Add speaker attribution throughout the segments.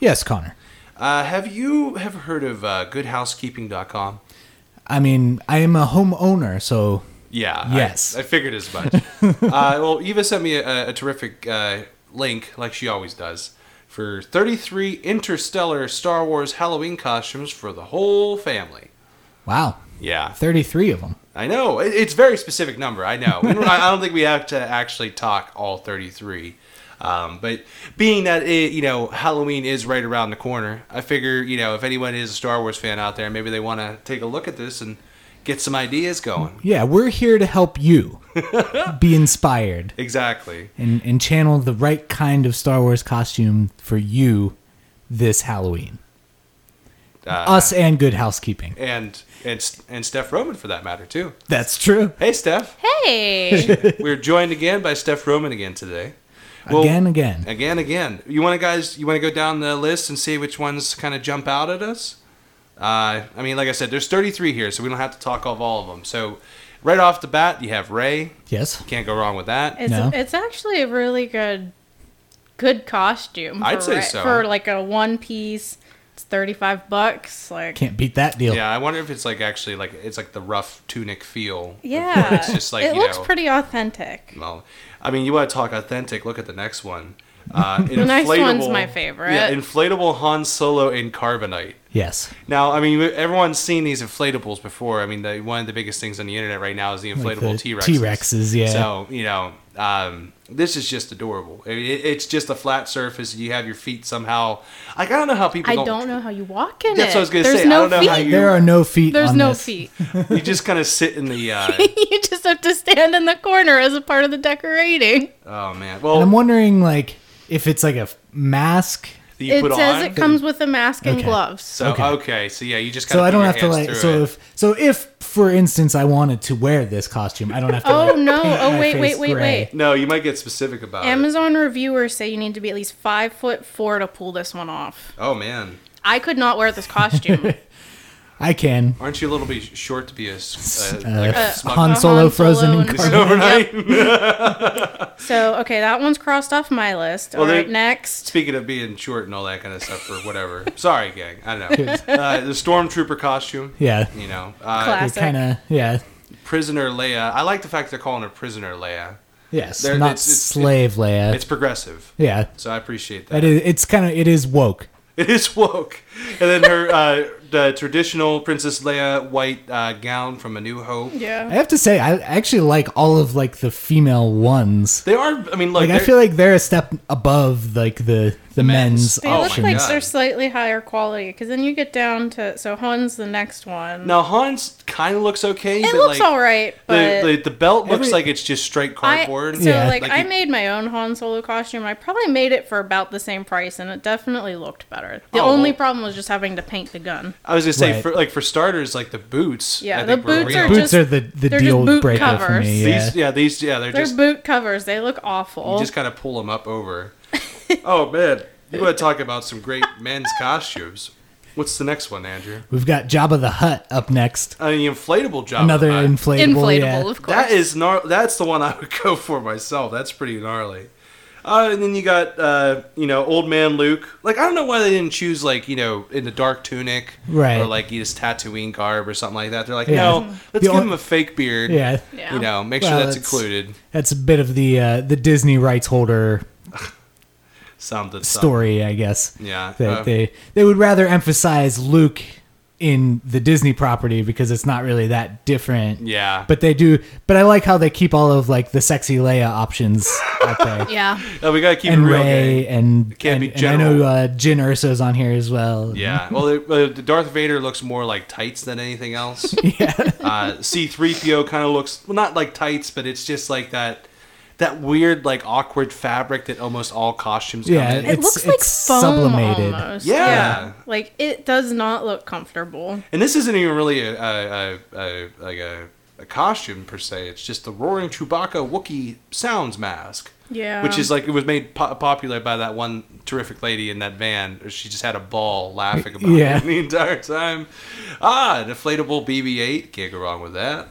Speaker 1: Yes, Connor.
Speaker 2: Uh, have you ever heard of uh, goodhousekeeping.com?
Speaker 1: I mean, I am a homeowner, so
Speaker 2: Yeah. I-
Speaker 1: Yes.
Speaker 2: I, figured as much. uh, well, Eva sent me a, a terrific uh, link, like she always does, for 33 interstellar Star Wars Halloween costumes for the whole family.
Speaker 1: wow,
Speaker 2: Yeah.
Speaker 1: thirty-three of them.
Speaker 2: I know. It- It's a very specific number. I know. We don't, I I don't think we have to actually talk all 33. Um, but being that, it, you know, Halloween is right around the corner, I figure, you know, if anyone is a Star Wars fan out there, maybe they want to take a look at this and get some ideas going.
Speaker 1: Yeah, we're here to help you be inspired
Speaker 2: Exactly.
Speaker 1: and, and channel the right kind of Star Wars costume for you this Halloween.
Speaker 2: Uh,
Speaker 1: Us and good housekeeping.
Speaker 2: and and and Steph Roman for that matter too.
Speaker 1: That's true.
Speaker 2: Hey Steph,
Speaker 3: Hey.
Speaker 2: we're joined again by Steph Roman again today.
Speaker 1: again, again.
Speaker 2: again, again. You want to guys? You want to go down the list and see which ones kind of jump out at us? Uh, I mean, like I said, there's 33 here, so we don't have to talk of all of them. So, right off the bat, you have Ray.
Speaker 1: Yes.
Speaker 2: Can't go wrong with that.
Speaker 3: It's,
Speaker 1: No.
Speaker 3: it's actually a really good good costume.
Speaker 2: I'd
Speaker 3: for
Speaker 2: say
Speaker 3: re-
Speaker 2: so.
Speaker 3: For like a one piece, it's 35 bucks. Like
Speaker 1: Can't beat that deal.
Speaker 2: Yeah, I wonder if it's like actually like it's like the rough tunic feel.
Speaker 3: Yeah.
Speaker 2: it's just like
Speaker 3: it
Speaker 2: you
Speaker 3: looks
Speaker 2: know.
Speaker 3: pretty authentic.
Speaker 2: Well, I mean, you want to talk authentic? Look at the next one. Uh, the
Speaker 3: next one's my favorite.
Speaker 2: Yeah, inflatable Han Solo in carbonite.
Speaker 1: Yes.
Speaker 2: Now, I mean, everyone's seen these inflatables before. I mean, the, one of the biggest things on the internet right now is the
Speaker 1: Like
Speaker 2: inflatable
Speaker 1: the
Speaker 2: T Rex.
Speaker 1: T-Rexes, yeah.
Speaker 2: So you know, um, this is just adorable. I mean, it, it's just a flat surface. You have your feet somehow. Like I don't know how people.
Speaker 3: I
Speaker 2: don't,
Speaker 3: don't know how you walk in
Speaker 2: That's what
Speaker 3: it.
Speaker 2: I was gonna
Speaker 3: There's
Speaker 2: say. I
Speaker 3: No
Speaker 2: don't know
Speaker 3: feet.
Speaker 2: how you-
Speaker 1: There are no feet.
Speaker 3: There's
Speaker 1: on
Speaker 3: no
Speaker 1: this.
Speaker 3: feet.
Speaker 2: You just kind of sit in the. Uh,
Speaker 3: you just have to stand in the corner as a part of the decorating.
Speaker 2: oh man.
Speaker 1: And I'm
Speaker 2: Well,
Speaker 1: wondering, like, if it's like a f- mask.
Speaker 2: that you
Speaker 3: it
Speaker 2: put
Speaker 3: says
Speaker 2: on.
Speaker 3: it comes with a mask and
Speaker 1: Okay.
Speaker 3: gloves.
Speaker 2: so okay.
Speaker 1: okay.
Speaker 2: So yeah, you just.
Speaker 1: So
Speaker 2: kinda
Speaker 1: I
Speaker 2: put
Speaker 1: don't
Speaker 2: your
Speaker 1: have to
Speaker 2: hands
Speaker 1: like.
Speaker 2: through
Speaker 1: So
Speaker 2: it.
Speaker 1: if so if for instance I wanted to wear this costume, I don't have to.
Speaker 3: Oh,
Speaker 1: like,
Speaker 3: no.
Speaker 1: paint
Speaker 3: Oh,
Speaker 1: my
Speaker 3: wait,
Speaker 1: face
Speaker 3: wait, wait,
Speaker 1: gray.
Speaker 3: wait.
Speaker 2: No, you might get specific about it.
Speaker 3: Amazon reviewers say you need to be at least five foot four to pull this one off.
Speaker 2: Oh man,
Speaker 3: I could not wear this costume.
Speaker 1: I can.
Speaker 2: aren't you a little bit short to be a, s- uh,
Speaker 1: Uh,
Speaker 2: like a
Speaker 3: Uh,
Speaker 2: smug
Speaker 1: Han
Speaker 3: Han
Speaker 1: Solo
Speaker 3: Solo
Speaker 1: frozen in
Speaker 3: and-
Speaker 2: overnight?
Speaker 1: carbonite.
Speaker 3: so okay, that one's crossed off my list. All
Speaker 2: Well,
Speaker 3: right,
Speaker 2: they-
Speaker 3: next.
Speaker 2: Speaking of being short and all that kind of stuff, or whatever. Sorry, gang. I don't know. Uh, the stormtrooper costume.
Speaker 1: Yeah.
Speaker 2: You know, uh,
Speaker 3: Class-
Speaker 1: It's kind of yeah.
Speaker 2: prisoner Leia. I like the fact they're calling her prisoner Leia.
Speaker 1: Yes,
Speaker 2: There-
Speaker 1: not
Speaker 2: it's- it's-
Speaker 1: slave Leia.
Speaker 2: It's progressive,
Speaker 1: yeah,
Speaker 2: so I appreciate that.
Speaker 1: that is. It's kind of. It is woke.
Speaker 2: It is woke. And then her uh, the traditional Princess Leia white uh, gown from A New Hope.
Speaker 1: I
Speaker 3: Yeah.
Speaker 1: have to say, I actually like all of like the female ones.
Speaker 2: They are. I mean, like,
Speaker 1: Like I feel like they're a step above like the the men's,
Speaker 2: Men's.
Speaker 3: They
Speaker 1: options.
Speaker 3: look
Speaker 2: Oh my
Speaker 3: like
Speaker 2: God.
Speaker 3: they're slightly higher quality because then you get down to so Han's the next one.
Speaker 2: now Han's kind of looks okay.
Speaker 3: it
Speaker 2: but
Speaker 3: looks
Speaker 2: like,
Speaker 3: all right,
Speaker 2: The,
Speaker 3: but
Speaker 2: the, the belt looks
Speaker 1: Every-
Speaker 2: like it's just straight
Speaker 3: I
Speaker 2: cardboard.
Speaker 3: so
Speaker 1: Yeah.
Speaker 3: like,
Speaker 2: Like
Speaker 3: I
Speaker 2: you-
Speaker 3: made my own Han Solo costume. I probably made it for about the same price, and it definitely looked better. The
Speaker 2: Oh,
Speaker 3: only
Speaker 2: well.
Speaker 3: problem was just having to paint the gun.
Speaker 2: I was gonna say,
Speaker 1: Right.
Speaker 2: for, like for starters, like the boots.
Speaker 3: Yeah,
Speaker 2: I
Speaker 3: the
Speaker 2: think were
Speaker 3: boots are
Speaker 2: real.
Speaker 1: boots
Speaker 3: just-
Speaker 1: are the the
Speaker 3: they're just
Speaker 1: deal
Speaker 3: boot
Speaker 1: breaker for
Speaker 3: covers.
Speaker 1: me. Yeah.
Speaker 2: These, yeah, these, yeah, they're,
Speaker 3: They're
Speaker 2: just
Speaker 3: boot covers. They look awful.
Speaker 2: you just kind of pull them up over. oh man, you want to talk about some great men's costumes? What's the next one, Andrew?
Speaker 1: We've got Jabba the Hutt up next.
Speaker 2: Uh, the inflatable job.
Speaker 1: Another
Speaker 2: I-
Speaker 1: inflatable.
Speaker 3: Inflatable,
Speaker 1: yeah.
Speaker 3: of course.
Speaker 2: That is gnar- That's the one I would go for myself. That's pretty gnarly. Uh, and then you got uh, you know old man Luke. Like I don't know why they didn't choose like you know in the dark tunic,
Speaker 1: Right.
Speaker 2: Or like his Tatooine garb or something like that. They're like,
Speaker 1: Yeah.
Speaker 2: no, let's
Speaker 1: The
Speaker 2: give
Speaker 1: on-
Speaker 2: him a fake beard.
Speaker 1: Yeah.
Speaker 3: Mm-hmm. Yeah.
Speaker 2: You know, make
Speaker 1: Well,
Speaker 2: sure that's
Speaker 1: it's-
Speaker 2: included.
Speaker 1: That's a bit of the uh, the Disney rights holder
Speaker 2: Something. something.
Speaker 1: story, I guess.
Speaker 2: Yeah,
Speaker 1: That
Speaker 2: uh,
Speaker 1: they they would rather emphasize Luke in the Disney property because it's not really that different.
Speaker 2: Yeah.
Speaker 1: But they do but I like how they keep all of like the sexy Leia options out there.
Speaker 3: yeah.
Speaker 2: Oh, we gotta keep
Speaker 1: And
Speaker 2: it real.
Speaker 1: Ray
Speaker 2: gang.
Speaker 1: and,
Speaker 2: can't
Speaker 1: and,
Speaker 2: be
Speaker 1: and I know uh, Jin Urso's on here as well.
Speaker 2: Yeah. Well, the- uh, the Darth Vader looks more like tights than anything else. Uh, C-3PO kind of looks well, not like tights, but it's just like that that weird like awkward fabric that almost all costumes
Speaker 1: Yeah,
Speaker 2: come in.
Speaker 3: It
Speaker 1: It's-
Speaker 3: looks like
Speaker 1: it's
Speaker 3: foam
Speaker 1: sublimated.
Speaker 3: almost.
Speaker 2: Yeah.
Speaker 3: Like it does not look comfortable.
Speaker 2: And this isn't even really a, a, a, a like a, a costume per se. It's just the roaring Chewbacca Wookiee sounds mask.
Speaker 3: Yeah.
Speaker 2: Which is like it was made po- popular by that one terrific lady in that van. She just had a ball laughing about
Speaker 1: Yeah.
Speaker 2: it the entire time. Ah, an inflatable BB-8. Can't go wrong with that.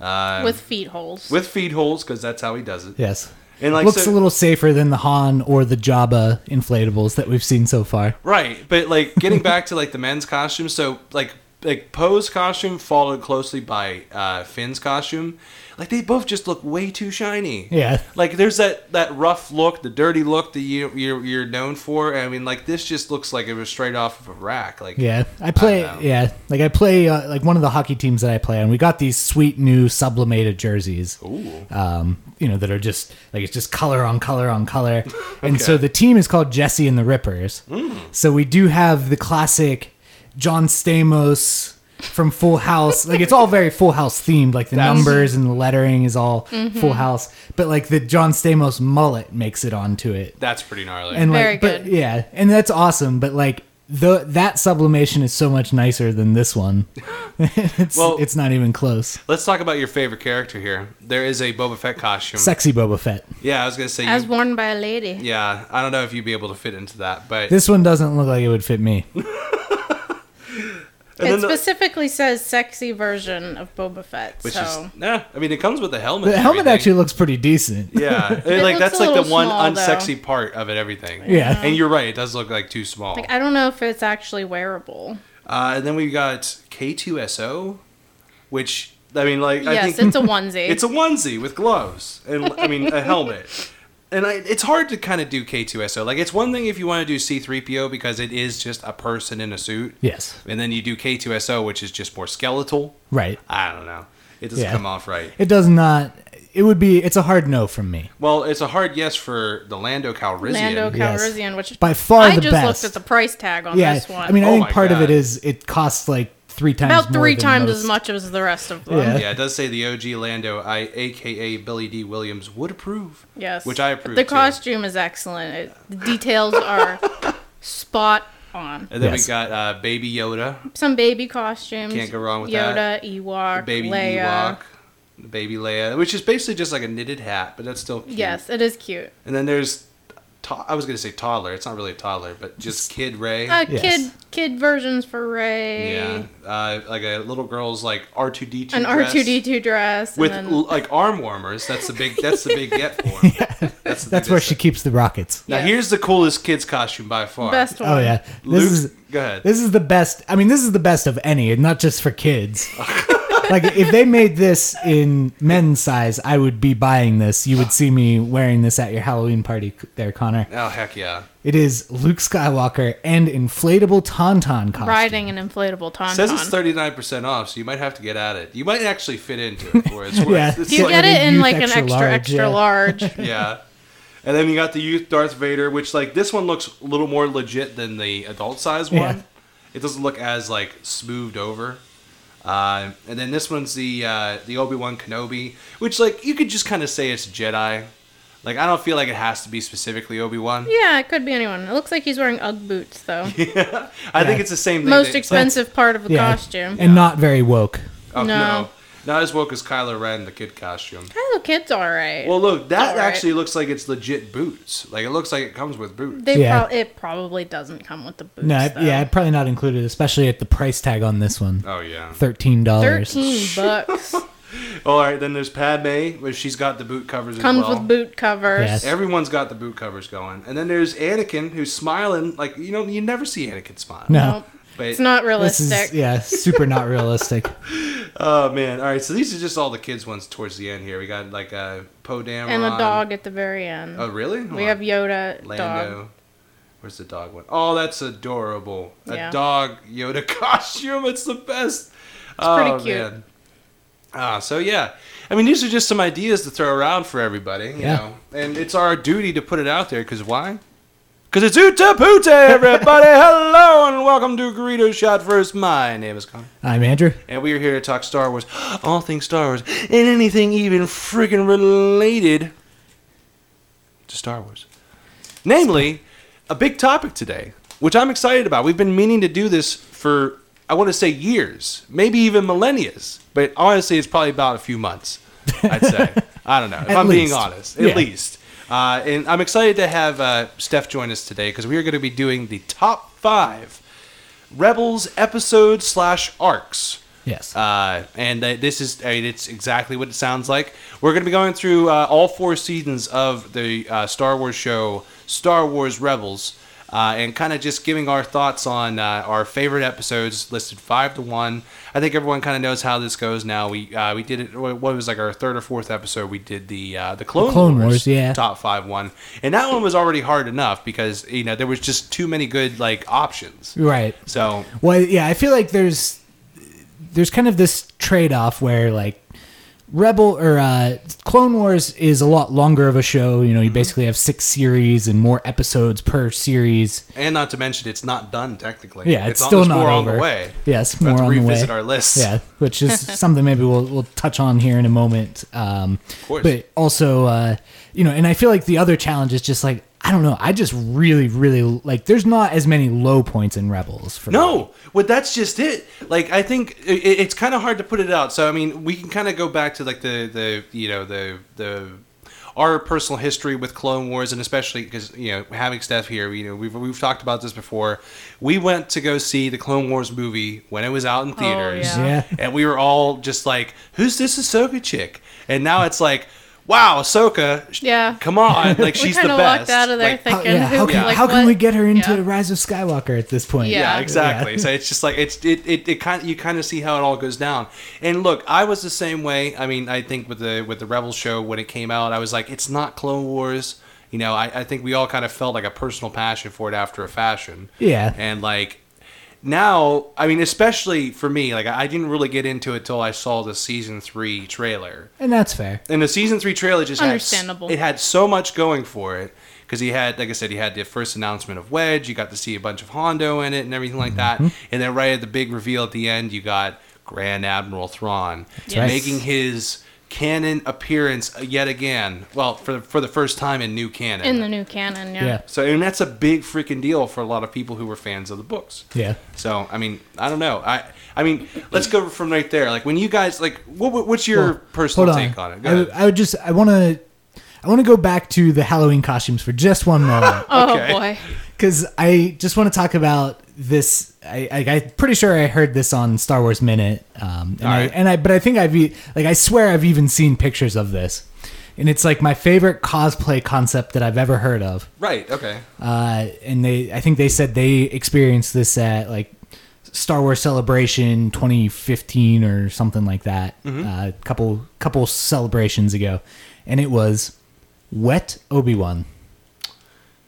Speaker 2: Uh,
Speaker 3: with feet holes.
Speaker 2: with feed holes because that's how he does it.
Speaker 1: Yes.
Speaker 2: And, like,
Speaker 1: looks
Speaker 2: so-
Speaker 1: a little safer than the Han or the Jabba inflatables that we've seen so far.
Speaker 2: Right, but like getting back to like the men's costumes, so like like Poe's costume followed closely by uh, Finn's costume, like they both just look way too shiny.
Speaker 1: Yeah.
Speaker 2: Like there's that that rough look, the dirty look that you you're, you're known for. I mean, like this just looks like it was straight off of a rack. Like
Speaker 1: Yeah, I play.
Speaker 2: know.
Speaker 1: yeah, like I play uh, like one of the hockey teams that I play on. We got these sweet new sublimated jerseys.
Speaker 2: Ooh.
Speaker 1: Um, you know that are just like it's just color on color on color, and so
Speaker 2: Okay. Mm.
Speaker 1: the team is called Jesse and the Rippers. So we do have the classic John Stamos from Full House. like it's all very Full House themed. Like the numbers and the lettering is all
Speaker 2: Mm-hmm.
Speaker 1: Full House, but like the John Stamos mullet makes it onto it
Speaker 2: that's pretty gnarly.
Speaker 1: and
Speaker 3: Very
Speaker 1: like but
Speaker 3: good.
Speaker 1: yeah and that's awesome but like the that sublimation is so much nicer than this one it's
Speaker 2: Well-
Speaker 1: it's not even close
Speaker 2: Let's talk about your favorite character here. There is a Boba Fett costume.
Speaker 1: sexy boba fett
Speaker 2: yeah, I was gonna say.
Speaker 3: As
Speaker 2: You,
Speaker 3: worn by a lady.
Speaker 2: yeah, I don't know if you'd be able to fit into that, but
Speaker 1: this one doesn't look like it would fit me
Speaker 2: and
Speaker 3: it
Speaker 2: then the-
Speaker 3: specifically says sexy version of Boba Fett.
Speaker 2: which
Speaker 3: so
Speaker 2: is nah. I mean, it comes with the helmet.
Speaker 1: the
Speaker 2: and
Speaker 1: helmet
Speaker 2: everything.
Speaker 1: actually looks pretty decent
Speaker 2: Yeah, I mean, like
Speaker 3: looks
Speaker 2: that's
Speaker 3: a
Speaker 2: like the
Speaker 3: little
Speaker 2: one
Speaker 3: small, though.
Speaker 2: unsexy part of it. Everything.
Speaker 1: Yeah.
Speaker 2: and you're right. It does look like too small.
Speaker 3: like I don't know if it's actually wearable.
Speaker 2: uh, and then we got K2SO, which I mean, like I
Speaker 3: yes,
Speaker 2: think
Speaker 3: it's a onesie.
Speaker 2: it's a onesie with gloves and I mean a helmet. And I, it's hard to kind of do K2SO. Like it's one thing if you want to do C3PO because it is just a person in a suit.
Speaker 1: yes
Speaker 2: And then you do K2SO, which is just more skeletal.
Speaker 1: right
Speaker 2: I don't know. It doesn't
Speaker 1: Yeah.
Speaker 2: come off right.
Speaker 1: it does not it would be it's a hard no from me
Speaker 2: Well, it's a hard yes for the Lando Calrissian.
Speaker 3: Lando
Speaker 1: Yes.
Speaker 3: Calrissian, which
Speaker 1: By far
Speaker 3: I
Speaker 1: the
Speaker 3: just
Speaker 1: best.
Speaker 3: looked at the price tag on
Speaker 1: yeah
Speaker 3: this one.
Speaker 1: i mean i
Speaker 2: Oh
Speaker 1: think
Speaker 2: my
Speaker 1: part of
Speaker 2: God.
Speaker 1: it is it costs like three times
Speaker 3: about
Speaker 1: more
Speaker 3: three
Speaker 1: than
Speaker 3: times
Speaker 1: most.
Speaker 3: as much as the rest of them.
Speaker 1: Yeah.
Speaker 2: yeah, it does say the OG Lando, I aka Billy D. Williams, would approve.
Speaker 3: Yes,
Speaker 2: which I approve.
Speaker 3: The
Speaker 2: too.
Speaker 3: costume is excellent. It, the details are spot on.
Speaker 2: And then
Speaker 1: Yes.
Speaker 2: we got uh, Baby Yoda,
Speaker 3: Some baby costumes.
Speaker 2: Can't go wrong with
Speaker 3: Yoda,
Speaker 2: that.
Speaker 3: Ewok,
Speaker 2: Baby
Speaker 3: Leia.
Speaker 2: Ewok, Baby Leia, which is basically just like a knitted hat, but that's still cute.
Speaker 3: Yes, it is cute.
Speaker 2: And then there's, to- I was gonna say toddler. It's not really a toddler, but just Kid Ray.
Speaker 3: Uh,
Speaker 1: Yes.
Speaker 3: Kid kid versions for Ray.
Speaker 2: yeah, uh, like a little girl's like R two D two.
Speaker 3: An R two D two dress.
Speaker 2: with
Speaker 3: and then,
Speaker 2: l- like arm warmers. That's the big. That's the big get for. Him. That's, the
Speaker 1: that's
Speaker 2: thing
Speaker 1: where she
Speaker 2: said.
Speaker 1: keeps the rockets
Speaker 2: Now
Speaker 3: Yes.
Speaker 2: here's the coolest kid's costume by far.
Speaker 3: Best one.
Speaker 1: oh yeah this
Speaker 2: Luke,
Speaker 1: is
Speaker 2: go ahead.
Speaker 1: This is the best. I mean, this is the best of any, and not just for kids. like if they made this in men's size, I would be buying this. You would see me wearing this at your Halloween party there, Connor.
Speaker 2: oh heck yeah.
Speaker 1: It is Luke Skywalker and inflatable tauntaun costume.
Speaker 3: Riding an inflatable tauntaun.
Speaker 2: says it's thirty nine percent off, so you might have to get at it. You might actually fit into it for its worth.
Speaker 1: Yeah.
Speaker 2: It's
Speaker 3: Do you
Speaker 2: like-
Speaker 1: Yeah.
Speaker 3: get it in
Speaker 1: Youth
Speaker 3: like an
Speaker 1: extra
Speaker 3: extra
Speaker 1: large,
Speaker 3: extra
Speaker 1: yeah.
Speaker 3: large?
Speaker 2: yeah. And then you got the youth Darth Vader, which like this one looks a little more legit than the adult size
Speaker 1: Yeah.
Speaker 2: one. It doesn't look as like smoothed over. Uh, and then this one's the uh, the Obi Wan Kenobi, which like you could just kind of say it's Jedi. Like I don't feel like it has to be specifically Obi Wan.
Speaker 3: yeah, it could be anyone. It looks like he's wearing UGG boots though.
Speaker 2: I think it's the same thing.
Speaker 3: Most
Speaker 2: that-
Speaker 3: expensive part of the
Speaker 1: Yeah.
Speaker 3: costume.
Speaker 1: and not very woke.
Speaker 2: Oh, no.
Speaker 3: No.
Speaker 2: not as woke as Kylo Ren, the kid costume.
Speaker 3: Hello, kids, all right.
Speaker 2: Well, look, that
Speaker 3: Alright.
Speaker 2: actually looks like it's legit boots. Like it looks like it comes with boots.
Speaker 3: they
Speaker 1: Yeah.
Speaker 3: prob- it probably doesn't come with the boots.
Speaker 1: No, it-
Speaker 3: though.
Speaker 1: yeah, probably not included, especially at the price tag on this one.
Speaker 2: Oh yeah.
Speaker 1: Thirteen dollars.
Speaker 3: Thirteen bucks
Speaker 2: Oh, All right, then there's Padme, where she's got the boot covers
Speaker 3: comes
Speaker 2: as well.
Speaker 3: with boot covers.
Speaker 1: Yes.
Speaker 2: Everyone's got the boot covers going, and then there's Anakin who's smiling like you know you never see Anakin smile.
Speaker 1: No.
Speaker 3: Nope.
Speaker 2: But-
Speaker 3: It's not
Speaker 1: This
Speaker 3: realistic.
Speaker 1: is yeah, super not realistic.
Speaker 2: Oh man. All right, so these are just all the kids ones towards the end here. We got like uh, Poe Dameron
Speaker 3: And a dog at the very end.
Speaker 2: Oh really? Hold
Speaker 3: we
Speaker 2: on.
Speaker 3: have Yoda
Speaker 2: Lando.
Speaker 3: dog.
Speaker 2: Where's the dog one? Oh, that's adorable.
Speaker 3: Yeah.
Speaker 2: A dog Yoda costume. It's the best. It's
Speaker 3: pretty cute.
Speaker 2: Ah, so yeah. I mean, these are just some ideas to throw around for everybody, you
Speaker 1: Yeah.
Speaker 2: know. And it's our duty to put it out there because why? Because it's Uta Puta, everybody. Hello and welcome to Greedo Shot First. My name is Connor.
Speaker 1: I'm Andrew.
Speaker 2: And we are here to talk Star Wars, all things Star Wars, and anything even friggin' related to Star Wars. Namely, a big topic today, which I'm excited about. We've been meaning to do this for, I want to say years, maybe even millennia, but honestly, it's probably about a few months, I'd say. I don't know, if
Speaker 1: At
Speaker 2: I'm being
Speaker 1: least.
Speaker 2: honest, at
Speaker 1: Yeah.
Speaker 2: least. Uh, and I'm excited to have uh, Steph join us today because we are going to be doing the top five Rebels episodes slash arcs
Speaker 1: Yes.
Speaker 2: Uh, and uh, this is I mean, it's exactly what it sounds like. We're going to be going through uh, all four seasons of the uh, Star Wars show, Star Wars Rebels, uh, and kind of just giving our thoughts on uh, our favorite episodes, listed five to one. I think everyone kind of knows how this goes now. We uh, we did it. What was like our third or fourth episode? We did the uh, the Clone,
Speaker 1: Clone Wars, yeah.
Speaker 2: top five one, and that one was already hard enough because you know there was just too many good like options.
Speaker 1: right.
Speaker 2: So
Speaker 1: Well, yeah, I feel like there's there's kind of this trade off where like Rebel or uh, Clone Wars is a lot longer of a show. You know,
Speaker 2: Mm-hmm.
Speaker 1: you basically have six series and more episodes per series.
Speaker 2: And not to mention, it's not done technically.
Speaker 1: Yeah, it's, still
Speaker 2: there's
Speaker 1: not
Speaker 2: more
Speaker 1: over.
Speaker 2: on the way.
Speaker 1: Yeah, it's
Speaker 2: We'll
Speaker 1: more
Speaker 2: have to
Speaker 1: on the way.
Speaker 2: revisit our list.
Speaker 1: Yeah, which is something maybe we'll we'll touch on here in a moment. Um,
Speaker 2: course.
Speaker 1: but also, uh, you know, and I feel like the other challenge is just like I don't know. I just really, really like. There's not as many low points in Rebels. For me.
Speaker 2: No, well, that's just it. Like, I think i i- it's kind of hard to put it out. So, I mean, we can kind of go back to like the the you know the the our personal history with Clone Wars, and especially because you know having Steph here, you know we've we've talked about this before. We went to go see the Clone Wars movie when it was out in theaters,
Speaker 3: Oh, yeah.
Speaker 1: Yeah.
Speaker 2: and we were all just like, "Who's this Ahsoka chick?" And now it's like. Wow, Ahsoka! sh-
Speaker 3: Yeah.
Speaker 2: come on! Like
Speaker 3: we
Speaker 2: she's the
Speaker 3: kind of
Speaker 2: best.
Speaker 3: walked out of there
Speaker 2: Like,
Speaker 1: How,
Speaker 3: thinking,
Speaker 1: Uh, yeah, how
Speaker 3: who-
Speaker 1: can,
Speaker 2: Yeah.
Speaker 3: like,
Speaker 1: how can
Speaker 3: what?
Speaker 1: we get her into
Speaker 3: Yeah.
Speaker 1: Rise of Skywalker at this point?
Speaker 3: Yeah.
Speaker 2: yeah exactly so it's just like it's it, it, it kind of you kind of see how it all goes down and look i was the same way i mean i think with the with the rebel show when it came out i was like it's not clone wars you know i, I think we all kind of felt like a personal passion for it after a fashion
Speaker 1: Yeah.
Speaker 2: and like now i mean especially for me like i I didn't really get into it till i saw the season three trailer
Speaker 1: And that's fair.
Speaker 2: and the season three trailer just had-
Speaker 3: Understandable.
Speaker 2: it had so much going for it because he had, like I said, he had the first announcement of Wedge. You got to see a bunch of Hondo in it and everything like
Speaker 1: Mm-hmm.
Speaker 2: that. And then right at the big reveal at the end, you got Grand Admiral Thrawn
Speaker 3: right.
Speaker 2: making his canon appearance yet again. Well, for for the first time in new canon.
Speaker 3: in the new canon. Yeah.
Speaker 1: Yeah.
Speaker 2: so and that's a big freaking deal for a lot of people who were fans of the books.
Speaker 1: Yeah.
Speaker 2: So I mean, I don't know. I I mean, let's go from right there. Like when you guys like, what, what- what's your
Speaker 1: Well,
Speaker 2: personal
Speaker 1: hold on.
Speaker 2: take on it? Go
Speaker 1: I,
Speaker 2: ahead.
Speaker 1: would- I would just I want to I want to go back to the Halloween costumes for just one moment
Speaker 3: Oh
Speaker 2: Okay.
Speaker 3: boy.
Speaker 1: because I just want to talk about this. I, I I'm pretty sure I heard this on Star Wars Minute, um, and,
Speaker 2: All
Speaker 1: I,
Speaker 2: right.
Speaker 1: and I but I think I've e- like I swear I've even seen pictures of this, and it's like my favorite cosplay concept that I've ever heard of.
Speaker 2: Right. Okay.
Speaker 1: uh, and they I think they said they experienced this at like Star Wars Celebration 2015 or something like that.
Speaker 2: Mm-hmm.
Speaker 1: Uh, a couple couple celebrations ago, and it was wet Obi Wan.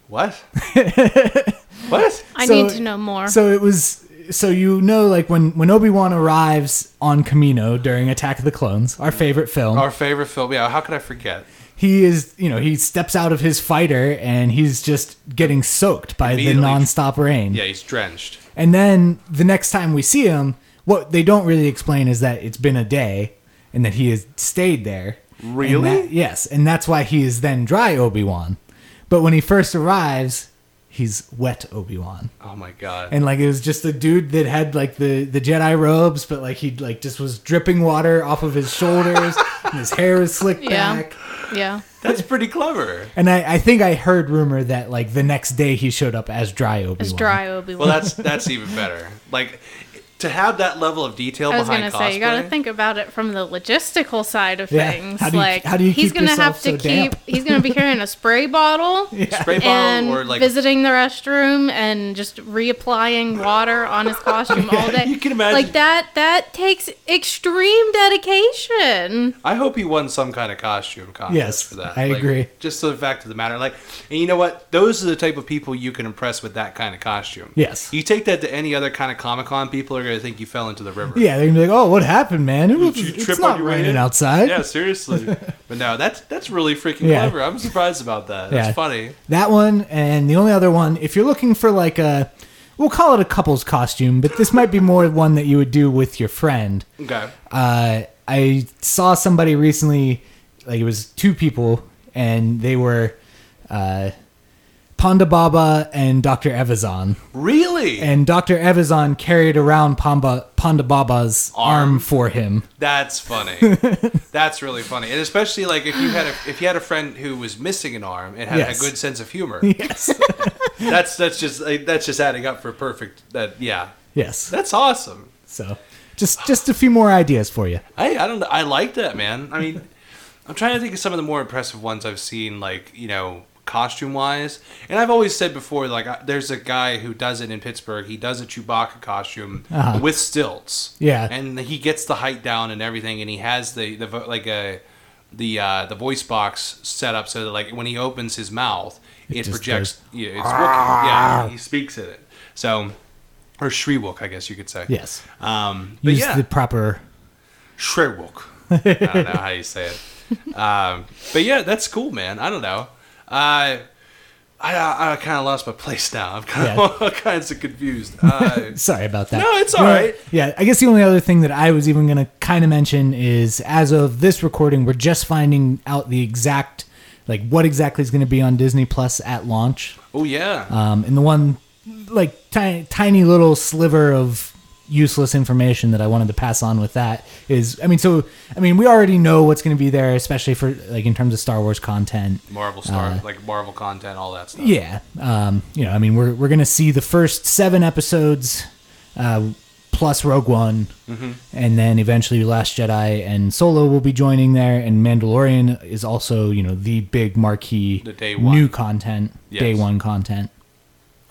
Speaker 2: What? what?
Speaker 3: I
Speaker 1: So-
Speaker 3: need to know more.
Speaker 1: So it was. So you know, like when when Obi Wan arrives on Camino during Attack of the Clones, our favorite film,
Speaker 2: Mm-hmm. Our favorite film. Yeah. How could I forget?
Speaker 1: he is you know he steps out of his fighter and he's just getting soaked by the
Speaker 2: Immediately.
Speaker 1: nonstop rain.
Speaker 2: Yeah, he's drenched.
Speaker 1: And then the next time we see him, what they don't really explain is that it's been a day and that he has stayed there. And
Speaker 2: Really?
Speaker 1: that- yes. And that's why he is then dry Obi Wan. But when he first arrives, he's wet Obi Wan.
Speaker 2: Oh my god.
Speaker 1: And like it was just a dude that had like the, the Jedi robes, but like he like just was dripping water off of his shoulders and his hair was slicked
Speaker 3: Yeah.
Speaker 1: back.
Speaker 3: yeah.
Speaker 2: That's pretty clever.
Speaker 1: And I, I think I heard rumor that like the next day he showed up as dry Obi Wan.
Speaker 3: It's dry Obi Wan.
Speaker 2: Well, that's that's even better. Like to have that level of detail
Speaker 3: I was
Speaker 2: behind
Speaker 3: gonna
Speaker 2: cosplay.
Speaker 3: say you got to think about it from the logistical side of
Speaker 1: Yeah.
Speaker 3: things.
Speaker 1: How do you-
Speaker 3: like
Speaker 1: how do you
Speaker 3: he's
Speaker 1: keep
Speaker 3: gonna
Speaker 1: yourself
Speaker 3: have to
Speaker 1: so
Speaker 3: keep
Speaker 1: damp?
Speaker 3: he's gonna be carrying a spray bottle
Speaker 2: Spray bottle
Speaker 3: and
Speaker 2: or like
Speaker 3: visiting the restroom and just reapplying water on his costume all day.
Speaker 2: You can imagine-
Speaker 3: like that. That takes extreme dedication.
Speaker 2: I hope he won some kind of costume contest
Speaker 1: Yes,
Speaker 2: for that.
Speaker 1: I
Speaker 2: Like,
Speaker 1: agree.
Speaker 2: Just the fact of the matter, like, and you know what? Those are the type of people you can impress with that kind of costume.
Speaker 1: Yes.
Speaker 2: You take that to any other kind of Comic Con, people are going to think you fell into the river.
Speaker 1: Yeah, they're gonna be like, "Oh, what happened, man? It was,
Speaker 2: Did you
Speaker 1: it's
Speaker 2: trip on
Speaker 1: not
Speaker 2: your way
Speaker 1: raining
Speaker 2: in?"
Speaker 1: outside."
Speaker 2: Yeah, seriously. but no, that's that's really freaking
Speaker 1: Yeah.
Speaker 2: clever. I'm surprised about that. That's
Speaker 1: Yeah.
Speaker 2: funny.
Speaker 1: That one and the only other one. If you're looking for like a, we'll call it a couple's costume, but this might be more one that you would do with your friend.
Speaker 2: Okay.
Speaker 1: Uh, I saw somebody recently, like it was two people, and they were uh, Ponda Baba and Doctor Evazan.
Speaker 2: Really?
Speaker 1: And Doctor Evazan carried around Pamba, Ponda Baba's
Speaker 2: Arm.
Speaker 1: arm for him.
Speaker 2: That's funny. That's really funny, and especially like if you had a, if you had a friend who was missing an arm and had
Speaker 1: Yes.
Speaker 2: a good sense of humor.
Speaker 1: Yes.
Speaker 2: that's that's just like, that's just adding up for perfect. That yeah,
Speaker 1: yes.
Speaker 2: that's awesome.
Speaker 1: So Just just a few more ideas for you.
Speaker 2: I, I don't know. I like that, man. I mean, I'm trying to think of some of the more impressive ones I've seen, like, you know, costume wise. And I've always said before, like, I, there's a guy who does it in Pittsburgh. He does a Chewbacca costume
Speaker 1: Uh-huh.
Speaker 2: with stilts.
Speaker 1: Yeah.
Speaker 2: And he gets the height down and everything. And he has the, the vo- like, a. The uh, the voice box set up so that like when he opens his mouth, it,
Speaker 1: just
Speaker 2: projects. Yeah, it's Wookiee. yeah, he speaks in it. So, or Shriwook, I guess you could say.
Speaker 1: Yes.
Speaker 2: Um, but
Speaker 1: Use
Speaker 2: yeah.
Speaker 1: the proper.
Speaker 2: Shrewok. I don't know how you say it. Um, but yeah, that's cool, man. I don't know. Uh, I I, I kind of lost my place now. I'm kind of all kinds of confused. Uh,
Speaker 1: Sorry about that.
Speaker 2: No, it's
Speaker 1: all
Speaker 2: all
Speaker 1: right.
Speaker 2: right.
Speaker 1: Yeah, I guess the only other thing that I was even going to kind of mention is as of this recording, we're just finding out the exact, like, what exactly is going to be on Disney Plus at launch.
Speaker 2: oh yeah,
Speaker 1: Um, and the one, like, tiny, tiny little sliver of useless information that I wanted to pass on with that is, I mean, so, I mean, we already know what's going to be there, especially for, like, in terms of Star Wars content.
Speaker 2: Marvel Star like Marvel content, all that stuff.
Speaker 1: uh, Yeah. Um, you know, I mean, we're, we're going to see the first seven episodes uh, plus Rogue One,
Speaker 2: Mm-hmm.
Speaker 1: and then eventually Last Jedi and Solo will be joining there. And Mandalorian is also, you know, the big marquee
Speaker 2: The day
Speaker 1: new
Speaker 2: one.
Speaker 1: content,
Speaker 2: Yes.
Speaker 1: day one content.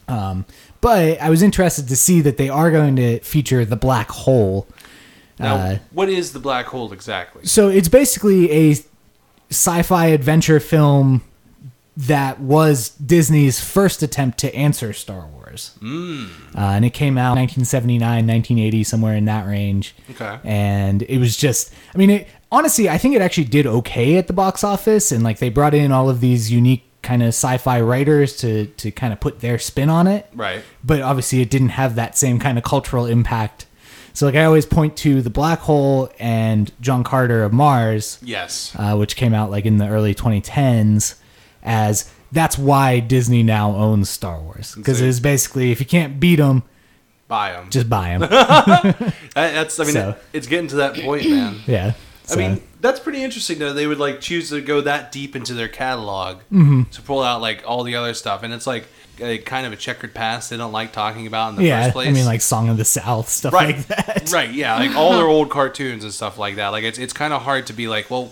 Speaker 1: Um, but I was interested to see that they are going to feature the black hole.
Speaker 2: Now,
Speaker 1: Uh,
Speaker 2: what is the black hole exactly?
Speaker 1: so it's basically a sci-fi adventure film that was Disney's first attempt to answer Star Wars. Mm. Uh, and it came out 1979, 1980, somewhere in that range.
Speaker 2: Okay.
Speaker 1: And it was just, I mean, it, honestly, I think it actually did okay at the box office. And like they brought in all of these unique kind of sci-fi writers to, to kind of put their spin on it
Speaker 2: Right.
Speaker 1: but obviously it didn't have that same kind of cultural impact. So like I always point to the black hole and John Carter of Mars,
Speaker 2: Yes.
Speaker 1: uh, which came out like in the early 2010s, as that's why Disney now owns Star Wars because
Speaker 2: So-
Speaker 1: it's basically if you can't beat them,
Speaker 2: Buy them.
Speaker 1: just buy them.
Speaker 2: that's. I mean,
Speaker 1: So.
Speaker 2: it- it's getting to that point, man.
Speaker 1: yeah.
Speaker 2: I
Speaker 1: So,
Speaker 2: mean, that's pretty interesting though. They would like choose to go that deep into their catalog
Speaker 1: Mm-hmm.
Speaker 2: to pull out like all the other stuff, and it's like a, kind of a checkered past they don't like talking about in the
Speaker 1: yeah.
Speaker 2: first place.
Speaker 1: I mean, like Song of the South stuff
Speaker 2: right,
Speaker 1: like that.
Speaker 2: right, yeah, like all their old cartoons and stuff like that. Like it's it's kind of hard to be like, well,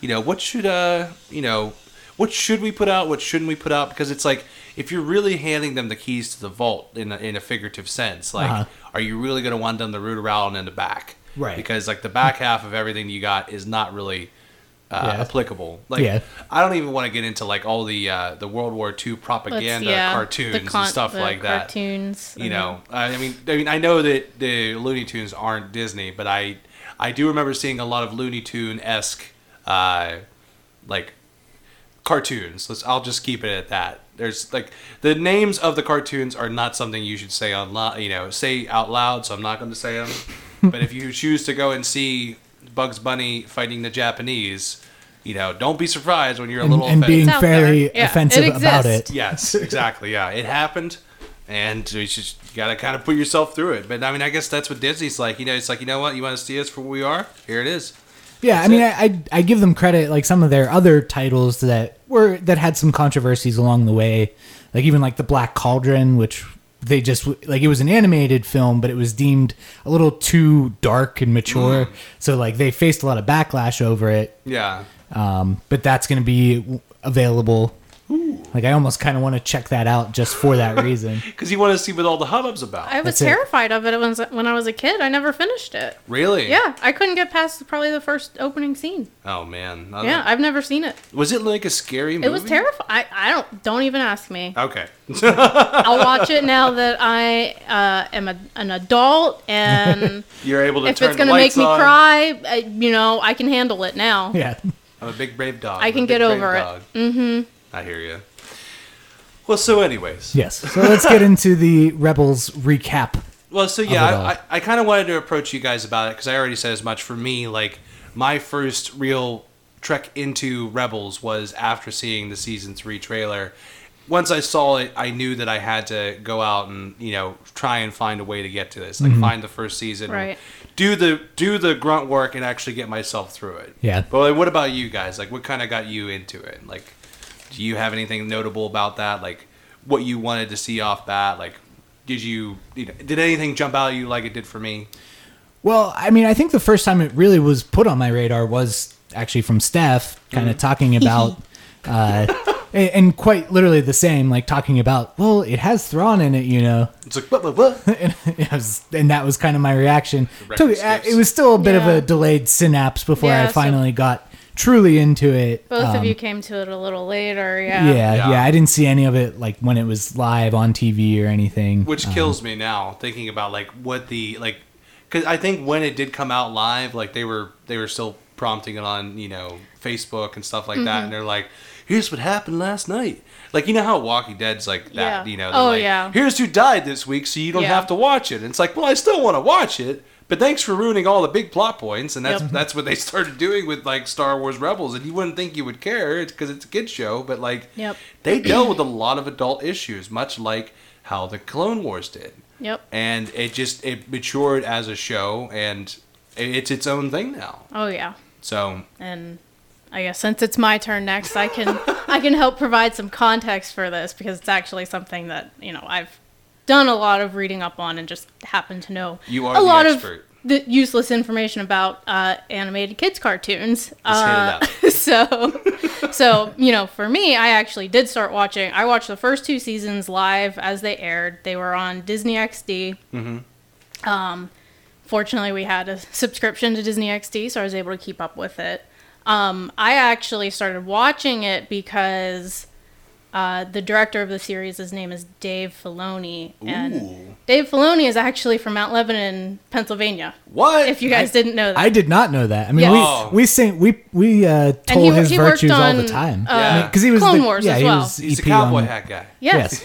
Speaker 2: you know, what should uh, you know, what should we put out? What shouldn't we put out? Because it's like if you're really handing them the keys to the vault in a, in a figurative sense, like,
Speaker 1: Uh-huh.
Speaker 2: are you really going to want them to root around in the back?
Speaker 1: Right.
Speaker 2: Because like the back half of everything you got is not really uh,
Speaker 1: Yeah.
Speaker 2: applicable. Like
Speaker 1: Yeah.
Speaker 2: I don't even want to get into like all the uh, the World War II
Speaker 3: Let's-
Speaker 2: propaganda
Speaker 3: yeah, the
Speaker 2: cartoons
Speaker 3: con-
Speaker 2: and stuff
Speaker 3: the
Speaker 2: like that
Speaker 3: Cartoons.
Speaker 2: you
Speaker 3: and-
Speaker 2: know I, I mean i mean i know that the looney tunes aren't disney but i i do remember seeing a lot of looney tune-esque uh like cartoons let's i'll just keep it at that there's like the names of the cartoons are not something you should say on li- you know say out loud so i'm not going to say them but if you choose to go and see bugs bunny fighting the japanese you know don't be surprised when you're a
Speaker 1: And,
Speaker 2: little
Speaker 1: and
Speaker 2: offended.
Speaker 1: being
Speaker 3: It's out
Speaker 1: fairly
Speaker 3: there. Yeah, it
Speaker 1: offensive about it.
Speaker 3: exists.
Speaker 2: Yes, exactly. Yeah, it happened, and you just got to kind of put yourself through it. But I mean, I guess that's what Disney's like. You know, it's like you know what you want to see us for what we are. Here it is.
Speaker 1: Yeah, I
Speaker 2: That's
Speaker 1: mean,
Speaker 2: it.
Speaker 1: I, I I give them credit. Like some of their other titles that were that had some controversies along the way, like even like the Black Cauldron, which they just like it was an animated film, but it was deemed a little too dark and
Speaker 2: Mm.
Speaker 1: mature. So like they faced a lot of backlash over it.
Speaker 2: Yeah,
Speaker 1: Um, but that's going to be w- available. Like I almost kind of want to check that out just for that reason.
Speaker 2: because you want to see what all the hubbub's about.
Speaker 3: I was
Speaker 1: That's it.
Speaker 3: terrified of it when I was- when I was a kid. I never finished it.
Speaker 2: really?
Speaker 3: Yeah, I couldn't get past probably the first opening scene.
Speaker 2: Oh man. I
Speaker 3: Yeah,
Speaker 2: don't-
Speaker 3: I've never seen it.
Speaker 2: Was it like a scary movie?
Speaker 3: It was terrifying. I, I don't don't even ask me.
Speaker 2: Okay.
Speaker 3: I'll watch it now that I uh, am a, an adult, and
Speaker 2: You're able to
Speaker 3: if
Speaker 2: turn
Speaker 3: it's
Speaker 2: the
Speaker 3: gonna
Speaker 2: lights
Speaker 3: make me
Speaker 2: on.
Speaker 3: cry, I, you know, I can handle it now.
Speaker 1: yeah,
Speaker 2: I'm a big brave dog.
Speaker 3: I
Speaker 2: I'm a
Speaker 3: can
Speaker 2: big
Speaker 3: get
Speaker 2: brave
Speaker 3: over it.
Speaker 2: dog. Mm-hmm. I hear you. Well, so anyways.
Speaker 1: yes. So let's get into the Rebels recap.
Speaker 2: Well, so yeah,
Speaker 1: it all.
Speaker 2: I, I, I kind of wanted to approach you guys about it because I already said as much for me. Like, my first real trek into Rebels was after seeing the season three trailer. Once I saw it, I knew that I had to go out and you know try and find a way to get to this, like
Speaker 1: Mm-hmm.
Speaker 2: find the first season, and
Speaker 3: Right.
Speaker 2: Do the do the grunt work and actually get myself through it.
Speaker 1: Yeah.
Speaker 2: But like, what about you guys? Like, what kind of got you into it? Like, do you have anything notable about that? Like, what you wanted to see off bat? Like, did you, you know, did anything jump out at you like it did for me?
Speaker 1: Well, I mean, I think the first time it really was put on my radar was actually from Steph, kind
Speaker 2: Mm-hmm.
Speaker 1: of talking about, uh, and, and quite literally the same, like talking about, well, it has Thrawn in it, you know,
Speaker 2: It's like what, what, what?
Speaker 1: and, it was, and that was kind of my reaction.
Speaker 2: The
Speaker 1: Took-
Speaker 2: record
Speaker 1: uh,
Speaker 2: skips.
Speaker 1: it was still a bit of
Speaker 3: Yeah.
Speaker 1: a delayed synapse before
Speaker 3: Yeah,
Speaker 1: I
Speaker 3: so-
Speaker 1: finally got truly into it.
Speaker 3: Both
Speaker 1: Um,
Speaker 3: of you came to it a little later. Yeah.
Speaker 1: Yeah, yeah,
Speaker 2: Yeah.
Speaker 1: I didn't see any of it like when it was live on TV or anything. Uh,
Speaker 2: Which kills me now thinking about like what the like because I think when it did come out live, like they were they were still prompting it on you know Facebook and stuff like
Speaker 3: Mm-hmm.
Speaker 2: that, and they're like, "Here's what happened last night." Like you know how Walking Dead's like that,
Speaker 3: Yeah.
Speaker 2: you know?
Speaker 3: Oh,
Speaker 2: they're like,
Speaker 3: yeah.
Speaker 2: Here's who died this week, so you don't
Speaker 3: Yeah.
Speaker 2: have to watch it. And it's like, well, I still want to watch it. But thanks for ruining all the big plot points, and that's
Speaker 3: Yep.
Speaker 2: that's what they started doing with like Star Wars Rebels, and you wouldn't think you would care because it's a kid show, but like
Speaker 3: Yep.
Speaker 2: they dealt with a lot of adult issues, much like how the Clone Wars did.
Speaker 3: Yep.
Speaker 2: And it just it matured as a show, and i- it's its own thing now.
Speaker 3: Oh yeah.
Speaker 2: So
Speaker 3: And I guess since it's my turn next, I can I can help provide some context for this because it's actually something that you know I've done a lot of reading up on and just happen to know
Speaker 2: You are
Speaker 3: a
Speaker 2: the
Speaker 3: lot
Speaker 2: expert.
Speaker 3: of the useless information about uh, animated kids cartoons.
Speaker 2: let's hit
Speaker 3: Uh,
Speaker 2: it up.
Speaker 3: so so you know for me i actually did start watching i watched the first two seasons live as they aired they were on disney xd um
Speaker 1: Mm-hmm.
Speaker 3: fortunately we had a subscription to disney xd so i was able to keep up with it um i actually started watching it because uh, the director of the series, his name is Dave Filoni,
Speaker 2: Ooh.
Speaker 3: and Dave Filoni is actually from Mount Lebanon, Pennsylvania.
Speaker 2: What?
Speaker 3: If you guys didn't know that,
Speaker 1: I did not know that. I mean,
Speaker 3: Yes.
Speaker 1: we
Speaker 2: Oh.
Speaker 1: we sing we we uh, told
Speaker 3: he-
Speaker 1: his
Speaker 3: he worked
Speaker 1: virtues all
Speaker 3: on,
Speaker 1: the time.
Speaker 3: uh,
Speaker 2: Yeah.
Speaker 1: because he was
Speaker 3: Clone
Speaker 1: the-
Speaker 3: Wars
Speaker 1: yeah,
Speaker 3: as
Speaker 1: he
Speaker 3: well.
Speaker 1: was
Speaker 2: he's a
Speaker 1: EP
Speaker 2: cowboy
Speaker 1: E on-
Speaker 2: hat guy.
Speaker 3: yes,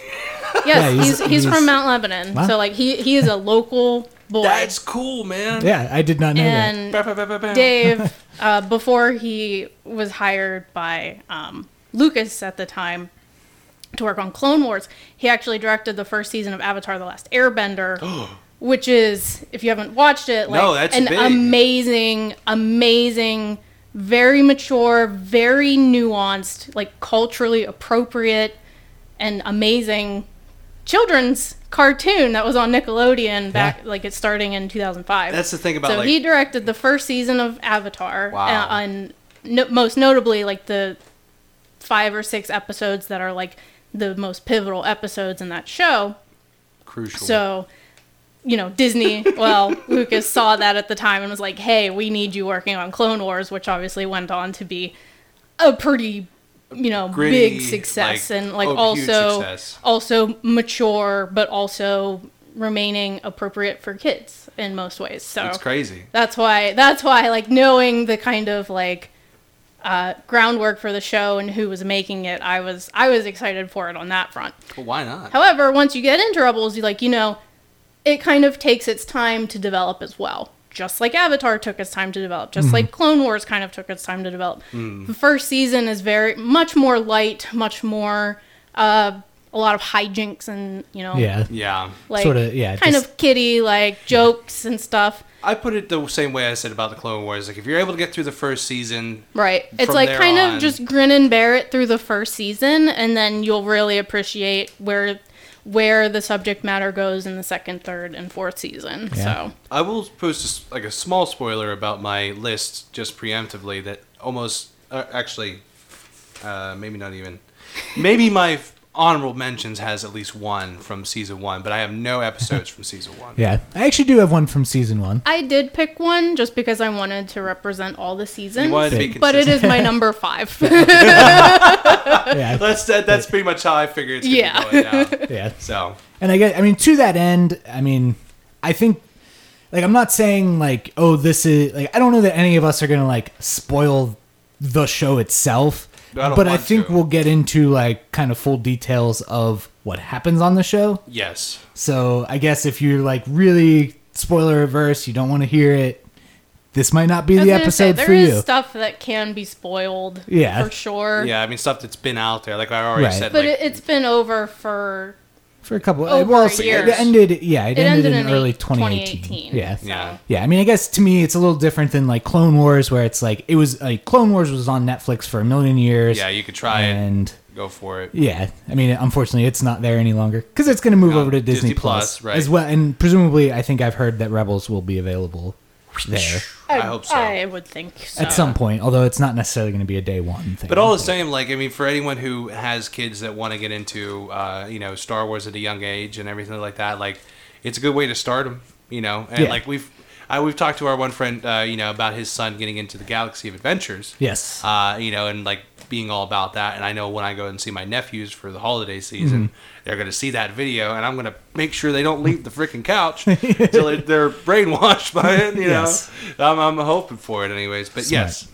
Speaker 1: Yes,
Speaker 3: Yes,
Speaker 1: Yeah,
Speaker 3: he's,
Speaker 1: he's-
Speaker 3: he's,
Speaker 1: he's-
Speaker 3: from Mount Lebanon.
Speaker 1: Wow.
Speaker 3: So like he he is a local boy.
Speaker 2: That's cool, man.
Speaker 1: yeah, I did not know that.
Speaker 3: and
Speaker 2: Bow, bow, bow, bow, bow.
Speaker 3: Dave, uh, before he was hired by um, Lucas at the time to work on Clone Wars, he actually directed the first season of Avatar: The Last Airbender, which is, if you haven't watched it, like
Speaker 2: No, that's
Speaker 3: an
Speaker 2: big.
Speaker 3: amazing, amazing, very mature, very nuanced, like culturally appropriate and amazing children's cartoon that was on Nickelodeon back like it's starting in 2005.
Speaker 2: That's the thing about,
Speaker 3: So
Speaker 2: like-
Speaker 3: he directed the first season of Avatar
Speaker 2: Wow.
Speaker 3: uh, and no, most notably like the five or six episodes that are like the most pivotal episodes in that show.
Speaker 2: Crucial.
Speaker 3: So, you know, Disney, well, Lucas saw that at the time and was like, "Hey, we need you working on Clone Wars," which obviously went on to be a pretty, you know,
Speaker 2: Gritty,
Speaker 3: big success
Speaker 2: like,
Speaker 3: and like
Speaker 2: oh, huge
Speaker 3: also
Speaker 2: success.
Speaker 3: also mature but also remaining appropriate for kids in most ways. So
Speaker 2: it's crazy.
Speaker 3: that's why that's why like knowing the kind of like uh, groundwork for the show and who was making it, I was I was excited for it on that front.
Speaker 2: Well, why not?
Speaker 3: However, once you get into Rebels, you like you know, it kind of takes its time to develop as well. Just like Avatar took its time to develop,
Speaker 1: Mm-hmm.
Speaker 3: just like Clone Wars kind of took its time to develop.
Speaker 1: Mm.
Speaker 3: The first season is very much more light, much more uh, a lot of hijinks and you know,
Speaker 1: Yeah,
Speaker 2: yeah.
Speaker 3: like
Speaker 1: Sorta, yeah,
Speaker 3: kind
Speaker 1: just-
Speaker 3: of kiddie like jokes and stuff.
Speaker 2: I put it the same way I said about the Clone Wars. Like, if you're able to get through the first season,
Speaker 3: Right. It's
Speaker 2: from
Speaker 3: like
Speaker 2: there
Speaker 3: kind
Speaker 2: on.
Speaker 3: of just grin and bear it through the first season and then you'll really appreciate where where the subject matter goes in the second, third, and fourth season.
Speaker 1: Yeah.
Speaker 3: So
Speaker 2: I will post a s like a small spoiler about my list just preemptively that almost uh, actually uh, maybe not even maybe my f- honorable mentions has at least one from season one, but I have no episodes from season one.
Speaker 1: yeah. I actually do have one from season one.
Speaker 3: I did pick one just because I wanted to represent all the seasons.
Speaker 2: wanted to be
Speaker 3: but it is my number five.
Speaker 1: Yeah,
Speaker 2: That's that, that's pretty much how I figure it's gonna
Speaker 3: Yeah.
Speaker 2: be going down.
Speaker 1: yeah.
Speaker 2: So
Speaker 1: And I guess I mean to that end, I mean, I think like I'm not saying like oh this is like I don't know that any of us are gonna like spoil the show itself,
Speaker 2: I don't
Speaker 1: but I
Speaker 2: want
Speaker 1: think
Speaker 2: to.
Speaker 1: we'll get into like kind of full details of what happens on the show.
Speaker 2: yes,
Speaker 1: So I guess if you're like really spoiler averse, you don't want to hear it. This might not be
Speaker 3: I was
Speaker 1: the
Speaker 3: gonna say,
Speaker 1: episode
Speaker 3: there
Speaker 1: for
Speaker 3: is
Speaker 1: you.
Speaker 3: stuff that can be spoiled
Speaker 1: Yeah.
Speaker 3: for sure.
Speaker 2: yeah, I mean stuff that's been out there. Like I already
Speaker 1: Right.
Speaker 2: said,
Speaker 3: But
Speaker 2: like,
Speaker 3: it, it's been over for
Speaker 1: for a couple.
Speaker 3: Over
Speaker 1: well,
Speaker 3: a
Speaker 1: so
Speaker 3: year.
Speaker 1: it ended. Yeah, it,
Speaker 3: It
Speaker 1: ended,
Speaker 3: ended
Speaker 1: in,
Speaker 3: in
Speaker 1: early
Speaker 3: eight-
Speaker 1: 2018.
Speaker 3: 2018.
Speaker 1: Yeah,
Speaker 2: yeah,
Speaker 1: yeah. I mean, I guess to me, it's a little different than like Clone Wars, where it's like it was like Clone Wars was on Netflix for a million years.
Speaker 2: yeah, you could try it,
Speaker 1: and
Speaker 2: go for it.
Speaker 1: yeah, I mean, unfortunately, it's not there any longer because it's going to move
Speaker 2: No,
Speaker 1: over to Disney,
Speaker 2: Disney Plus,
Speaker 1: Plus
Speaker 2: right.
Speaker 1: as well. And presumably, I think I've heard that Rebels will be available there
Speaker 2: I hope so.
Speaker 3: I would think so.
Speaker 1: at some point. Although it's not necessarily going to be a day one thing.
Speaker 2: But all the same, like I mean, for anyone who has kids that want to get into, uh, you know, Star Wars at a young age and everything like that, like it's a good way to start them, you know. And
Speaker 1: Yeah.
Speaker 2: like we've, I, we've talked to our one friend, uh, you know, about his son getting into the Galaxy of Adventures.
Speaker 1: yes,
Speaker 2: Uh, you know, and like being all about that. And I know when I go and see my nephews for the holiday season,
Speaker 1: Mm-hmm.
Speaker 2: they're going to see that video, and I'm going to make sure they don't leave the freaking couch until they- they're brainwashed by it. You
Speaker 1: Yes.
Speaker 2: know, I'm, I'm hoping for it anyways. But
Speaker 1: Smart.
Speaker 2: yes,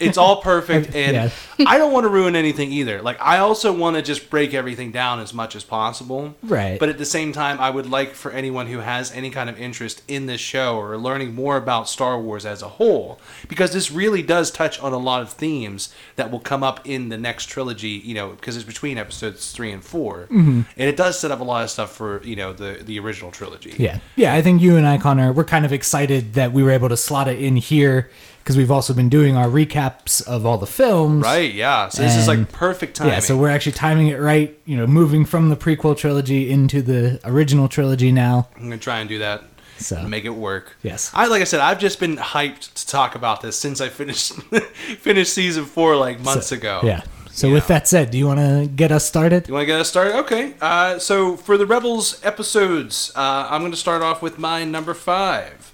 Speaker 2: it's all perfect, and I don't want to ruin anything either. Like I also want to just break everything down as much as possible.
Speaker 1: Right.
Speaker 2: But at the same time, I would like for anyone who has any kind of interest in this show or learning more about Star Wars as a whole, because this really does touch on a lot of themes that will come up in the next trilogy, you know, because it's between episodes three and 4
Speaker 1: Mm-hmm.
Speaker 2: And it does set up a lot of stuff for, you know, the, the original trilogy.
Speaker 1: yeah, yeah. I think you and I, Connor, we're kind of excited that we were able to slot it in here because we've also been doing our recaps of all the films,
Speaker 2: Right. Yeah. So this is
Speaker 1: And-
Speaker 2: like perfect timing.
Speaker 1: Yeah, so we're actually timing it right. You know, moving from the prequel trilogy into the original trilogy now.
Speaker 2: I'm gonna try and do that.
Speaker 1: So-
Speaker 2: and make it work.
Speaker 1: Yes.
Speaker 2: I like I said, I've just been hyped to talk about this since I finished finished season four like months
Speaker 1: So-
Speaker 2: ago.
Speaker 1: Yeah. So
Speaker 2: You
Speaker 1: with
Speaker 2: know.
Speaker 1: that said, do you want to get us started?
Speaker 2: You want to get us started? Okay. Uh, so for the Rebels episodes, uh, I'm going to start off with my number five.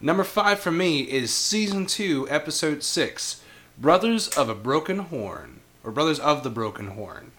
Speaker 2: Number five for me is season two, episode six, "Brothers of a Broken Horn" or "Brothers of the Broken Horn,"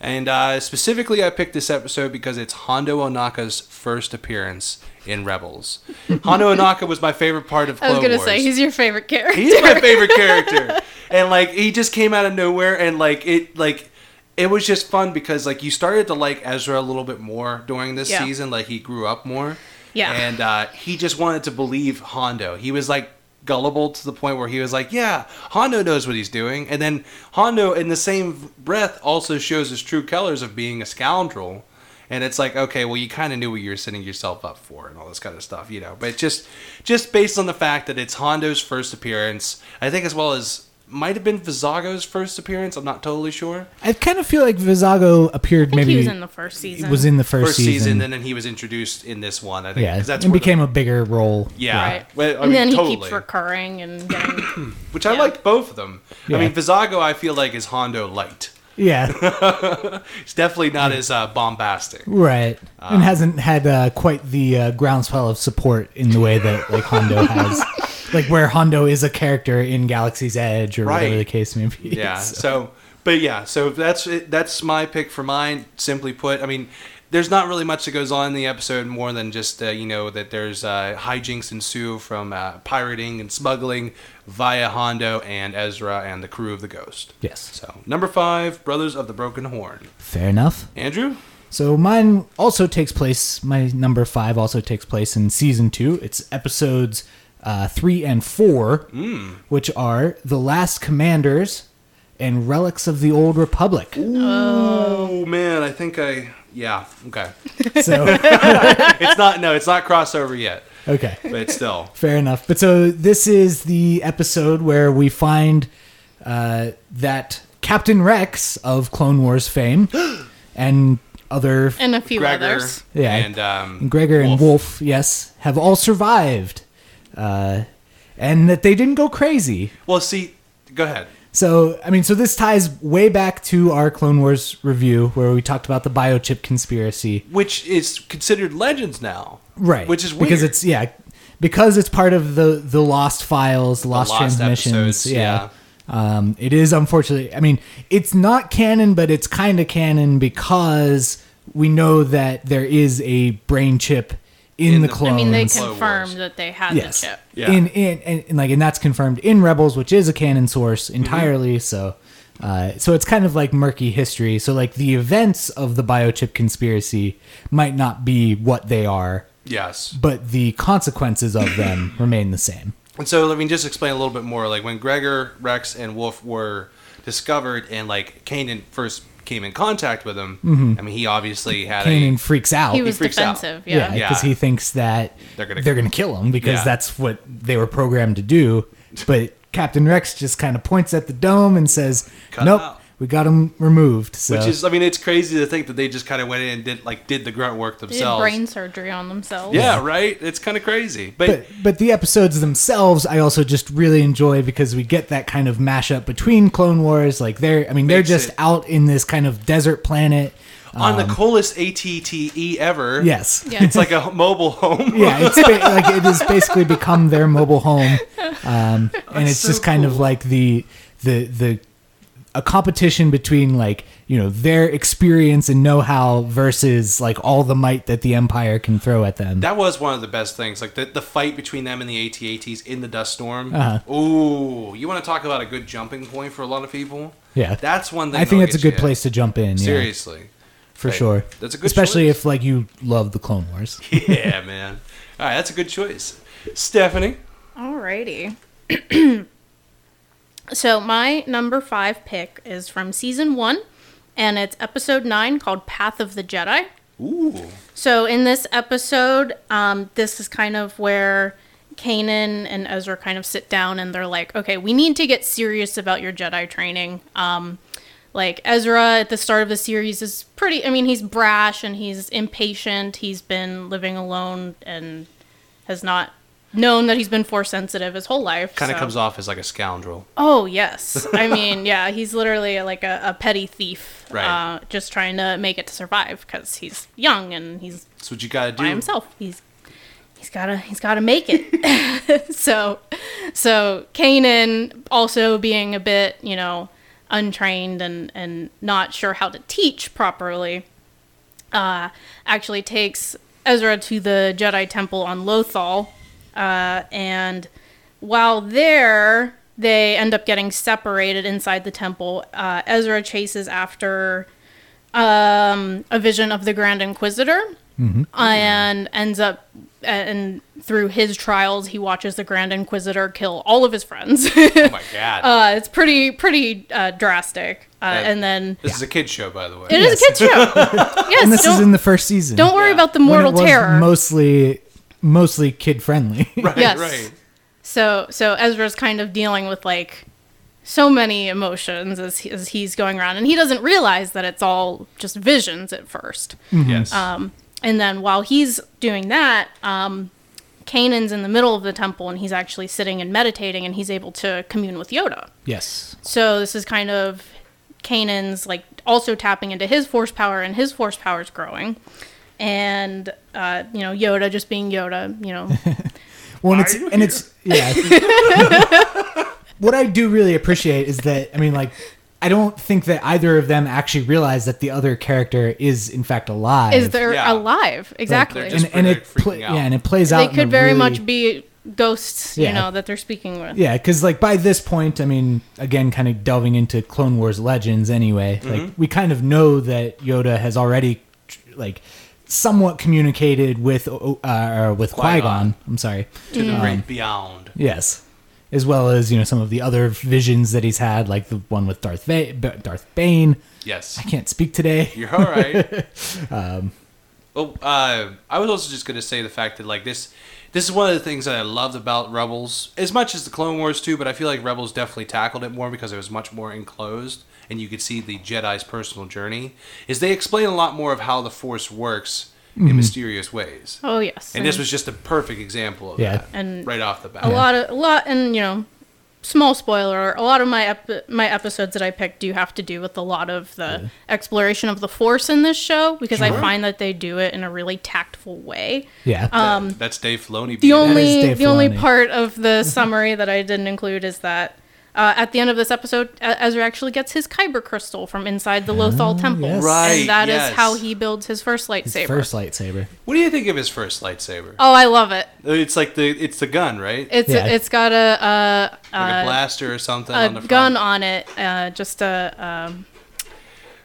Speaker 2: and uh, specifically, I picked this episode because it's Hondo Onaka's first appearance in Rebels. Hondo Onaka was my favorite part of
Speaker 3: I
Speaker 2: Clone
Speaker 3: was gonna
Speaker 2: Wars.
Speaker 3: say he's your favorite character.
Speaker 2: He's my favorite character. And like he just came out of nowhere and like it like it was just fun because like you started to like Ezra a little bit more during this
Speaker 3: Yeah.
Speaker 2: season, like he grew up more.
Speaker 3: Yeah.
Speaker 2: And uh he just wanted to believe Hondo. He was like gullible to the point where he was like, Yeah, Hondo knows what he's doing and then Hondo in the same breath also shows his true colors of being a scoundrel. And it's like, okay, well, you kind of knew what you were setting yourself up for, and all this kind of stuff, you know. But just, just based on the fact that it's Hondo's first appearance, I think as well as might have been Visago's first appearance. I'm not totally sure.
Speaker 1: I kind of feel like Visago appeared
Speaker 3: I think
Speaker 1: maybe
Speaker 3: he was in the first season.
Speaker 1: was in the first,
Speaker 2: First season, and then he was introduced in this one. I think.
Speaker 1: yeah,
Speaker 2: 'cause that's
Speaker 1: and
Speaker 2: where the-
Speaker 1: became a bigger role.
Speaker 2: yeah,
Speaker 3: Right.
Speaker 2: Ah, Well, I
Speaker 3: and
Speaker 2: mean,
Speaker 3: then he
Speaker 2: totally.
Speaker 3: keeps recurring and getting
Speaker 2: which I like both of them.
Speaker 1: Yeah.
Speaker 2: I mean, Visago, I feel like is Hondo light.
Speaker 1: Yeah,
Speaker 2: It's definitely not as uh, bombastic.
Speaker 1: right. and hasn't had uh, quite the uh, groundswell of support in the way that like Hondo has, like where Hondo is a character in Galaxy's Edge or whatever
Speaker 2: Right.
Speaker 1: the case may be.
Speaker 2: yeah.
Speaker 1: So-
Speaker 2: So, but yeah, so that's it. that's my pick for mine. Simply put, I mean, there's not really much that goes on in the episode more than just uh, you know that there's uh, hijinks ensue from uh, pirating and smuggling via Hondo and Ezra and the crew of the Ghost.
Speaker 1: yes,
Speaker 2: So number five, Brothers of the Broken Horn.
Speaker 1: fair enough.
Speaker 2: Andrew,
Speaker 1: So mine also takes place. My number five also takes place in season two. It's episodes uh, three and four, which are the Last Commanders and Relics of the Old Republic.
Speaker 2: oh man, I think I yeah okay.
Speaker 1: So
Speaker 2: It's not no, it's not crossover yet,
Speaker 1: okay,
Speaker 2: but still
Speaker 1: fair enough. But so this is the episode where we find uh, that Captain Rex of Clone Wars fame and other
Speaker 3: and a few
Speaker 2: Gregor
Speaker 3: others.
Speaker 1: Yeah.
Speaker 2: and um,
Speaker 1: Gregor and Wolf, yes, have all survived, uh, and that they didn't go crazy.
Speaker 2: Well, see, go ahead.
Speaker 1: So, I mean, so this ties way back to our Clone Wars review where we talked about the biochip conspiracy.
Speaker 2: which is considered legends now. Which is weird.
Speaker 1: Because it's yeah, because it's part of the the lost files, lost,
Speaker 2: lost
Speaker 1: transmissions,
Speaker 2: episodes,
Speaker 1: yeah. Um, it is unfortunately. I mean, it's not canon, but it's kind of canon because we know that there is a brain chip in,
Speaker 2: In
Speaker 1: the
Speaker 2: the- I
Speaker 1: clones.
Speaker 3: I mean, they
Speaker 2: Clone Wars.
Speaker 3: confirmed that they had
Speaker 1: yes.
Speaker 3: the chip.
Speaker 2: Yeah.
Speaker 1: In, in and, and like and that's confirmed in Rebels, which is a canon source
Speaker 2: Mm-hmm.
Speaker 1: entirely. So, uh, so it's kind of like murky history. So like the events of the biochip conspiracy might not be what they are,
Speaker 2: Yes.
Speaker 1: but the consequences of them remain the same.
Speaker 2: And so let me just explain a little bit more. Like when Gregor, Rex, and Wolf were discovered, and like Kanan first came in contact with them. I mean, he obviously had
Speaker 1: Mm-hmm. Kanan freaks out.
Speaker 3: He was
Speaker 2: freaks out.
Speaker 3: defensive.
Speaker 1: yeah,
Speaker 3: Yeah.
Speaker 1: because
Speaker 2: Yeah.
Speaker 1: he thinks that
Speaker 2: They're gonna-
Speaker 1: kill him because
Speaker 2: Yeah.
Speaker 1: that's what they were programmed to do. But Captain Rex just kind of points at the dome and says,
Speaker 2: Cut 'em
Speaker 1: "Nope,
Speaker 2: out."
Speaker 1: we got them removed. So.
Speaker 2: Which is, I mean, it's crazy to think that they just kind of went in and did like did the grunt work
Speaker 3: They
Speaker 2: themselves.
Speaker 3: did brain surgery on themselves.
Speaker 2: yeah, right. It's kind of crazy, but,
Speaker 1: but but the episodes themselves I also just really enjoy because we get that kind of mashup between Clone Wars. Like they're I mean they're
Speaker 2: Makes
Speaker 1: just
Speaker 2: it-
Speaker 1: out in this kind of desert planet.
Speaker 2: on
Speaker 1: um,
Speaker 2: the coolest ATTE E ever.
Speaker 1: Yes.
Speaker 3: Yeah.
Speaker 2: it's like a mobile home.
Speaker 1: Yeah, it's ba- like it has basically become their mobile home, um, and it's
Speaker 2: so
Speaker 1: just kind of
Speaker 2: cool.
Speaker 1: like the the the a competition between like you know their experience and know-how versus like all the might that the Empire can throw at them.
Speaker 2: That was one of the best things. Like the, the fight between them and the ATATs in the dust storm.
Speaker 1: Uh-huh.
Speaker 2: Ooh, you want to talk about a good jumping point for a lot of people?
Speaker 1: Yeah.
Speaker 2: that's one thing.
Speaker 1: I think
Speaker 2: that'll
Speaker 1: that's a
Speaker 2: get
Speaker 1: good
Speaker 2: you.
Speaker 1: place to jump in. Yeah.
Speaker 2: Seriously,
Speaker 1: for
Speaker 2: Hey,
Speaker 1: sure.
Speaker 2: that's a good
Speaker 1: especially
Speaker 2: choice.
Speaker 1: if like you love the Clone Wars.
Speaker 2: yeah, man. All right, that's a good choice, Stephanie.
Speaker 3: Alrighty. so my number five pick is from season one, and it's episode nine called Path of the Jedi.
Speaker 2: Ooh,
Speaker 3: So in this episode, um, this is kind of where Kanan and Ezra kind of sit down and they're like, okay, we need to get serious about your Jedi training. Um, like Ezra at the start of the series is pretty, I mean, he's brash and he's impatient. He's been living alone and has not known that he's been force sensitive his whole life.
Speaker 2: kind of
Speaker 3: so-
Speaker 2: comes off as like a scoundrel.
Speaker 3: Oh yes, I mean yeah, he's literally like a, a petty thief,
Speaker 2: Right.
Speaker 3: uh, just trying to make it to survive because he's young and he's
Speaker 2: That's what you gotta do. Oh
Speaker 3: by himself. He's he's gotta he's gotta make it. so so Kanan also being a bit you know untrained and and not sure how to teach properly, uh, actually takes Ezra to the Jedi Temple on Lothal, uh, and while there. They end up getting separated inside the temple. Uh, Ezra chases after um, a vision of the Grand Inquisitor, and ends up and through his trials he watches the grand inquisitor kill all of his friends
Speaker 2: Oh my god,
Speaker 3: uh, it's pretty pretty uh, drastic uh,
Speaker 2: That-
Speaker 3: and then
Speaker 2: this is a kid show, by the way.
Speaker 3: it is a kid's show yes
Speaker 1: And this
Speaker 3: don't,
Speaker 1: is in the first season.
Speaker 3: don't worry
Speaker 2: Yeah.
Speaker 3: about the
Speaker 1: When it
Speaker 3: mortal
Speaker 1: was
Speaker 3: terror
Speaker 1: Mostly, mostly kid friendly.
Speaker 2: right,
Speaker 3: yes.
Speaker 2: right.
Speaker 3: so so ezra's kind of dealing with like so many emotions as, he, as he's going around and he doesn't realize that it's all just visions at first
Speaker 2: Yes,
Speaker 3: Um, and then while he's doing that, um, Kanan's in the middle of the temple and he's actually sitting and meditating and he's able to commune with Yoda.
Speaker 1: yes.
Speaker 3: So this is kind of Kanan's like also tapping into his force power and his force power is growing. And uh, you know Yoda just being Yoda, you know,
Speaker 1: Well, and
Speaker 2: Why
Speaker 1: it's
Speaker 2: are you
Speaker 1: and it's yeah. what I do really appreciate is that I mean, like, I don't think that either of them actually realize that the other character is in fact alive.
Speaker 3: is there
Speaker 2: Yeah.
Speaker 3: alive exactly?
Speaker 2: They're
Speaker 1: and,
Speaker 2: just
Speaker 1: and
Speaker 2: really
Speaker 1: it pla-
Speaker 2: freaking out.
Speaker 1: yeah, and it plays
Speaker 3: they
Speaker 1: out. in a
Speaker 3: could very
Speaker 1: really-
Speaker 3: much be ghosts,
Speaker 1: Yeah.
Speaker 3: you know, that they're speaking with.
Speaker 1: Yeah, because like by this point, I mean, again, kind of delving into Clone Wars Legends. Anyway,
Speaker 2: Mm-hmm.
Speaker 1: like we kind of know that Yoda has already, tr- like, somewhat communicated with O- uh, or with Qui Gon.
Speaker 2: Qui-Gon.
Speaker 1: I'm sorry.
Speaker 2: to the
Speaker 1: Um,
Speaker 2: great beyond.
Speaker 1: Yes, as well as you know some of the other visions that he's had, like the one with Darth Va- B- Darth Bane.
Speaker 2: Yes,
Speaker 1: I can't speak today.
Speaker 2: You're all right. um, well, uh, I was also just going to say the fact that like this, this is one of the things that I loved about Rebels, as much as the Clone Wars too. But I feel like Rebels definitely tackled it more because it was much more enclosed, and you could see the Jedi's personal journey. Is they explain a lot more of how the Force works in mysterious ways,
Speaker 3: Oh yes.
Speaker 2: and this was just a perfect example of
Speaker 1: Yeah.
Speaker 2: that.
Speaker 3: And
Speaker 2: right off the bat,
Speaker 3: a lot of a lot and you know small spoiler a lot of my ep- my episodes that i picked do have to do with a lot of the exploration of the force in this show because i
Speaker 2: Sure.
Speaker 3: find that they do it in a really tactful way
Speaker 1: Yeah.
Speaker 2: um, that's Dave Filoni.
Speaker 3: the
Speaker 2: being
Speaker 1: is
Speaker 3: only
Speaker 1: Dave
Speaker 3: the only
Speaker 1: Filoni.
Speaker 3: part of the summary that i didn't include is that uh, at the end of this episode, E- Ezra actually gets his kyber crystal from inside the Lothal temple,
Speaker 1: Oh, yes.
Speaker 2: Right,
Speaker 3: and that is
Speaker 2: yes.
Speaker 3: how he builds his first
Speaker 1: his
Speaker 3: lightsaber.
Speaker 1: first lightsaber.
Speaker 2: What do you think of his first lightsaber?
Speaker 3: Oh, I love it!
Speaker 2: It's like the it's the gun, right?
Speaker 3: It's
Speaker 1: Yeah.
Speaker 3: it's got a uh,
Speaker 2: like a blaster or something.
Speaker 3: a
Speaker 2: on the front.
Speaker 3: gun on it, uh, just a um,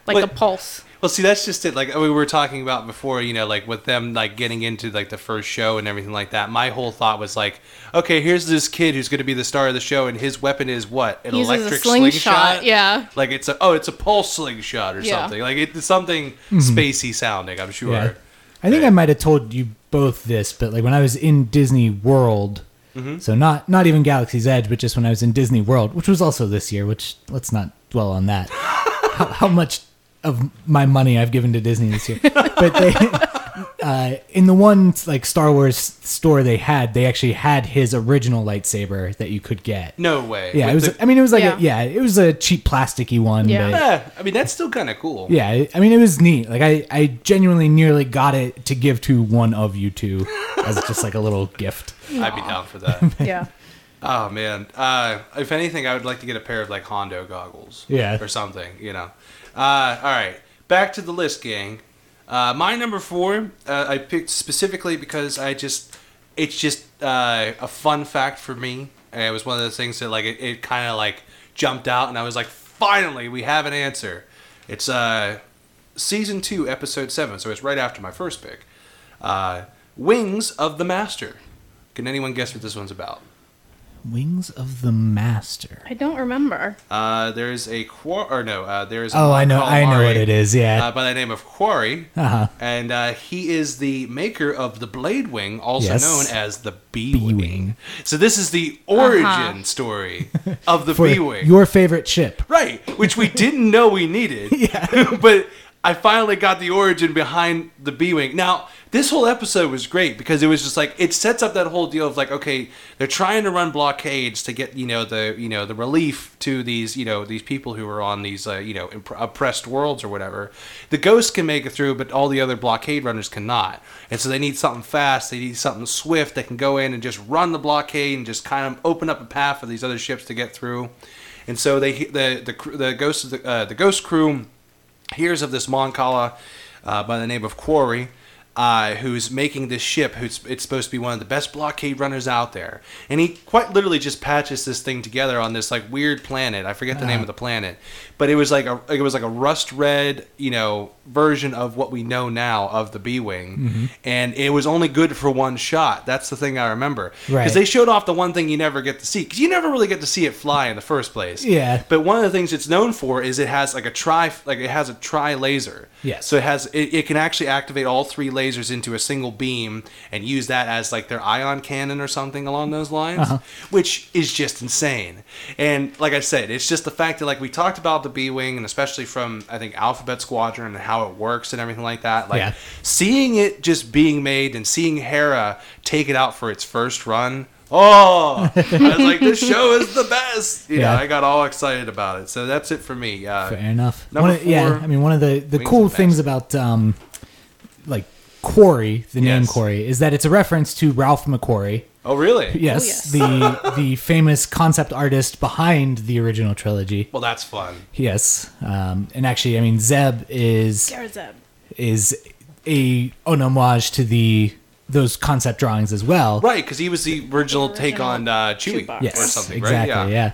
Speaker 3: like
Speaker 2: But-
Speaker 3: a pulse.
Speaker 2: Well, see, that's just it. Like we were talking about before, you know, like with them like getting into like the first show and everything like that. My whole thought was like, okay, here's this kid who's going to be the star of the show, and his weapon is what an
Speaker 3: He uses
Speaker 2: electric
Speaker 3: a slingshot.
Speaker 2: slingshot.
Speaker 3: Yeah,
Speaker 2: Like it's a oh, it's a pulse slingshot or
Speaker 3: Yeah.
Speaker 2: something. Like it's something spacey sounding. I'm sure.
Speaker 1: Mm-hmm. Yeah. I think I might have told you both this, but like when I was in Disney World,
Speaker 2: Mm-hmm.
Speaker 1: so not not even Galaxy's Edge, but just when I was in Disney World, which was also this year, which let's not dwell on that. how, how much of my money I've given to Disney this year. But they, uh, in the one like Star Wars store they had, they actually had his original lightsaber that you could get.
Speaker 2: No way.
Speaker 1: Yeah,
Speaker 2: With
Speaker 1: it was.
Speaker 2: the-
Speaker 1: I mean, it was like a, yeah,
Speaker 3: Yeah.
Speaker 1: it was a cheap plasticky one.
Speaker 3: Yeah.
Speaker 1: But,
Speaker 2: yeah, I mean that's still kind of cool.
Speaker 1: yeah. I- I mean, it was neat. Like I, I genuinely nearly got it to give to one of you two as just like a little gift.
Speaker 2: I'd be down for that.
Speaker 3: yeah.
Speaker 2: Oh man! Uh, if anything, I would like to get a pair of like Hondo goggles,
Speaker 1: Yeah.
Speaker 2: or something. You know. Uh, all right, back to the list, gang. Uh, my number four, uh, I picked specifically because I just, it's just uh, a fun fact for me, and it was one of those things that like it, it kind of like jumped out, and I was like, finally, we have an answer. It's uh, season two, episode seven, so it's right after my first pick. Uh, Wings of the Master. Can anyone guess what this one's about?
Speaker 1: Wings of the Master.
Speaker 3: I don't remember.
Speaker 2: Uh, there's a quar or no, uh, there's a
Speaker 1: Oh, I know, I know
Speaker 2: calamari,
Speaker 1: what it is.
Speaker 2: uh,
Speaker 1: Yeah.
Speaker 2: by the name of Quarry,
Speaker 1: Uh huh.
Speaker 2: and uh, he is the maker of the Blade Wing, also
Speaker 1: Yes.
Speaker 2: known as the B
Speaker 1: B-wing.
Speaker 2: Wing. So this is the origin
Speaker 3: Uh-huh.
Speaker 2: story of the
Speaker 1: For
Speaker 2: B Wing,
Speaker 1: your favorite ship.
Speaker 2: right? Which we didn't know we needed, yeah. but I finally got the origin behind the B Wing. Now this whole episode was great because it was just like it sets up that whole deal of like okay they're trying to run blockades to get you know the you know the relief to these you know these people who are on these uh, you know imp- oppressed worlds or whatever the ghosts can make it through but all the other blockade runners cannot and so they need something fast they need something swift that can go in and just run the blockade and just kind of open up a path for these other ships to get through and so they the the cr- the ghost of the, uh, the ghost crew hears of this Moncala uh, by the name of Quarry, uh, who's making this ship. Who's it's supposed to be one of the best blockade runners out there, and he quite literally just patches this thing together on this like weird planet. I forget the
Speaker 1: Uh-huh.
Speaker 2: name of the planet, but it was like a it was like a rust red you know version of what we know now of the B wing,
Speaker 1: Mm-hmm.
Speaker 2: and it was only good for one shot. That's the thing I remember because
Speaker 1: Right.
Speaker 2: they showed off the one thing you never get to see because you never really get to see it fly in the first place.
Speaker 1: Yeah.
Speaker 2: But one of the things it's known for is it has like a tri like it has a tri laser.
Speaker 1: Yes.
Speaker 2: So it has it, it can actually activate all three lasers into a single beam and use that as like their ion cannon or something along those lines,
Speaker 1: Uh-huh.
Speaker 2: which is just insane. And like I said, it's just the fact that like we talked about the B wing and especially from I think Alphabet Squadron and how it works and everything like that. Like
Speaker 1: Yeah.
Speaker 2: seeing it just being made and seeing Hera take it out for its first run. Oh, I was like, this show is the best. You know,
Speaker 1: Yeah.
Speaker 2: I got all excited about it. So that's it for me. Uh,
Speaker 1: Fair enough.
Speaker 2: Number
Speaker 1: One of- yeah,
Speaker 2: four,
Speaker 1: I mean, one of the, the
Speaker 2: Wings
Speaker 1: cool
Speaker 2: of
Speaker 1: things about um, like Quarry, the name
Speaker 2: Yes.
Speaker 1: Quarry, is that it's a reference to Ralph McQuarrie.
Speaker 2: oh, really?
Speaker 1: Yes,
Speaker 3: yes.
Speaker 1: the the famous concept artist behind the original trilogy.
Speaker 2: Well, that's fun.
Speaker 1: Yes, um, and actually, I mean, Zeb is
Speaker 3: Garzeb.
Speaker 1: is a an homage to the those concept drawings as well.
Speaker 2: Right, because he was the original,
Speaker 3: The
Speaker 2: take
Speaker 3: original
Speaker 2: on uh, Chewie
Speaker 3: Chewbacca.
Speaker 1: Yes,
Speaker 2: or something,
Speaker 1: exactly.
Speaker 2: right?
Speaker 1: Yeah.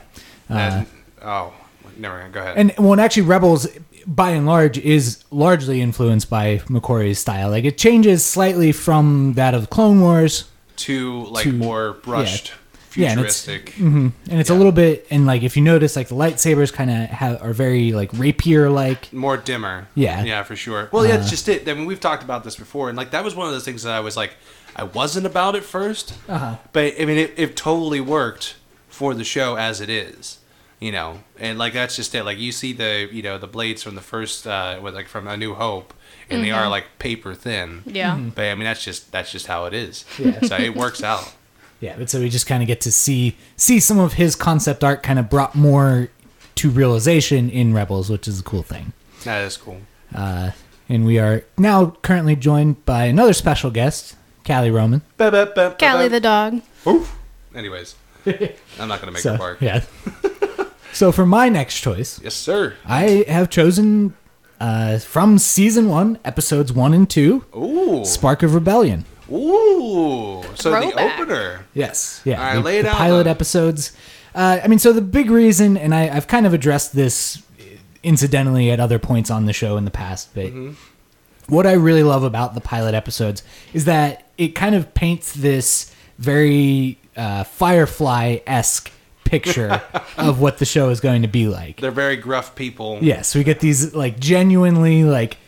Speaker 1: Uh,
Speaker 2: And- oh, never mind. Go ahead.
Speaker 1: And well, and actually, Rebels, by and large, is largely influenced by McQuarrie's style. Like it changes slightly from that of Clone Wars,
Speaker 2: to like
Speaker 1: to-
Speaker 2: more brushed,
Speaker 1: Yeah, and it's-
Speaker 2: futuristic.
Speaker 1: and it's
Speaker 2: Yeah.
Speaker 1: a little bit and like if you notice, like the lightsabers kind of have are very like rapier like.
Speaker 2: more dimmer.
Speaker 1: Yeah.
Speaker 2: Yeah, for sure. Well, yeah, it's just it. I mean, we've talked about this before, and like that was one of those things that I was like, I wasn't about at 1st
Speaker 1: Uh-huh.
Speaker 2: but I mean, it, it totally worked for the show as it is. You know, and like that's just it. Like you see the you know the blades from the first, uh, with like from A New Hope, and they are like paper thin.
Speaker 3: Yeah.
Speaker 2: But I mean, that's just that's just how it is.
Speaker 1: Yeah.
Speaker 2: So it works out.
Speaker 1: Yeah, but so we just kind of get to see see some of his concept art kind of brought more to realization in Rebels, which is a cool thing.
Speaker 2: That is cool.
Speaker 1: Uh, and we are now currently joined by another special guest, Callie Roman.
Speaker 2: Ba- ba- ba- ba-
Speaker 3: Callie
Speaker 2: ba-
Speaker 3: the dog.
Speaker 2: Oof. Anyways, I'm not gonna make
Speaker 1: So
Speaker 2: a bark.
Speaker 1: yeah. so for my next choice,
Speaker 2: Yes, sir.
Speaker 1: I have chosen uh, from season one, episodes one and two,
Speaker 2: Ooh.
Speaker 1: Spark of Rebellion.
Speaker 2: Ooh. So
Speaker 3: Throwback.
Speaker 2: the opener.
Speaker 1: Yes, yeah.
Speaker 2: All right,
Speaker 1: the,
Speaker 2: lay it
Speaker 1: the
Speaker 2: out,
Speaker 1: pilot
Speaker 2: then.
Speaker 1: episodes. Uh, I mean, so the big reason, and I, I've kind of addressed this incidentally at other points on the show in the past, but
Speaker 2: Mm-hmm.
Speaker 1: what I really love about the pilot episodes is that it kind of paints this very uh, Firefly esque picture of what the show is going to be like.
Speaker 2: They're very gruff people.
Speaker 1: Yes, we get these like genuinely like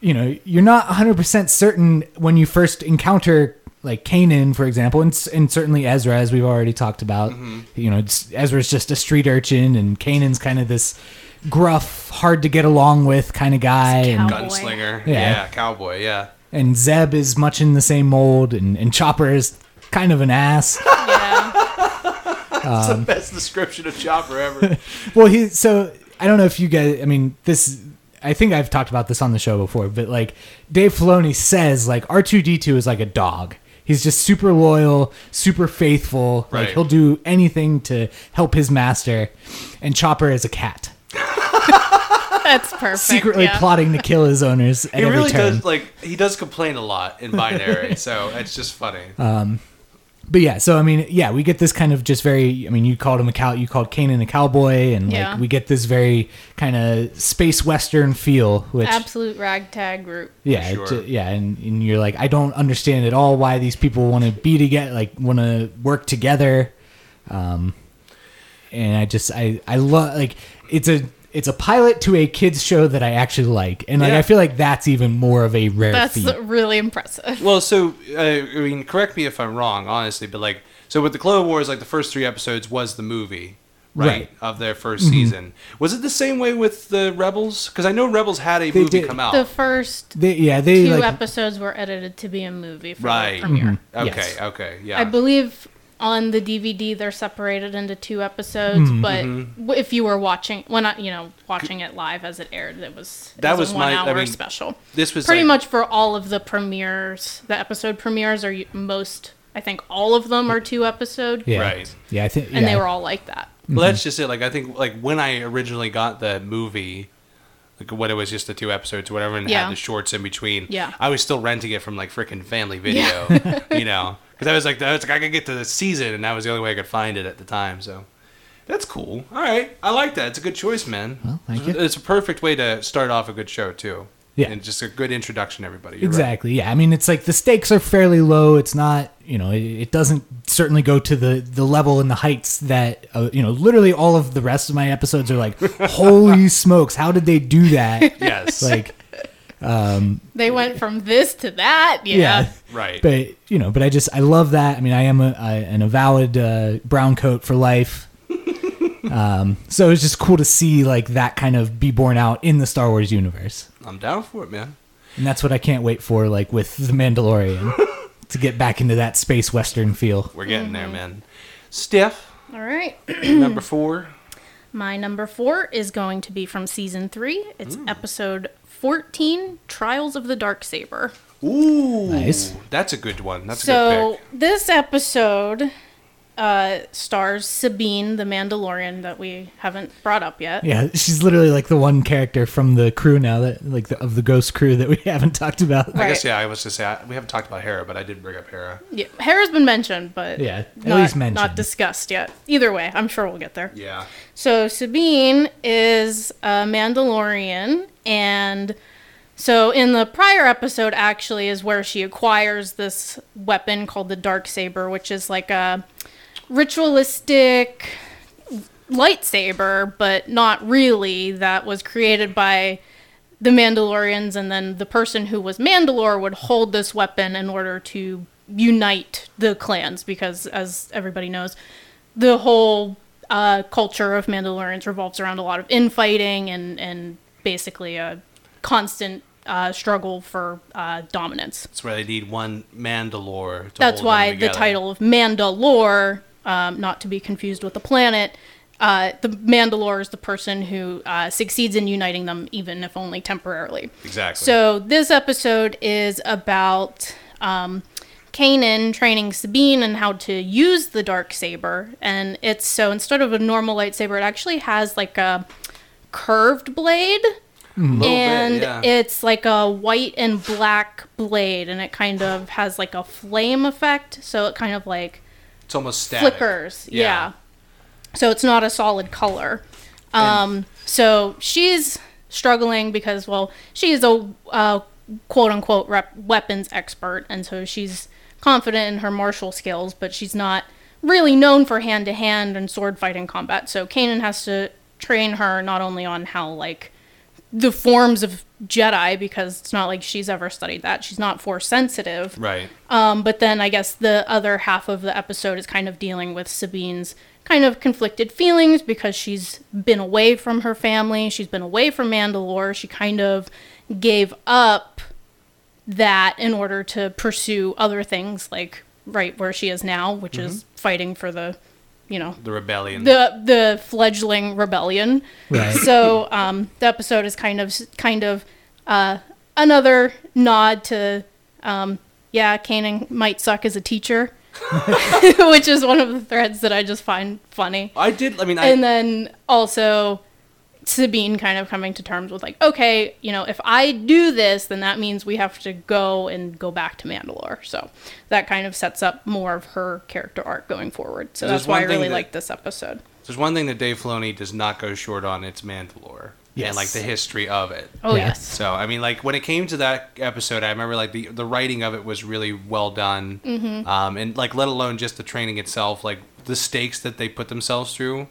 Speaker 1: you know, you're not 100% certain when you first encounter like Kanan, for example, and, s- and certainly Ezra, as we've already talked about. You know, it's, Ezra's just a street urchin, and Kanan's kind of this gruff, hard to get along with kind of guy, and,
Speaker 3: Cowboy.
Speaker 2: gunslinger.
Speaker 1: Yeah.
Speaker 2: Yeah. cowboy. Yeah.
Speaker 1: and Zeb is much in the same mold, and, and Chopper is kind of an ass.
Speaker 3: Yeah.
Speaker 1: Um,
Speaker 2: That's the best description of Chopper ever.
Speaker 1: well, he so I don't know if you guys. I mean, this. I think I've talked about this on the show before, but like Dave Filoni says, like R two D two is like a dog. He's just super loyal, super faithful.
Speaker 2: Right.
Speaker 1: Like he'll do anything to help his master. And Chopper is a cat,
Speaker 3: That's perfect.
Speaker 1: secretly
Speaker 3: yeah.
Speaker 1: plotting to kill his owners at
Speaker 2: He
Speaker 1: every
Speaker 2: really
Speaker 1: turn.
Speaker 2: does like he does complain a lot in binary, so it's just funny.
Speaker 1: Uh, But yeah, so I mean, yeah, we get this kind of just very. I mean, you called him a cow. You called Kanan a cowboy, and
Speaker 3: Yeah.
Speaker 1: like we get this very kind of space western feel, which
Speaker 3: Absolute ragtag group.
Speaker 1: Yeah,
Speaker 2: sure.
Speaker 1: ju- yeah, and, and you're like, I don't understand at all why these people want to be together, like want to work together, um, and I just I I love like it's a it's a pilot to a kids show that I actually like, and like
Speaker 2: Yeah.
Speaker 1: I feel like that's even more of a rare
Speaker 3: That's
Speaker 1: feat.
Speaker 3: really impressive.
Speaker 2: Well, so uh, I mean, correct me if I'm wrong, honestly, but like, so with the Clone Wars, like the first three episodes was the movie, right,
Speaker 1: Right. Mm-hmm.
Speaker 2: of their 1st season. Was it the same way with the Rebels? Because I know Rebels had a movie
Speaker 1: did.
Speaker 2: come out.
Speaker 3: The first
Speaker 1: They, yeah, they
Speaker 3: two
Speaker 1: like Mm-hmm.
Speaker 3: episodes were edited to be a movie for
Speaker 2: Right.
Speaker 3: the premiere.
Speaker 2: okay,
Speaker 1: yes.
Speaker 2: okay, yeah.
Speaker 3: I believe on the DVD they're separated into two episodes,
Speaker 1: Mm-hmm.
Speaker 3: but
Speaker 2: Mm-hmm.
Speaker 3: w- if you were watching, well, not you know watching it live as it aired, it was it
Speaker 2: That
Speaker 3: was,
Speaker 2: was
Speaker 3: a
Speaker 2: my-
Speaker 3: one
Speaker 2: I
Speaker 3: hour
Speaker 2: mean,
Speaker 3: special.
Speaker 2: this was
Speaker 3: Pretty
Speaker 2: like-
Speaker 3: much for all of the premieres, the episode premieres are u- most. I think all of them are two episode,
Speaker 1: yeah,
Speaker 2: Right.
Speaker 1: yeah, I think,
Speaker 3: and
Speaker 1: yeah.
Speaker 3: they were all like that.
Speaker 1: Mm-hmm.
Speaker 2: Well, that's just it. Like, I think like when I originally got the movie. Like when it was just the two episodes, or whatever, and
Speaker 3: Yeah.
Speaker 2: had the shorts in between.
Speaker 3: Yeah.
Speaker 2: I was still renting it from like freaking Family Video, you know, because I was like, I was like, I could get to the season, and that was the only way I could find it at the time. So, that's cool. All right, I like that. It's a good choice, man.
Speaker 1: Well, thank you.
Speaker 2: It's a perfect way to start off a good show too.
Speaker 1: Yeah.
Speaker 2: and just a good introduction, to everybody. You're right.
Speaker 1: Exactly. Yeah. I mean, it's like the stakes are fairly low. It's not, you know, it, it doesn't certainly go to the the level and the heights that uh, you know. Literally, all of the rest of my episodes are like, holy smokes, how did they do that?
Speaker 2: Yes.
Speaker 1: Like,
Speaker 3: They went from this to that, yeah.
Speaker 1: yeah.
Speaker 2: right.
Speaker 1: But you know, but I just I love that. I mean, I am a, I, an avowed uh, brown coat for life. um, so it's just cool to see like that kind of be born out in the Star Wars universe,
Speaker 2: I'm down for it, man.
Speaker 1: and that's what I can't wait for. Like with the Mandalorian. To get back into that space western feel.
Speaker 2: We're getting
Speaker 3: Mm-hmm.
Speaker 2: there, man. Steph,
Speaker 3: All right.
Speaker 2: number four.
Speaker 3: My number four is going to be from season three. It's episode 14 Trials of the Dark Saber.
Speaker 2: Ooh,
Speaker 1: Nice.
Speaker 2: That's a good one. That's a
Speaker 3: So
Speaker 2: good pick.
Speaker 3: this episode uh, stars Sabine, the Mandalorian that we haven't brought up yet.
Speaker 1: Yeah, she's literally like the one character from the crew now that like the, of the ghost crew that we haven't talked about.
Speaker 2: I
Speaker 3: Right.
Speaker 2: guess yeah. I was just say I, we haven't talked about Hera, but I did bring up Hera.
Speaker 3: Yeah, Hera's been mentioned, but
Speaker 1: Yeah, at
Speaker 3: not,
Speaker 1: least mentioned.
Speaker 3: not discussed yet. Either way, I'm sure we'll get there.
Speaker 2: Yeah.
Speaker 3: So Sabine is a Mandalorian, and so in the prior episode, actually, is where she acquires this weapon called the dark saber, which is like a ritualistic lightsaber, but not really. That was created by the Mandalorians, and then the person who was Mandalore would hold this weapon in order to unite the clans, because as everybody knows, the whole uh, culture of Mandalorians revolves around a lot of infighting and and basically a constant uh, struggle for uh, dominance.
Speaker 2: That's where they need one Mandalore. To hold
Speaker 3: That's
Speaker 2: them
Speaker 3: why the
Speaker 2: together.
Speaker 3: title of Mandalore, um, not to be confused with the planet, uh, the Mandalore is the person who uh, succeeds in uniting them, even if only temporarily.
Speaker 2: Exactly.
Speaker 3: So this episode is about um, Kanan training Sabine and how to use the dark saber, and it's so instead of a normal lightsaber, it actually has like a curved blade,
Speaker 2: A little bit,
Speaker 3: and
Speaker 2: yeah.
Speaker 3: it's like a white and black blade, and it kind of has like a flame effect, so it kind of like
Speaker 2: it's almost static.
Speaker 3: flickers. Yeah. So it's not a solid color. Um, so she's struggling because, well, she's a uh, quote unquote rep- weapons expert. And so she's confident in her martial skills, but she's not really known for hand to hand and sword fighting combat. So Kanan has to train her not only on how, like, the forms of Jedi, because it's not like she's ever studied that. She's not force sensitive.
Speaker 2: Right.
Speaker 3: Um, but then I guess the other half of the episode is kind of dealing with Sabine's kind of conflicted feelings because she's been away from her family, she's been away from Mandalore. She kind of gave up that in order to pursue other things like right where she is now, which is fighting for the, you know,
Speaker 2: The rebellion.
Speaker 3: the the fledgling rebellion.
Speaker 1: Right.
Speaker 3: So um, the episode is kind of kind of uh, another nod to um, yeah, Kanan might suck as a teacher, which is one of the threads that I just find funny.
Speaker 2: I did. I mean, I,
Speaker 3: And then also Sabine kind of coming to terms with like, okay, you know, if I do this, then that means we have to go and go back to Mandalore. So that kind of sets up more of her character arc going forward. So
Speaker 2: There's
Speaker 3: that's why I
Speaker 2: one thing
Speaker 3: really
Speaker 2: that-
Speaker 3: like this episode.
Speaker 2: there's one thing that Dave Filoni does not go short on. It's Mandalore. Yeah,
Speaker 1: Yes.
Speaker 2: like the history of it.
Speaker 3: Oh
Speaker 1: Yeah.
Speaker 3: yes.
Speaker 2: So I mean, like when it came to that episode, I remember like the the writing of it was really well done,
Speaker 3: Mm-hmm.
Speaker 2: um, and like let alone just the training itself, like the stakes that they put themselves through,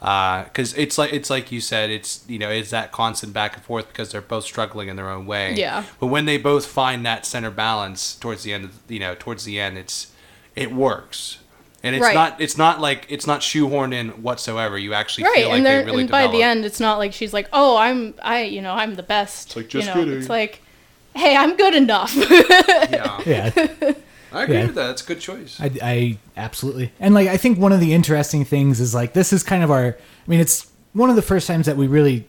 Speaker 2: because it's like it's like you said, it's you know it's that constant back and forth because they're both struggling in their own way.
Speaker 3: Yeah.
Speaker 2: But when they both find that center balance towards the end, of, you know, towards the end, it's it works. And it's
Speaker 3: Right.
Speaker 2: not it's not like it's not shoehorned in whatsoever. You actually
Speaker 3: right
Speaker 2: feel like
Speaker 3: and,
Speaker 2: they
Speaker 3: they're
Speaker 2: really
Speaker 3: and by the
Speaker 2: develop.
Speaker 3: end it's not like she's like oh i'm i you know i'm the best
Speaker 2: like, just
Speaker 3: you know
Speaker 2: kidding.
Speaker 3: it's like hey i'm good enough
Speaker 2: Yeah.
Speaker 1: yeah.
Speaker 2: I agree
Speaker 1: Yeah.
Speaker 2: with that. That's a good choice.
Speaker 1: I, I absolutely and like I think one of the interesting things is like this is kind of our I mean it's one of the first times that we really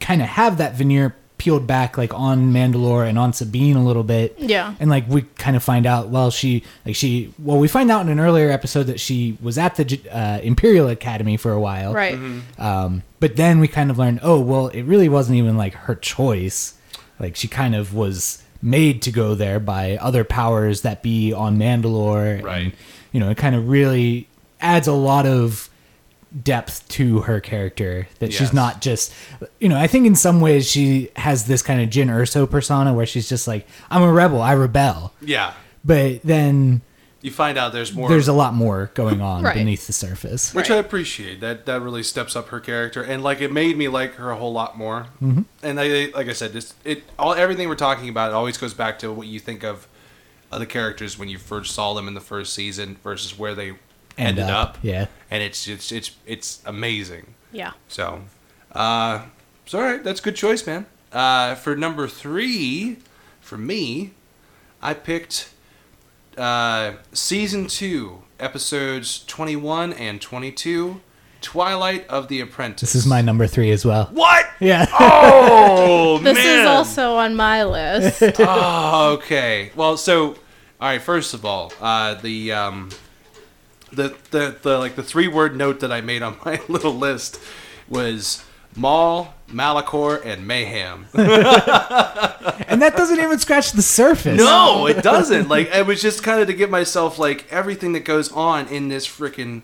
Speaker 1: kind of have that veneer peeled back like on Mandalore and on Sabine a little bit
Speaker 3: Yeah.
Speaker 1: and like we kind of find out well she like she well we find out in an earlier episode that she was at the J- uh, Imperial Academy for a while
Speaker 3: right
Speaker 2: Mm-hmm.
Speaker 1: um, but then we kind of learned, oh, well, it really wasn't even like her choice. Like she kind of was made to go there by other powers that be on Mandalore. and,
Speaker 2: Right.
Speaker 1: you know, it kind of really adds a lot of depth to her character that
Speaker 2: Yes.
Speaker 1: she's not just you know i think in some ways she has this kind of jin urso persona where she's just like i'm a rebel i rebel
Speaker 2: yeah.
Speaker 1: but then
Speaker 2: you find out there's more
Speaker 1: there's a lot more going on
Speaker 3: Right.
Speaker 1: beneath the surface
Speaker 2: which i appreciate that that really steps up her character and like it made me like her a whole lot more
Speaker 1: Mm-hmm.
Speaker 2: and I, like i said this it all everything we're talking about it always goes back to what you think of other characters when you first saw them in the first season versus where they
Speaker 1: End
Speaker 2: ended
Speaker 1: up,
Speaker 2: up,
Speaker 1: uh, yeah.
Speaker 2: and it's it's it's it's amazing
Speaker 3: yeah
Speaker 2: so uh it's all right that's a good choice man uh for number three for me i picked uh, season 2, episodes 21 and 22, Twilight of the Apprentice.
Speaker 1: this is my number three as well
Speaker 2: What?
Speaker 1: yeah
Speaker 2: Oh,
Speaker 3: this
Speaker 2: man.
Speaker 3: is also on my list
Speaker 2: Oh, okay. Well, so all right, first of all, uh the um the the, the like the three-word note that I made on my little list was Maul, Malachor, and Mayhem.
Speaker 1: and that doesn't even scratch the surface.
Speaker 2: No, it doesn't. Like it was just kind of to give myself like everything that goes on in this freaking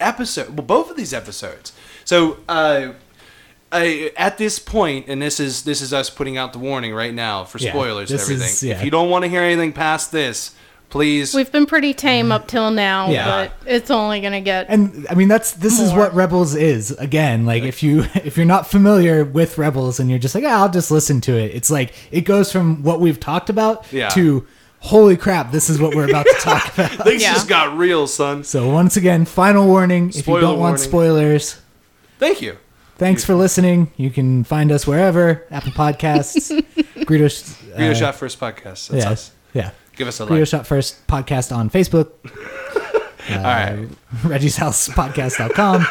Speaker 2: episode. Well, both of these episodes. So, uh, I, at this point, and this is this is us putting out the warning right now for
Speaker 1: Yeah,
Speaker 2: spoilers and
Speaker 1: this
Speaker 2: everything.
Speaker 1: is- yeah.
Speaker 2: If you don't want to hear anything past this, please.
Speaker 3: we've been pretty tame up till now
Speaker 1: Yeah.
Speaker 3: but it's only gonna get
Speaker 1: And I mean that's this is
Speaker 3: More.
Speaker 1: what Rebels is again. Like if you if you're not familiar with Rebels and you're just like, ah, I'll just listen to it. It's like it goes from what we've talked about
Speaker 2: Yeah.
Speaker 1: to holy crap, this is what we're about to talk about.
Speaker 2: things
Speaker 3: Yeah.
Speaker 2: just got real, son.
Speaker 1: So once again, final warning: if you
Speaker 2: Spoiler
Speaker 1: don't want
Speaker 2: warning.
Speaker 1: spoilers,
Speaker 2: Thank you.
Speaker 1: thanks for listening. You can find us wherever Apple Podcasts, Greedo, uh,
Speaker 2: Reader Shot First Podcast. That's
Speaker 1: yeah,
Speaker 2: us.
Speaker 1: yeah.
Speaker 2: Give us a
Speaker 1: Greedo
Speaker 2: like.
Speaker 1: Shot First podcast on Facebook,
Speaker 2: All right,
Speaker 1: Reggie's House Podcast.com.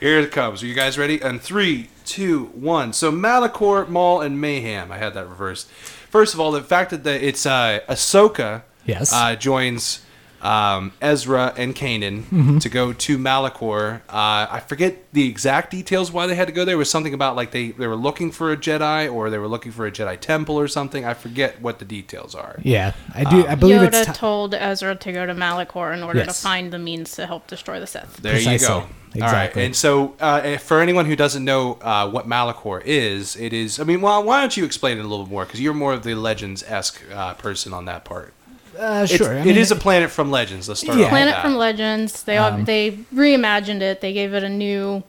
Speaker 2: here it comes. Are you guys ready? And three, two, one. So Malachor, Maul, and Mayhem. I had that reversed. First of all, the fact that the, it's uh, Ahsoka
Speaker 1: Yes.
Speaker 2: uh, joins um, Ezra and Kanan
Speaker 1: Mm-hmm.
Speaker 2: to go to Malachor. Uh, I forget the exact details why they had to go there. It was something about like they, they were looking for a Jedi or they were looking for a Jedi temple or something. I forget what the details are.
Speaker 1: Yeah, I do.
Speaker 2: Ah.
Speaker 1: I believe
Speaker 3: Yoda
Speaker 1: it's ti-
Speaker 3: told Ezra to go to Malachor in order to
Speaker 1: Yes.
Speaker 3: find the means to help destroy the Sith.
Speaker 2: There
Speaker 1: Precisely.
Speaker 2: you go. All right.
Speaker 1: Exactly.
Speaker 2: And so, uh, if- for anyone who doesn't know uh, what Malachor is, it is. I mean, why, why don't you explain it a little more? Because you're more of the Legends esque uh, person on that part.
Speaker 1: uh,
Speaker 2: It's-
Speaker 1: sure. I
Speaker 2: it
Speaker 1: mean,
Speaker 2: is a planet from Legends. Let's start.
Speaker 1: Yeah.
Speaker 2: off with
Speaker 3: Planet
Speaker 2: that.
Speaker 3: from Legends. They
Speaker 1: Um,
Speaker 3: they reimagined it. They gave it a new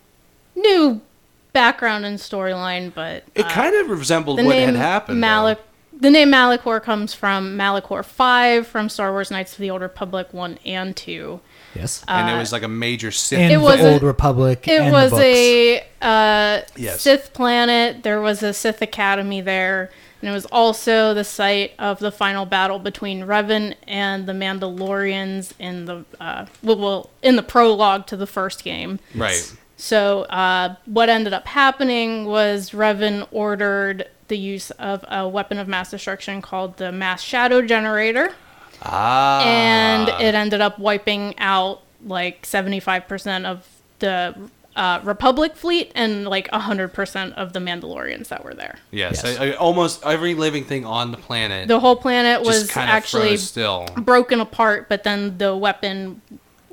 Speaker 3: new background and storyline, but uh,
Speaker 2: It kind of resembled what had happened. though.
Speaker 3: Malak- the name Malachor comes from Malachor Five from Star Wars: Knights of the Old Republic One and Two,
Speaker 1: Yes.
Speaker 2: and it was like a major Sith.
Speaker 1: and
Speaker 3: Uh, It was
Speaker 1: the
Speaker 3: a-
Speaker 1: Old Republic.
Speaker 3: It
Speaker 1: and
Speaker 3: was
Speaker 1: the books.
Speaker 3: a uh,
Speaker 2: Yes.
Speaker 3: Sith planet. There was a Sith academy there, and it was also the site of the final battle between Revan and the Mandalorians in the uh, well, well, in the prologue to the first game.
Speaker 2: right.
Speaker 3: So uh, what ended up happening was Revan ordered the use of a weapon of mass destruction called the Mass Shadow Generator
Speaker 2: Ah.
Speaker 3: and it ended up wiping out like 75% of the uh, Republic fleet and like 100% of the Mandalorians that were there.
Speaker 2: yes,
Speaker 1: Yes.
Speaker 2: I, I- almost every living thing on the planet
Speaker 3: The whole planet
Speaker 2: just
Speaker 3: was
Speaker 2: kind of
Speaker 3: actually
Speaker 2: froze still.
Speaker 3: broken apart, but then the weapon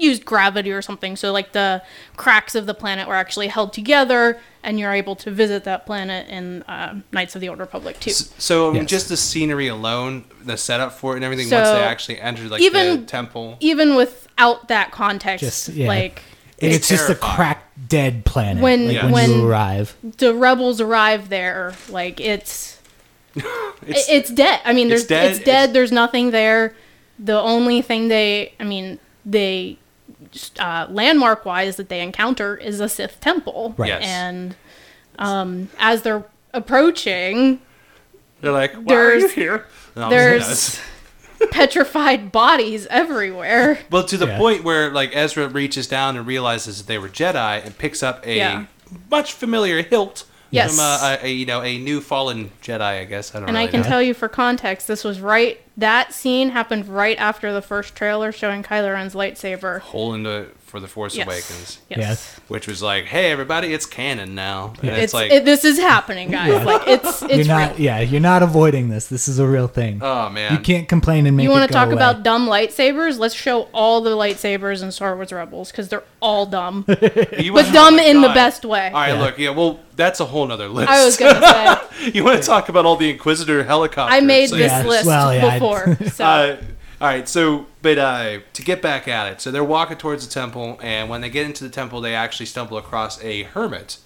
Speaker 3: used gravity or something. So, like, the cracks of the planet were actually held together, and you're able to visit that planet in uh, Knights of the Old Republic, too.
Speaker 2: S- So I mean,
Speaker 1: Yes.
Speaker 2: just the scenery alone, the setup for it, and everything. once
Speaker 3: So,
Speaker 2: they actually entered like the
Speaker 3: even- e-,
Speaker 2: temple,
Speaker 3: Even without that context,
Speaker 1: Just- yeah.
Speaker 3: like,
Speaker 1: It's,
Speaker 2: It's
Speaker 1: just a
Speaker 2: terrifying.
Speaker 1: cracked dead planet.
Speaker 3: When-
Speaker 1: like,
Speaker 2: Yeah.
Speaker 1: when,
Speaker 3: when-
Speaker 1: you arrive,
Speaker 3: the rebels arrive there, like, it's.
Speaker 2: it's,
Speaker 3: I- it's dead. I mean,
Speaker 2: it's
Speaker 3: there's
Speaker 2: dead,
Speaker 3: it's dead.
Speaker 2: it's-
Speaker 3: there's nothing there. The only thing they, I mean, they just, uh, landmark wise that they encounter is a Sith temple.
Speaker 1: Right.
Speaker 2: Yes.
Speaker 3: And um, as they're approaching,
Speaker 2: they're like, why are you
Speaker 3: there's-
Speaker 2: here? And all of a sudden, it's-
Speaker 3: there's petrified bodies everywhere.
Speaker 2: Well, to the
Speaker 1: Yeah.
Speaker 2: point where like Ezra reaches down and realizes that they were Jedi and picks up a
Speaker 3: Yeah.
Speaker 2: much familiar hilt
Speaker 3: Yes.
Speaker 2: from uh, a, a, a you know a new fallen Jedi. I guess I don't.
Speaker 3: And
Speaker 2: really
Speaker 3: I can
Speaker 2: know.
Speaker 3: tell you for context, this was right. That scene happened right after the first trailer showing Kylo Ren's lightsaber.
Speaker 2: hole into for the Force Awakens,
Speaker 3: Yes.
Speaker 1: Yes.
Speaker 2: which was like, hey everybody, it's canon now, and it's,
Speaker 3: It's,
Speaker 2: like,
Speaker 3: it, this is happening, guys. Like it's it's
Speaker 1: you're
Speaker 3: real.
Speaker 1: not. Yeah, you're not avoiding this. This is a real thing.
Speaker 2: oh man,
Speaker 1: you can't complain and make.
Speaker 3: You
Speaker 1: want to
Speaker 3: talk about dumb lightsabers? Let's show all the lightsabers in Star Wars Rebels because they're all dumb, but
Speaker 2: You wanna-
Speaker 3: dumb
Speaker 2: oh my
Speaker 3: in the
Speaker 2: God.
Speaker 3: best way.
Speaker 2: All right,
Speaker 1: Yeah.
Speaker 2: look, yeah, well, that's a whole nother list.
Speaker 3: I was gonna say
Speaker 2: you want to talk about all the Inquisitor helicopters?
Speaker 3: I made
Speaker 2: like-
Speaker 3: this
Speaker 1: Yeah,
Speaker 3: list
Speaker 1: well, yeah, I-
Speaker 3: before. So
Speaker 2: Uh, all right, so but uh, to get back at it, so they're walking towards the temple, and when they get into the temple, they actually stumble across a hermit,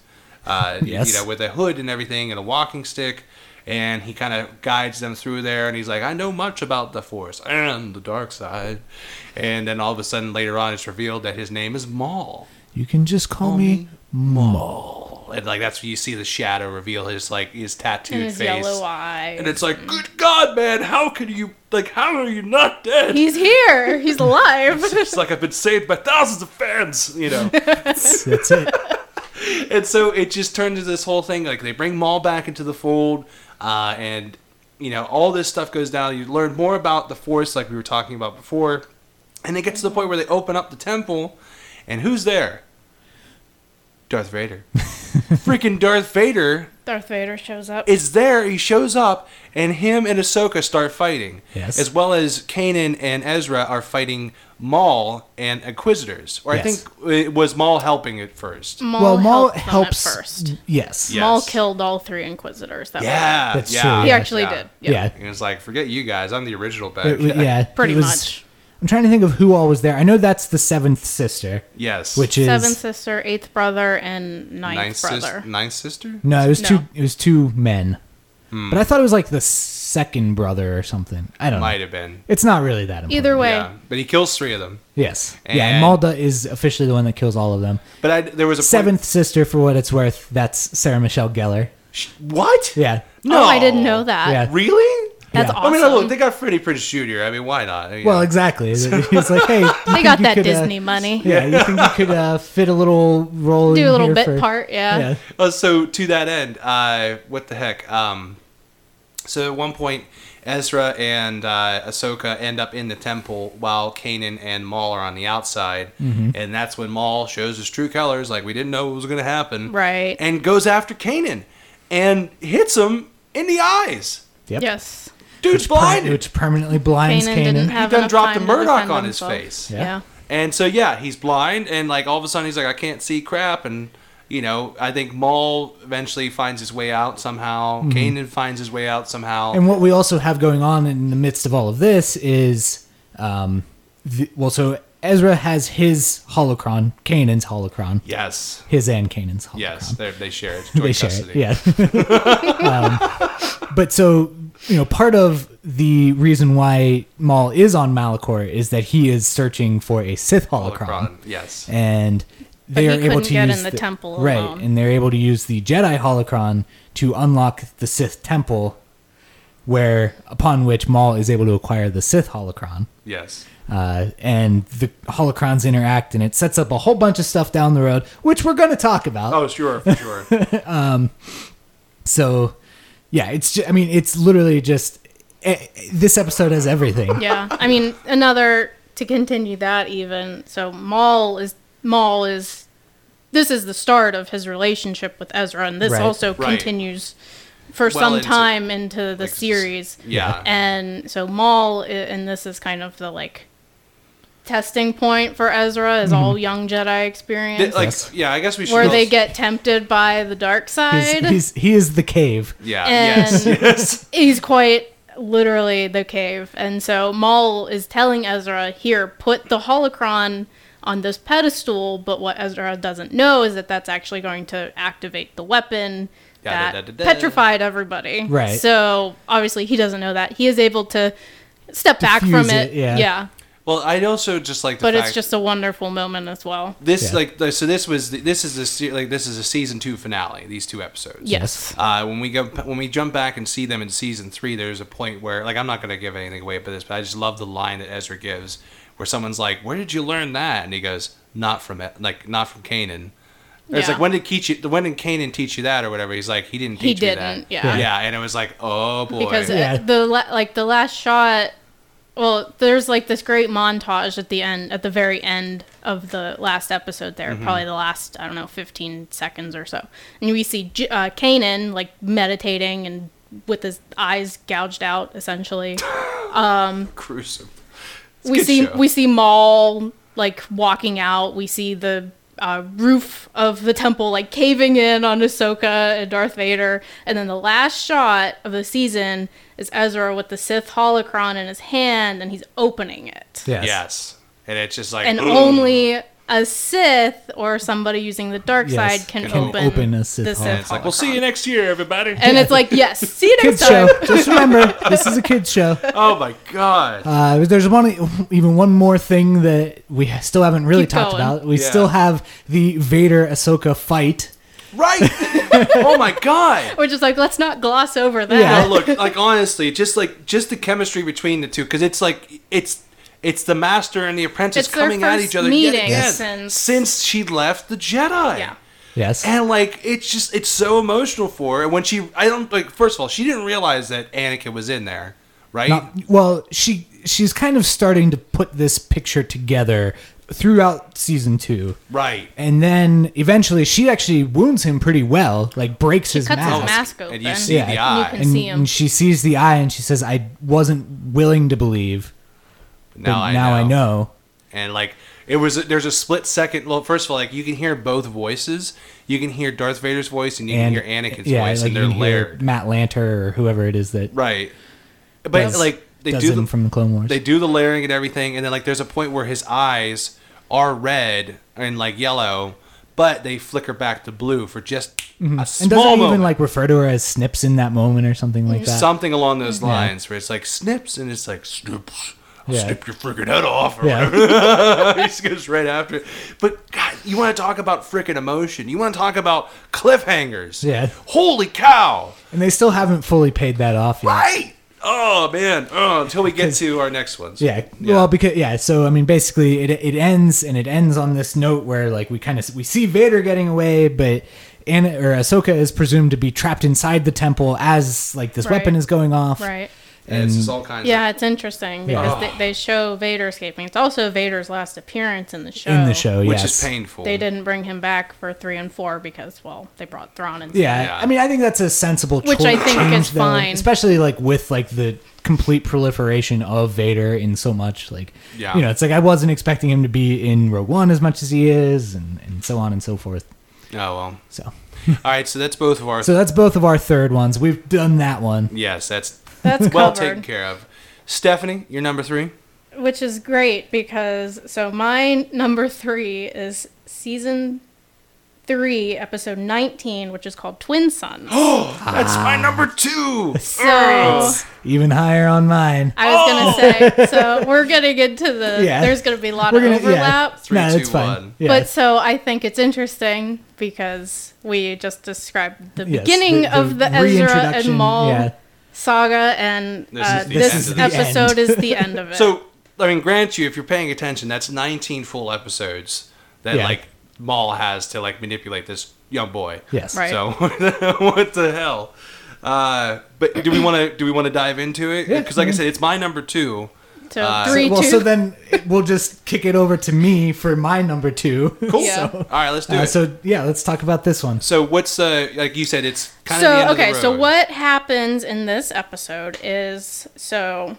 Speaker 2: uh, y-
Speaker 1: Yes.
Speaker 2: you know, with a hood and everything and a walking stick, and he kind of guides them through there, and he's like, "I know much about the Force and the dark side," and then all of a sudden later on, it's revealed that his name is Maul,
Speaker 1: You can just call, me Maul.
Speaker 2: and like that's where you see the shadow reveal his like his tattooed
Speaker 3: and his
Speaker 2: face.
Speaker 3: yellow eye.
Speaker 2: And it's like, good God, man! How can you like? How are you not dead?
Speaker 3: He's here. He's alive.
Speaker 2: It's like I've been saved by thousands of fans, you know.
Speaker 1: That's it.
Speaker 2: and so it just turned into this whole thing. Like they bring Maul back into the fold, uh, and you know all this stuff goes down. You learn more about the Force, like we were talking about before, and it gets to the point where they open up the temple, and who's there? Darth Vader. Freaking Darth Vader
Speaker 3: Darth Vader shows up.
Speaker 2: is there. He shows up, and him and Ahsoka start fighting.
Speaker 1: Yes.
Speaker 2: As well as Kanan and Ezra are fighting Maul and Inquisitors. Or
Speaker 1: Yes.
Speaker 2: I think it was Maul helping at first.
Speaker 3: Maul
Speaker 1: well, Maul
Speaker 3: helped them at
Speaker 1: helps.
Speaker 3: first.
Speaker 1: Yes.
Speaker 2: Yeah.
Speaker 3: Maul
Speaker 2: Yes.
Speaker 3: killed all three Inquisitors. That were there.
Speaker 2: Yeah.
Speaker 1: That's
Speaker 2: yeah,
Speaker 1: true,
Speaker 3: he
Speaker 1: yeah.
Speaker 3: actually did. Yeah.
Speaker 1: Yeah.
Speaker 2: And it's like, forget you guys. I'm the original
Speaker 1: It
Speaker 2: bad
Speaker 1: wa-
Speaker 2: guy.
Speaker 1: yeah.
Speaker 3: Pretty
Speaker 1: it was-
Speaker 3: much.
Speaker 1: I'm trying to think of who all was there. I know that's the seventh sister,
Speaker 2: Yes.
Speaker 1: which is
Speaker 3: Seventh sister, eighth brother, and ninth,
Speaker 2: ninth
Speaker 3: brother.
Speaker 2: sister? Ninth sister?
Speaker 1: no, it was
Speaker 3: No.
Speaker 1: two. It was two men.
Speaker 2: Hmm.
Speaker 1: But I thought it was like the second brother or something. I don't
Speaker 2: Might
Speaker 1: know.
Speaker 2: have been.
Speaker 1: It's not really that important.
Speaker 3: Either way,
Speaker 2: Yeah. But he kills three of them.
Speaker 1: Yes. yeah,
Speaker 2: And-
Speaker 1: and Malda is officially the one that kills all of them.
Speaker 2: But I, there was a point-
Speaker 1: Seventh sister, for what it's worth, that's Sarah Michelle Gellar.
Speaker 2: Sh- What?
Speaker 1: Yeah.
Speaker 2: No.
Speaker 3: oh, I didn't know that.
Speaker 1: Yeah.
Speaker 2: Really?
Speaker 3: That's
Speaker 1: Yeah.
Speaker 2: I
Speaker 3: awesome.
Speaker 2: mean, look, they got Freddie Prince Jr. I mean, why not? You know.
Speaker 1: Well, exactly. He's like, hey, you
Speaker 3: they got
Speaker 1: think
Speaker 3: that
Speaker 1: you could, uh,
Speaker 3: Disney money.
Speaker 1: yeah, you think you could uh, fit a little role?
Speaker 3: Do
Speaker 1: in
Speaker 3: a little
Speaker 1: here
Speaker 3: bit
Speaker 1: for-
Speaker 3: part.
Speaker 1: Yeah.
Speaker 2: Uh, so to that end, uh, what the heck? Um, so at one point, Ezra and uh, Ahsoka end up in the temple while Kanan and Maul are on the outside, and that's when Maul shows his true colors, like we didn't know what was going to happen,
Speaker 3: Right.
Speaker 2: And goes after Kanan and hits him in the eyes.
Speaker 1: Yep.
Speaker 3: Yes.
Speaker 2: Dude's
Speaker 1: Which, per-
Speaker 2: blinded.
Speaker 1: which permanently blinds
Speaker 3: Kanan didn't
Speaker 1: Kanan.
Speaker 3: have
Speaker 2: done
Speaker 3: enough
Speaker 2: dropped a
Speaker 3: time to
Speaker 2: Murdoch
Speaker 3: defend
Speaker 2: on his
Speaker 3: himself.
Speaker 2: face.
Speaker 1: Yeah.
Speaker 3: Yeah.
Speaker 2: And so yeah, he's blind, and like all of a sudden he's like, I can't see crap, and you know, I think Maul eventually finds his way out somehow. Kanan finds his way out somehow.
Speaker 1: And what we also have going on in the midst of all of this is, um, the, well, so Ezra has his holocron, Kanan's holocron,
Speaker 2: yes,
Speaker 1: his and Kanan's holocron.
Speaker 2: yes, they they share it. Joint
Speaker 1: they share
Speaker 2: custody.
Speaker 1: it. Yeah. um, but so you know, part of the reason why Maul is on Malachor is that he is searching for a Sith holocron,
Speaker 2: Holocron, yes.
Speaker 1: and they
Speaker 3: he
Speaker 1: are able
Speaker 3: couldn't
Speaker 1: to
Speaker 3: get
Speaker 1: use
Speaker 3: in the temple
Speaker 1: right,
Speaker 3: alone.
Speaker 1: and they're able to use the Jedi holocron to unlock the Sith temple, where upon which Maul is able to acquire the Sith holocron
Speaker 2: Yes.
Speaker 1: uh, and the holocrons interact, and it sets up a whole bunch of stuff down the road, which we're going to talk about.
Speaker 2: Oh, sure, for sure.
Speaker 1: So, yeah, it's. Just, I mean, it's literally just eh, eh, this episode has everything.
Speaker 3: yeah. I mean, another to continue that even. So Maul is Maul is this is the start of his relationship with Ezra, and this
Speaker 1: Right.
Speaker 3: also
Speaker 2: Right.
Speaker 3: continues for
Speaker 2: Well
Speaker 3: some
Speaker 2: into-
Speaker 3: time into the
Speaker 2: like,
Speaker 3: series.
Speaker 2: yeah.
Speaker 3: And so Maul, i- and this is kind of the like testing point for Ezra is
Speaker 1: Mm-hmm.
Speaker 3: all young Jedi
Speaker 2: Th-
Speaker 3: experience,
Speaker 2: like,
Speaker 1: Yes.
Speaker 2: yeah, I guess we should.
Speaker 3: where they get tempted by the dark
Speaker 1: He's,
Speaker 3: side.
Speaker 1: he's he is the cave.
Speaker 2: Yeah.
Speaker 3: and-
Speaker 2: Yes. Yes.
Speaker 3: he's quite literally the cave. And so Maul is telling Ezra, here, put the holocron on this pedestal. But what Ezra doesn't know is that that's actually going to activate the weapon
Speaker 2: Da,
Speaker 3: that
Speaker 2: da, da, da, da.
Speaker 3: petrified everybody.
Speaker 1: Right.
Speaker 3: So obviously he doesn't know that. He is able to step back from
Speaker 1: Diffuse
Speaker 3: it.
Speaker 1: it, yeah.
Speaker 2: Well, I'd also just like the
Speaker 3: But
Speaker 2: fact
Speaker 3: it's just a wonderful moment as well.
Speaker 2: this
Speaker 1: Yeah.
Speaker 2: like like so this was the, this is a se- like this is a season two finale. These two episodes.
Speaker 3: Yes.
Speaker 2: Uh, when we go when we jump back and see them in season three, there's a point where like I'm not gonna give anything away, but this, but I just love the line that Ezra gives, where someone's like, "Where did you learn that?" And he goes, "Not from E- like not from Canaan." It's
Speaker 3: Yeah.
Speaker 2: like when did teach you? When did Canaan teach you that or whatever? He's like, he didn't
Speaker 3: He
Speaker 2: teach me
Speaker 3: didn't,
Speaker 2: that.
Speaker 3: yeah.
Speaker 2: Yeah, and it was like, oh boy.
Speaker 3: because uh,
Speaker 1: Yeah.
Speaker 3: the la- like the last shot well there's like this great montage at the end at the very end of the last episode there
Speaker 2: Mm-hmm.
Speaker 3: probably the last i don't know 15 seconds or so and we see J- uh, Kanan like meditating and with his eyes gouged out essentially
Speaker 2: gruesome. It's a
Speaker 3: we
Speaker 2: good
Speaker 3: see
Speaker 2: show.
Speaker 3: we see Maul like walking out. We see the uh, roof of the temple like caving in on Ahsoka and Darth Vader, and then the last shot of the season is Ezra with the Sith holocron in his hand, and he's opening it.
Speaker 1: Yes.
Speaker 2: yes, and it's just like
Speaker 3: And
Speaker 2: ooh.
Speaker 3: only a Sith or somebody using the dark
Speaker 1: Yes,
Speaker 3: side can,
Speaker 2: can
Speaker 3: open,
Speaker 1: open a Sith
Speaker 3: the
Speaker 1: holocron.
Speaker 2: And
Speaker 3: Sith
Speaker 2: it's like we'll
Speaker 3: holocron.
Speaker 2: see you next year, everybody.
Speaker 3: And it's like, yes, see you next
Speaker 1: Kids
Speaker 3: time.
Speaker 1: show. Just remember, this is a kids show.
Speaker 2: oh my god.
Speaker 1: Uh, there's one, even one more thing that we still haven't really
Speaker 3: Keep
Speaker 1: talked
Speaker 3: going.
Speaker 1: about. We
Speaker 2: Yeah.
Speaker 1: still have the Vader Ahsoka fight.
Speaker 2: Right. oh my god.
Speaker 3: We're just like, let's not gloss over that.
Speaker 1: Yeah.
Speaker 2: No, look, like honestly, just like just the chemistry between the two, because it's like it's it's the master and the apprentice
Speaker 3: It's their
Speaker 2: coming at
Speaker 3: first
Speaker 2: each other
Speaker 3: meeting
Speaker 2: yet again
Speaker 3: since-
Speaker 2: since she left the Jedi.
Speaker 3: Yeah.
Speaker 1: Yes.
Speaker 2: And like it's just it's so emotional for her. And when she, I don't like. First of all, she didn't realize that Anakin was in there, right?
Speaker 1: Not- well, she she's kind of starting to put this picture together throughout season two,
Speaker 2: right.
Speaker 1: and then eventually she actually wounds him pretty well, like breaks his
Speaker 3: cuts his
Speaker 1: mask.
Speaker 2: Oh,
Speaker 3: mask open.
Speaker 2: and you see
Speaker 1: Yeah.
Speaker 2: the
Speaker 1: And
Speaker 2: eye.
Speaker 3: you can-
Speaker 1: And,
Speaker 3: see him.
Speaker 1: and she sees the eye, and she says, "I wasn't willing to believe, but
Speaker 2: now I
Speaker 1: now I know."
Speaker 2: and like it was there's a split second well first of all like you can hear both voices you can hear darth vader's voice and you
Speaker 1: And
Speaker 2: can hear anakin's
Speaker 1: yeah,
Speaker 2: voice
Speaker 1: like
Speaker 2: and
Speaker 1: you
Speaker 2: they're
Speaker 1: can hear
Speaker 2: layered
Speaker 1: Matt Lanter or whoever it is that
Speaker 2: right but
Speaker 1: does-
Speaker 2: like they
Speaker 1: does
Speaker 2: do
Speaker 1: him
Speaker 2: the,
Speaker 1: from the Clone Wars.
Speaker 2: they do the layering and everything and then like there's a point where his eyes are red and like yellow but they flicker back to blue for just a
Speaker 1: Mm-hmm. and
Speaker 2: small
Speaker 1: doesn't he even
Speaker 2: moment
Speaker 1: like refer to her as Snips in that moment or something like that.
Speaker 2: something along those lines where it's like snips and it's like snips I'll
Speaker 1: Yeah.
Speaker 2: snip your freaking head off or
Speaker 1: Yeah.
Speaker 2: whatever. he just goes right after it. But God, you want to talk about freaking emotion. You want to talk about cliffhangers.
Speaker 1: Yeah.
Speaker 2: Holy cow.
Speaker 1: and they still haven't fully paid that off yet.
Speaker 2: Right. Oh man. Oh, until we get to our next ones.
Speaker 1: Yeah. Well, because yeah, so I mean, basically, it it ends and it ends on this note where like we kind of we see Vader getting away, but Anna or Ahsoka is presumed to be trapped inside the temple as like this
Speaker 3: Right.
Speaker 1: weapon is going off.
Speaker 3: Right.
Speaker 2: And it's just all kinds
Speaker 3: Yeah, it's interesting
Speaker 1: Yeah. Oh.
Speaker 3: because they, they show Vader escaping. It's also Vader's last appearance in the show.
Speaker 1: In the show,
Speaker 2: of Oh. which
Speaker 1: Oh, yes.
Speaker 2: is painful.
Speaker 3: They didn't bring him back for three and four because, well, they brought Thrawn and
Speaker 1: Yeah,
Speaker 2: Yeah.
Speaker 1: I mean, I think that's a sensible
Speaker 3: Which
Speaker 1: cho-
Speaker 3: I think
Speaker 1: change,
Speaker 3: is
Speaker 1: though,
Speaker 3: fine.
Speaker 1: especially like with like the complete proliferation of Vader in so much. Like,
Speaker 2: Yeah.
Speaker 1: you know, it's like I wasn't expecting him to be in Rogue One as much as he is, and and so on and so forth.
Speaker 2: Oh well.
Speaker 1: So,
Speaker 2: All right, so that's both of our
Speaker 1: so that's both of our third ones. We've done that one.
Speaker 2: Yes, that's
Speaker 3: That's
Speaker 2: well
Speaker 3: covered.
Speaker 2: taken care of. Stephanie, you're number 3.
Speaker 3: Which is great because, so my number three is season three, episode nineteen, which is called Twin Sons.
Speaker 2: That's my number two.
Speaker 3: so
Speaker 1: Even higher on mine.
Speaker 3: I was gonna say, so we're gonna get to the.
Speaker 1: Oh. Yeah.
Speaker 3: There's gonna be a lot
Speaker 1: We're
Speaker 3: of
Speaker 1: gonna- yeah.
Speaker 3: overlap.
Speaker 2: Three,
Speaker 1: no,
Speaker 2: two,
Speaker 1: it's fine.
Speaker 2: one.
Speaker 1: Yeah.
Speaker 3: But so I think it's interesting because we just described the
Speaker 1: Yes,
Speaker 3: beginning
Speaker 1: the-
Speaker 3: of
Speaker 1: the
Speaker 3: the Ezra
Speaker 1: reintroduction,
Speaker 3: and Maul
Speaker 1: yeah.
Speaker 3: saga, and
Speaker 2: This
Speaker 3: uh,
Speaker 2: is the
Speaker 3: this,
Speaker 2: end of
Speaker 1: this.
Speaker 3: episode is the end of it.
Speaker 2: So, I mean, grant you, if you're paying attention, that's 19 full episodes that
Speaker 1: Yeah.
Speaker 2: like Maul has to like manipulate this young boy.
Speaker 1: Yes.
Speaker 3: Right.
Speaker 2: So what the hell? Uh, but do we want to do we want to dive into it?
Speaker 1: Yeah.
Speaker 2: Because like I said, it's my number two.
Speaker 3: so
Speaker 2: uh,
Speaker 3: three,
Speaker 1: well,
Speaker 3: two.
Speaker 1: so then it- we'll just kick it over to me for my number two.
Speaker 2: Cool.
Speaker 3: Yeah.
Speaker 2: All right, let's do
Speaker 1: Uh,
Speaker 2: it. So,
Speaker 1: so yeah, let's talk about this one.
Speaker 2: what's uh like you said? It's kind of
Speaker 3: so
Speaker 2: the end
Speaker 3: okay
Speaker 2: Of the
Speaker 3: so
Speaker 2: road.
Speaker 3: what happens in this episode is so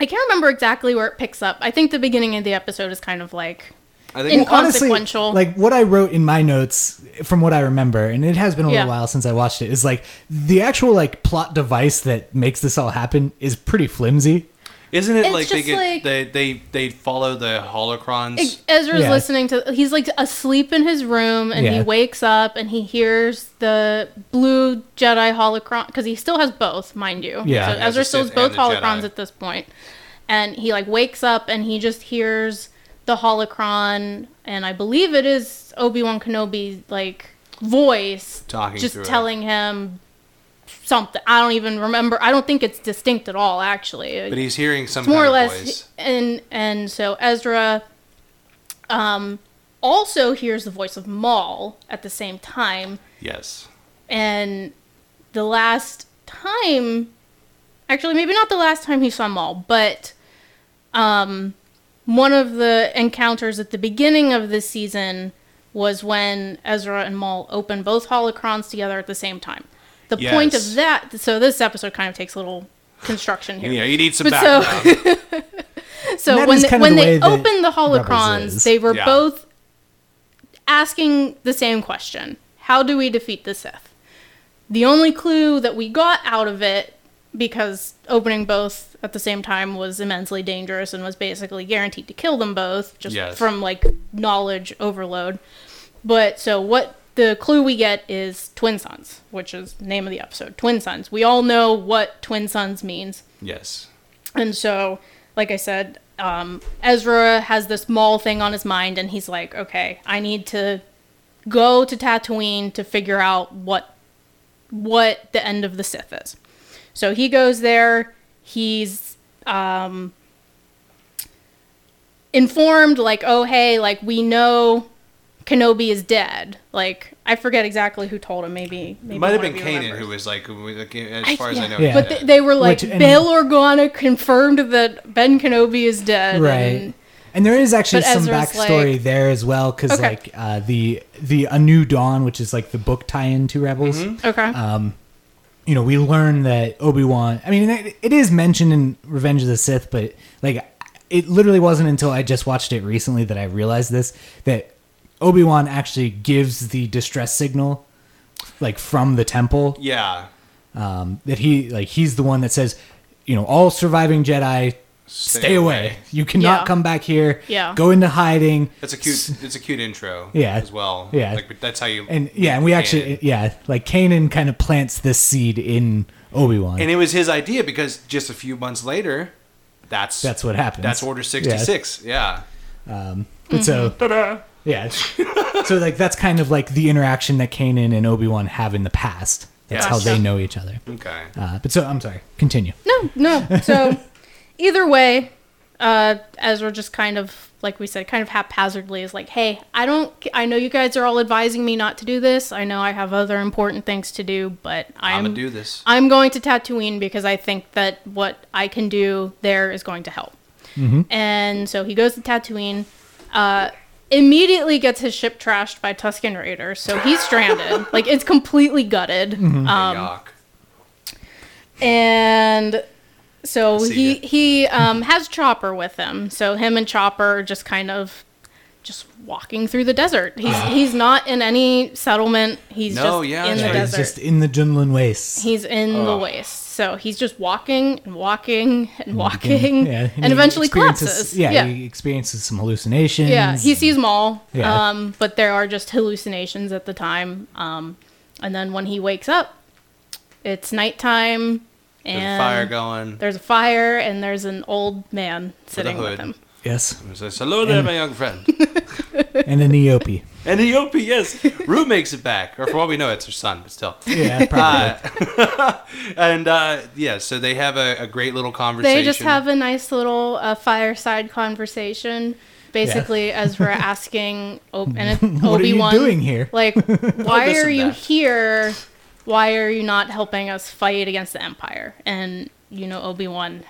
Speaker 3: i can't remember exactly where it picks up i think the beginning of the episode is kind of like
Speaker 2: I think
Speaker 3: in- Consequential.
Speaker 1: like what I wrote in my notes from what I remember, and it has been a little
Speaker 3: Yeah.
Speaker 1: while since I watched it, is like the actual like plot device that makes this all happen is pretty flimsy.
Speaker 2: isn't it
Speaker 3: It's
Speaker 2: like they
Speaker 3: just
Speaker 2: get
Speaker 3: like-
Speaker 2: they they they follow the holocrons?
Speaker 3: ezra's
Speaker 1: Yeah.
Speaker 3: listening to he's like asleep in his room and
Speaker 1: Yeah.
Speaker 3: he wakes up and he hears the blue jedi holocron because he still has both mind you
Speaker 1: Yeah.
Speaker 3: so
Speaker 1: He has
Speaker 3: ezra
Speaker 2: the
Speaker 3: still has
Speaker 2: Sith and
Speaker 3: both
Speaker 2: the Jedi.
Speaker 3: holocrons at this point and he like wakes up and he just hears the holocron and i believe it is obi-wan kenobi like voice
Speaker 2: Talking
Speaker 3: just
Speaker 2: through it.
Speaker 3: telling him something i don't even remember i don't think it's distinct at all actually
Speaker 2: but he's hearing some
Speaker 3: it's more
Speaker 2: kind
Speaker 3: or
Speaker 2: of
Speaker 3: less
Speaker 2: voice.
Speaker 3: and and so ezra um also hears the voice of maul at the same time
Speaker 2: Yes.
Speaker 3: and the last time actually maybe not the last time he saw Maul, but um one of the encounters at the beginning of this season was when Ezra and Maul open both holocrons together at the same time. The point
Speaker 2: Yes.
Speaker 3: of that so this episode kind of takes a little construction here.
Speaker 2: Yeah, you need some
Speaker 3: But so-
Speaker 2: background.
Speaker 1: And
Speaker 3: So
Speaker 1: that
Speaker 3: when
Speaker 1: is
Speaker 3: they,
Speaker 1: kinda
Speaker 3: when
Speaker 1: the way
Speaker 3: they
Speaker 1: that
Speaker 3: opened the
Speaker 1: Rebels
Speaker 3: holocrons,
Speaker 1: is.
Speaker 3: they were
Speaker 2: Yeah.
Speaker 3: both asking the same question: How do we defeat the Sith? The only clue that we got out of it, because opening both at the same time was immensely dangerous and was basically guaranteed to kill them both, just
Speaker 2: Yes.
Speaker 3: from like knowledge overload. But so what? The clue we get is twin sons, which is name of the episode. Twin sons. We all know what twin sons means.
Speaker 2: yes.
Speaker 3: And so, like I said, um, Ezra has this mall thing on his mind, and he's like, okay, I need to go to Tatooine to figure out what what the end of the Sith is. So he goes there. He's um, informed, like, oh hey, like we know Kenobi is dead. Like I forget exactly who told him. Maybe, maybe
Speaker 2: It might have
Speaker 3: one of
Speaker 2: been
Speaker 3: you
Speaker 2: Kanan
Speaker 3: remembers.
Speaker 2: who was like, who was, like, eh,
Speaker 3: I-
Speaker 2: as far as
Speaker 3: yeah.
Speaker 2: I know.
Speaker 1: Yeah.
Speaker 3: But
Speaker 2: yeah.
Speaker 3: they, they were like,
Speaker 1: Which- and-
Speaker 3: Bail Organa confirmed that Ben Kenobi is dead.
Speaker 1: Right.
Speaker 3: And
Speaker 1: And there is actually
Speaker 3: But
Speaker 1: some
Speaker 3: Ezra's
Speaker 1: backstory
Speaker 3: like-
Speaker 1: there as well, because
Speaker 3: Okay.
Speaker 1: like uh, the the A New Dawn, which is like the book tie-in to Rebels.
Speaker 3: okay.
Speaker 1: Um, you know, we learn that Obi Wan. I mean, it, it is mentioned in Revenge of the Sith, but like, it literally wasn't until I just watched it recently that I realized this that Obi Wan actually gives the distress signal, like from the temple.
Speaker 2: yeah.
Speaker 1: Um, that he like he's the one that says, you know, all surviving Jedi. Stay, away.
Speaker 2: away.
Speaker 1: You cannot
Speaker 3: Yeah.
Speaker 1: come back here.
Speaker 3: Yeah.
Speaker 1: Go into hiding.
Speaker 2: That's a cute. It's a cute intro.
Speaker 1: Yeah.
Speaker 2: As well.
Speaker 1: Yeah.
Speaker 2: Like but that's how you.
Speaker 1: And yeah, and we actually yeah, like Kanan kind of plants this seed in Obi Wan.
Speaker 2: And it was his idea because just a few months later, that's
Speaker 1: That's what happens.
Speaker 2: that's Order sixty
Speaker 1: Yeah.
Speaker 2: six. Yeah.
Speaker 1: But
Speaker 2: Mm-hmm.
Speaker 1: so yeah, so like that's kind of like the interaction that Kanan and Obi Wan have in the past. That's how
Speaker 2: Gotcha.
Speaker 1: they know each other.
Speaker 2: Okay.
Speaker 1: Uh, but so I'm sorry. Continue.
Speaker 3: no, no. So either way, uh, Ezra just kind of, like we said, kind of haphazardly is like, hey, I don't, I know you guys are all advising me not to do this. I know I have other important things to do, but
Speaker 2: I'm,
Speaker 3: I'm,
Speaker 2: gonna do this.
Speaker 3: I'm going to Tatooine because I think that what I can do there is going to help. And so he goes to Tatooine, uh, immediately gets his ship trashed by Tusken Raiders. So he's stranded. like, it's completely gutted. Um,
Speaker 2: Yuck.
Speaker 3: and so
Speaker 2: See
Speaker 3: he
Speaker 2: ya.
Speaker 3: he um, has Chopper with him. So him and Chopper are just kind of just walking through the desert. He's he's not in any settlement. He's
Speaker 2: No,
Speaker 3: just
Speaker 2: yeah,
Speaker 3: in
Speaker 2: that's
Speaker 3: the
Speaker 2: right.
Speaker 1: He's
Speaker 3: desert.
Speaker 1: just in the Junlun Waste.
Speaker 3: He's in the
Speaker 2: Ugh.
Speaker 3: waste. So he's just walking and walking and walking, and,
Speaker 1: he
Speaker 3: eventually
Speaker 1: experiences-
Speaker 3: collapses.
Speaker 1: Yeah,
Speaker 3: yeah,
Speaker 1: he experiences some hallucinations.
Speaker 3: Yeah, he sees Maul.
Speaker 1: Yeah.
Speaker 3: Um, but there are just hallucinations at the time. Um, and then when he wakes up, it's nighttime,
Speaker 2: There's
Speaker 3: and
Speaker 2: a fire going.
Speaker 3: there's a fire, and there's an old man sitting with,
Speaker 2: hood.
Speaker 3: him.
Speaker 1: yes,
Speaker 2: It says, Hello there, my young friend.
Speaker 1: and an E Eope.
Speaker 2: and Eope, yes. Rue makes it back. Or for all we know, it's her son, but still.
Speaker 1: Yeah, probably.
Speaker 2: Uh, and uh, yeah, so they have a, a great little conversation.
Speaker 3: They just have a nice little uh, fireside conversation. Basically, as we're asking, Ob- and
Speaker 1: What are
Speaker 3: Obi
Speaker 1: you
Speaker 3: Wan,
Speaker 1: doing here?
Speaker 3: Like, why
Speaker 2: this
Speaker 3: are
Speaker 2: and
Speaker 3: you
Speaker 2: that.
Speaker 3: here? Why are you not helping us fight against the Empire? And you know, Obi Wan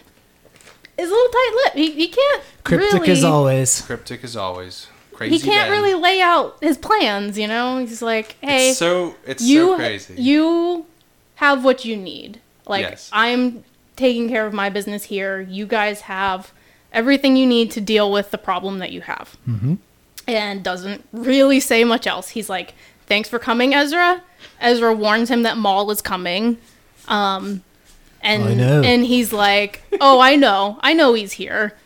Speaker 3: is a little tight-lipped. He, he can't
Speaker 1: Cryptic
Speaker 3: really,
Speaker 1: as always.
Speaker 2: cryptic as always. Crazy.
Speaker 3: He can't
Speaker 2: Ben.
Speaker 3: really lay out his plans. You know, he's like, hey,
Speaker 2: It's so it's
Speaker 3: you
Speaker 2: so crazy.
Speaker 3: you have what you need. Like
Speaker 2: Yes.
Speaker 3: I'm taking care of my business here. You guys have everything you need to deal with the problem that you have. Mm-hmm. And doesn't really say much else. He's like, "Thanks for coming, Ezra." Ezra warns him that Maul is coming. Um, and
Speaker 1: I know.
Speaker 3: and he's like, "Oh, I know. I know he's here."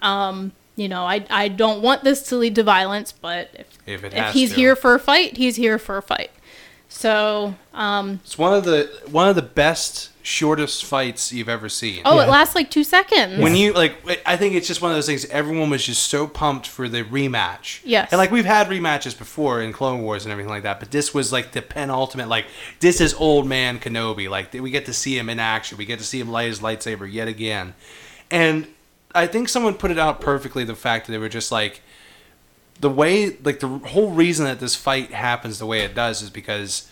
Speaker 3: Um, you know, I I don't want this to lead to violence, but if
Speaker 2: if it
Speaker 3: if
Speaker 2: has
Speaker 3: he's
Speaker 2: to.
Speaker 3: here for a fight, he's here for a fight. So, um,
Speaker 2: It's one of the one of the best shortest fights you've ever seen.
Speaker 3: oh, it
Speaker 1: Yeah.
Speaker 3: lasts like two seconds.
Speaker 2: When you like, I think it's just one of those things. Everyone was just so pumped for the rematch.
Speaker 3: Yes.
Speaker 2: And like we've had rematches before in Clone Wars and everything like that, but this was like the penultimate. Like this is old man Kenobi. Like we get to see him in action. We get to see him light his lightsaber yet again. And I think someone put it out perfectly. The fact that they were just like the way, like the whole reason that this fight happens the way it does is because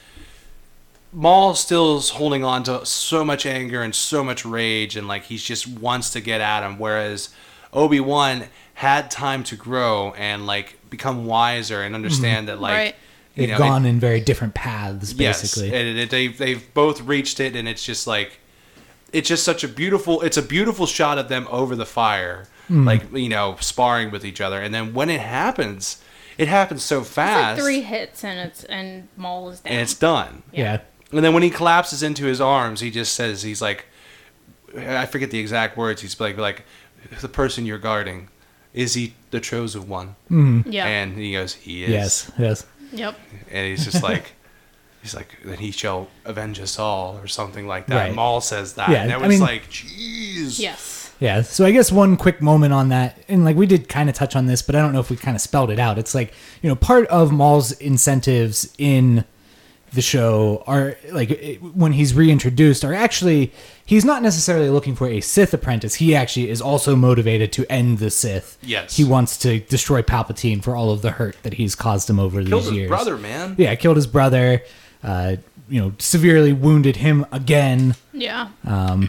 Speaker 2: Maul still is holding on to so much anger and so much rage, and like he's just wants to get at him. Whereas Obi Wan had time to grow and like become wiser and understand that like
Speaker 3: Right.
Speaker 1: They've
Speaker 2: you know
Speaker 1: gone
Speaker 2: it-
Speaker 1: in very different paths, basically.
Speaker 2: yes, and it, they they've both reached it, and it's just like it's just such a beautiful it's a beautiful shot of them over the fire,
Speaker 1: Mm.
Speaker 2: like you know sparring with each other, and then when it happens, it happens so
Speaker 3: it's like
Speaker 2: fast,
Speaker 3: three hits and it's and Maul is down.
Speaker 2: and it's done.
Speaker 1: yeah.
Speaker 2: And then when he collapses into his arms, he just says, he's like, I forget the exact words. He's like, like the person you're guarding, is he the chosen one?
Speaker 3: yeah.
Speaker 2: And he goes, he is.
Speaker 1: Mm. Yes. Yes.
Speaker 3: yep.
Speaker 2: And he's just like, he's like, then he shall avenge us all or something like that.
Speaker 1: Right.
Speaker 2: Maul says that.
Speaker 1: Yeah,
Speaker 2: and that
Speaker 1: I
Speaker 2: was
Speaker 1: mean-
Speaker 2: like, jeez.
Speaker 3: Yes.
Speaker 1: Yeah. So I guess one quick moment on that, and like we did kind of touch on this, but I don't know if we kind of spelled it out. It's like you know part of Maul's incentives in the show are like it- when he's reintroduced are actually he's not necessarily looking for a Sith apprentice. He actually is also motivated to end the Sith.
Speaker 2: Yes.
Speaker 1: He wants to destroy Palpatine for all of the hurt that he's caused him over
Speaker 2: Killed
Speaker 1: these
Speaker 2: his
Speaker 1: years.
Speaker 2: brother, man.
Speaker 1: Yeah, killed his brother. Uh, you know, severely wounded him again
Speaker 3: Yeah.
Speaker 2: Uh,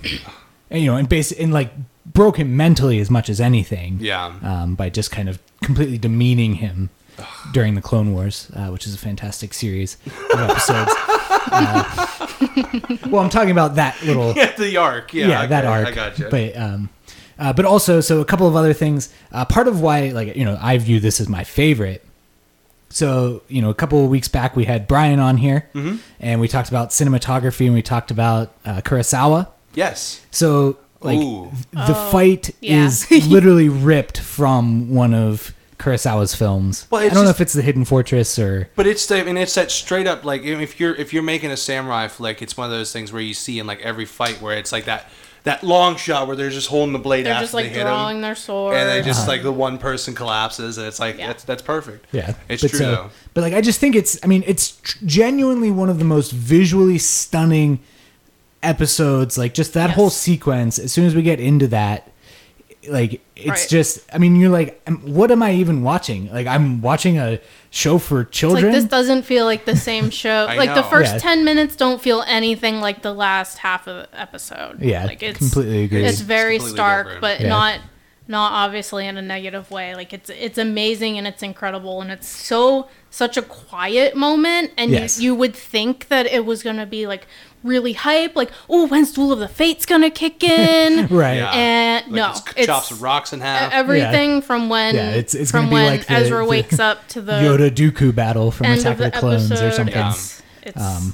Speaker 1: and you know, and basi- and like broke him mentally as much as anything.
Speaker 2: Yeah.
Speaker 1: Um, by just kind of completely demeaning him during the Clone Wars, uh, which is a fantastic series of episodes. Uh, well, I'm talking about that little
Speaker 2: the arc. Yeah,
Speaker 1: yeah, that
Speaker 2: okay,
Speaker 1: arc.
Speaker 2: I got you.
Speaker 1: But um, uh, but also, so a couple of other things. Uh, part of why, like you know, I view this as my favorite. So you know, a couple of weeks back, we had Brian on here,
Speaker 2: Mm-hmm.
Speaker 1: and we talked about cinematography, and we talked about uh, Kurosawa.
Speaker 2: yes.
Speaker 1: So like
Speaker 2: Ooh.
Speaker 1: th- the fight
Speaker 3: Oh, yeah.
Speaker 1: is literally ripped from one of Kurosawa's films.
Speaker 2: Well,
Speaker 1: I
Speaker 2: it's
Speaker 1: don't know
Speaker 2: just-
Speaker 1: if it's The Hidden Fortress or
Speaker 2: But it's the, I mean, it's that straight up like if you're if you're making a samurai flick, it's one of those things where you see in like every fight where it's like that that long shot where they're just holding the blade
Speaker 3: They're
Speaker 2: after
Speaker 3: just like
Speaker 2: they hit
Speaker 3: drawing
Speaker 2: them,
Speaker 3: their sword.
Speaker 2: and they
Speaker 1: Uh,
Speaker 2: just like the one person collapses, and it's like
Speaker 3: Yeah.
Speaker 2: that's that's perfect.
Speaker 1: yeah,
Speaker 2: it's
Speaker 1: But
Speaker 2: true
Speaker 1: so-
Speaker 2: though.
Speaker 1: But like I just think it's I mean it's tr- genuinely one of the most visually stunning episodes. Like just that
Speaker 3: Yes.
Speaker 1: whole sequence. As soon as we get into that. Like it's
Speaker 3: Right.
Speaker 1: just, I mean, you're like, um, what am I even watching? Like, I'm watching a show for
Speaker 3: It's
Speaker 1: children.
Speaker 3: like this doesn't feel like the same show.
Speaker 2: I
Speaker 3: like the
Speaker 2: know.
Speaker 3: first
Speaker 1: Yeah.
Speaker 3: ten minutes don't feel anything like the last half of the episode.
Speaker 1: Yeah,
Speaker 3: like
Speaker 1: completely agree.
Speaker 3: It's very
Speaker 2: It's completely
Speaker 3: stark,
Speaker 2: different.
Speaker 3: but
Speaker 1: Yeah.
Speaker 3: not not obviously in a negative way. Like it's it's amazing and it's incredible and it's so such a quiet moment. And
Speaker 1: Yes.
Speaker 3: you, you would think that it was gonna be like really hype, like oh when's Duel of the Fates gonna kick in?
Speaker 1: right.
Speaker 2: Yeah.
Speaker 3: And
Speaker 2: Like,
Speaker 3: no,
Speaker 2: it's
Speaker 3: it's
Speaker 2: chops rocks in half.
Speaker 3: everything from when
Speaker 1: Yeah, it's- it's
Speaker 3: from
Speaker 1: gonna be
Speaker 3: when
Speaker 1: like the-
Speaker 3: Ezra
Speaker 1: the
Speaker 3: wakes up to the
Speaker 1: Yoda Dooku battle from
Speaker 3: end
Speaker 1: Attack
Speaker 3: of the
Speaker 1: of the Clones
Speaker 3: episode.
Speaker 1: or something.
Speaker 3: It's, it's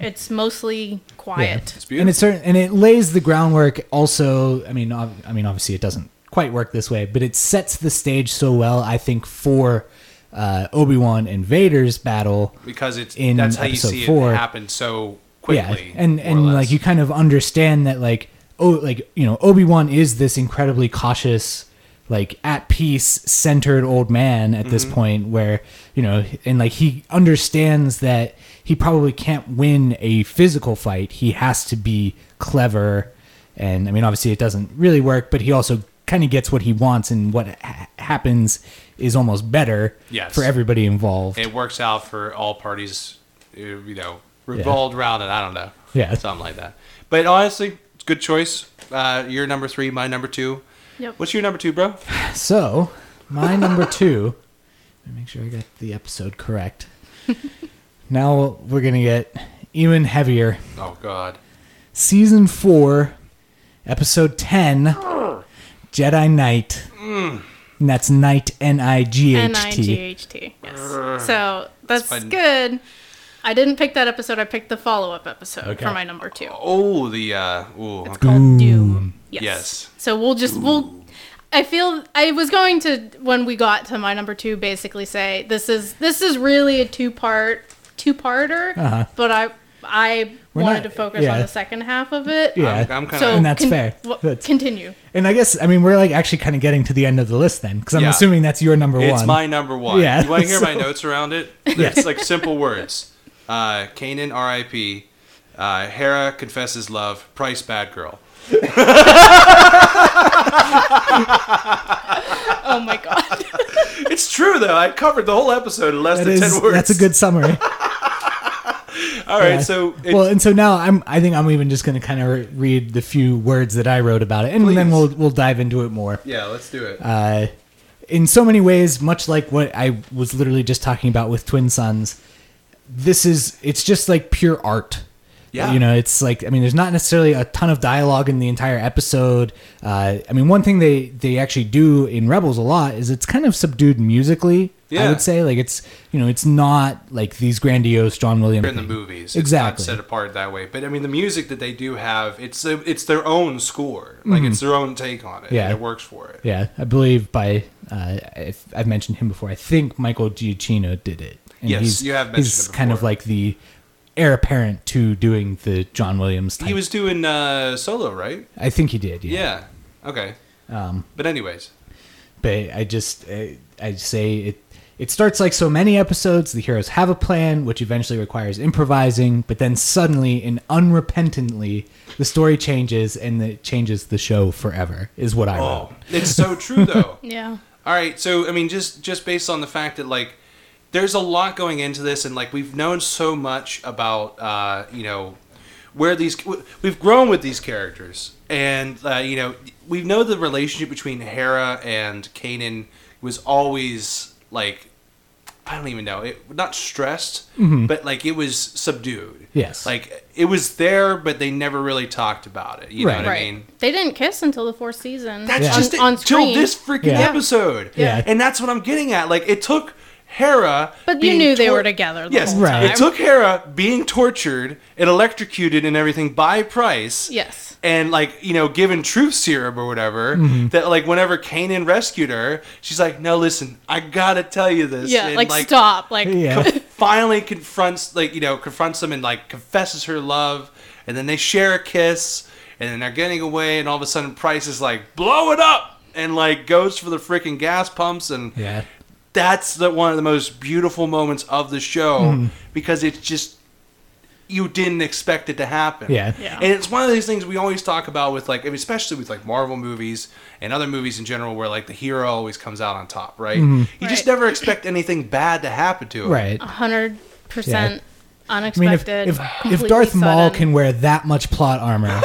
Speaker 3: it's mostly quiet.
Speaker 2: It's
Speaker 1: And
Speaker 2: beautiful.
Speaker 1: it certain and it lays the groundwork. Also, I mean, ob- I mean, obviously, it doesn't quite work this way, but it sets the stage so well. I think for uh, Obi Wan and Vader's battle.
Speaker 2: because it's
Speaker 1: in
Speaker 2: that's how you
Speaker 1: episode
Speaker 2: see
Speaker 1: four.
Speaker 2: it happen so quickly.
Speaker 1: yeah, and
Speaker 2: more or
Speaker 1: and like
Speaker 2: less.
Speaker 1: you kind of understand that like oh like you know Obi Wan is this incredibly cautious, like at peace centered old man at
Speaker 2: Mm-hmm.
Speaker 1: this point where you know and like he understands that he probably can't win a physical fight. He has to be clever, and I mean obviously it doesn't really work, but he also kind of gets what he wants, and what ha- happens is almost better
Speaker 2: Yes.
Speaker 1: for everybody involved.
Speaker 2: it works out for all parties. uh, You know, revolved around it. I don't know.
Speaker 1: Yeah.
Speaker 2: something like that. But honestly, it's a good choice. Uh, your number three, my number two.
Speaker 3: Yep.
Speaker 2: What's your number two, bro?
Speaker 1: So, my number two. Let me make sure I got the episode correct. now we're gonna get even heavier.
Speaker 2: Oh God.
Speaker 1: Season four, episode ten, Jedi Knight. And that's Knight N I G
Speaker 3: N
Speaker 1: H
Speaker 3: I G
Speaker 1: T.
Speaker 3: H T. Yes. So that's
Speaker 2: fun.
Speaker 3: good. I didn't pick that episode. I picked the follow up episode
Speaker 1: Okay.
Speaker 3: for my number two.
Speaker 2: Oh, the uh, ooh, okay.
Speaker 3: called Doom. Yes.
Speaker 2: Yes.
Speaker 3: So we'll just we'll. I feel I was going to when we got to my number two, basically say this is this is really a two part two parter,
Speaker 1: Uh-huh.
Speaker 3: but I I
Speaker 1: We're
Speaker 3: wanted
Speaker 1: not-
Speaker 3: to focus
Speaker 1: yeah.
Speaker 3: on the second half of it.
Speaker 1: Yeah.
Speaker 2: I'm, I'm kind
Speaker 3: So
Speaker 2: of.
Speaker 1: And that's
Speaker 3: con-
Speaker 1: fair.
Speaker 3: wha-
Speaker 1: That's-
Speaker 3: continue.
Speaker 1: And I guess I mean we're like actually kind of getting to the end of the list then, because I'm
Speaker 2: Yeah.
Speaker 1: assuming that's your number
Speaker 2: it's
Speaker 1: one.
Speaker 2: my number one.
Speaker 1: Yeah,
Speaker 2: You want to hear my
Speaker 1: so-
Speaker 2: notes around it?
Speaker 1: Yes.
Speaker 2: It's like simple words. Uh, Kanan, R.I.P. Uh, Hera confesses love. Price, bad girl.
Speaker 3: Oh my god.
Speaker 2: It's true though. I covered the whole episode in less
Speaker 1: That
Speaker 2: than
Speaker 1: is-
Speaker 2: ten words.
Speaker 1: that's a good summary.
Speaker 2: All right,
Speaker 1: Yeah.
Speaker 2: so it,
Speaker 1: well, and so now I'm. I think I'm even just going to kind of re- read the few words that I wrote about it, and then
Speaker 2: Please.
Speaker 1: we'll we'll dive into it more.
Speaker 2: yeah, let's do it.
Speaker 1: Uh, in so many ways, much like what I was literally just talking about with Twin Sons, this is it's just like pure art.
Speaker 2: Yeah.
Speaker 1: you know, it's like I mean, there's not necessarily a ton of dialogue in the entire episode. Uh, I mean, one thing they they actually do in Rebels a lot is it's kind of subdued musically. I
Speaker 2: Yeah.
Speaker 1: would say like it's you know it's not like these grandiose John Williams
Speaker 2: in the movies. It's
Speaker 1: Exactly.
Speaker 2: not set apart that way. But I mean, the music that they do have, it's a, it's their own score. Like it's their own take on it.
Speaker 1: Mm-hmm. Yeah.
Speaker 2: and it works for it.
Speaker 1: Yeah, I believe by uh, if I've mentioned him before. I think Michael Giacchino did it. And
Speaker 2: Yes, you have mentioned
Speaker 1: He's
Speaker 2: him
Speaker 1: kind of
Speaker 2: before.
Speaker 1: like the heir apparent to doing the John Williams. Type.
Speaker 2: He was doing uh, solo, right?
Speaker 1: I think he did. Yeah.
Speaker 2: Yeah. Okay. Um, but anyways,
Speaker 1: But I just I, I say it. It starts like so many episodes. The heroes have a plan, which eventually requires improvising. But then suddenly and unrepentantly, the story changes, and it changes the show forever. Is what I wrote.
Speaker 2: oh, it's so true though.
Speaker 3: Yeah.
Speaker 2: All right, so I mean, just just based on the fact that like there's a lot going into this, and like we've known so much about uh, you know where these we've grown with these characters, and uh, you know we know the relationship between Hera and Kanan was always like I don't even know it not stressed, but like it was subdued.
Speaker 1: Mm-hmm. Yes.
Speaker 2: like it was there, but they never really talked about it. You
Speaker 1: Right.
Speaker 2: know what
Speaker 3: Right.
Speaker 2: I mean?
Speaker 3: they didn't kiss until the fourth season.
Speaker 2: That's
Speaker 1: Yeah.
Speaker 2: just it,
Speaker 3: on, on
Speaker 2: till
Speaker 3: screen.
Speaker 2: this freaking
Speaker 1: Yeah.
Speaker 2: episode.
Speaker 1: Yeah.
Speaker 2: And that's what I'm getting at. Like it took Hera
Speaker 3: But you
Speaker 2: being
Speaker 3: knew they were together the
Speaker 2: yes.
Speaker 3: whole
Speaker 1: Right. time.
Speaker 2: It took Hera being tortured and electrocuted and everything by Price.
Speaker 3: Yes.
Speaker 2: And like, you know, given truth serum or whatever,
Speaker 1: Mm-hmm.
Speaker 2: that like whenever Kanan rescued her, she's like, No, listen, I gotta tell you this.
Speaker 3: Yeah,
Speaker 2: and,
Speaker 3: like, stop. Like
Speaker 1: Yeah.
Speaker 2: finally confronts like you know confronts them and like confesses her love and then they share a kiss and then they're getting away and all of a sudden price is like blow it up and like goes for the freaking gas pumps and
Speaker 1: Yeah.
Speaker 2: that's the one of the most beautiful moments of the show
Speaker 1: Hmm.
Speaker 2: because it's just you didn't expect it to happen.
Speaker 1: Yeah.
Speaker 3: Yeah.
Speaker 2: And it's one of these things we always talk about with like, I mean, especially with like Marvel movies and other movies in general, where like the hero always comes out on top, right? You just
Speaker 3: Right.
Speaker 2: never expect anything bad to happen to him.
Speaker 1: Mm-hmm. Right.
Speaker 3: hundred percent
Speaker 1: I mean, if,
Speaker 3: unexpected.
Speaker 1: if, if
Speaker 3: completely
Speaker 1: Darth Maul
Speaker 3: sudden.
Speaker 1: can wear that much plot armor,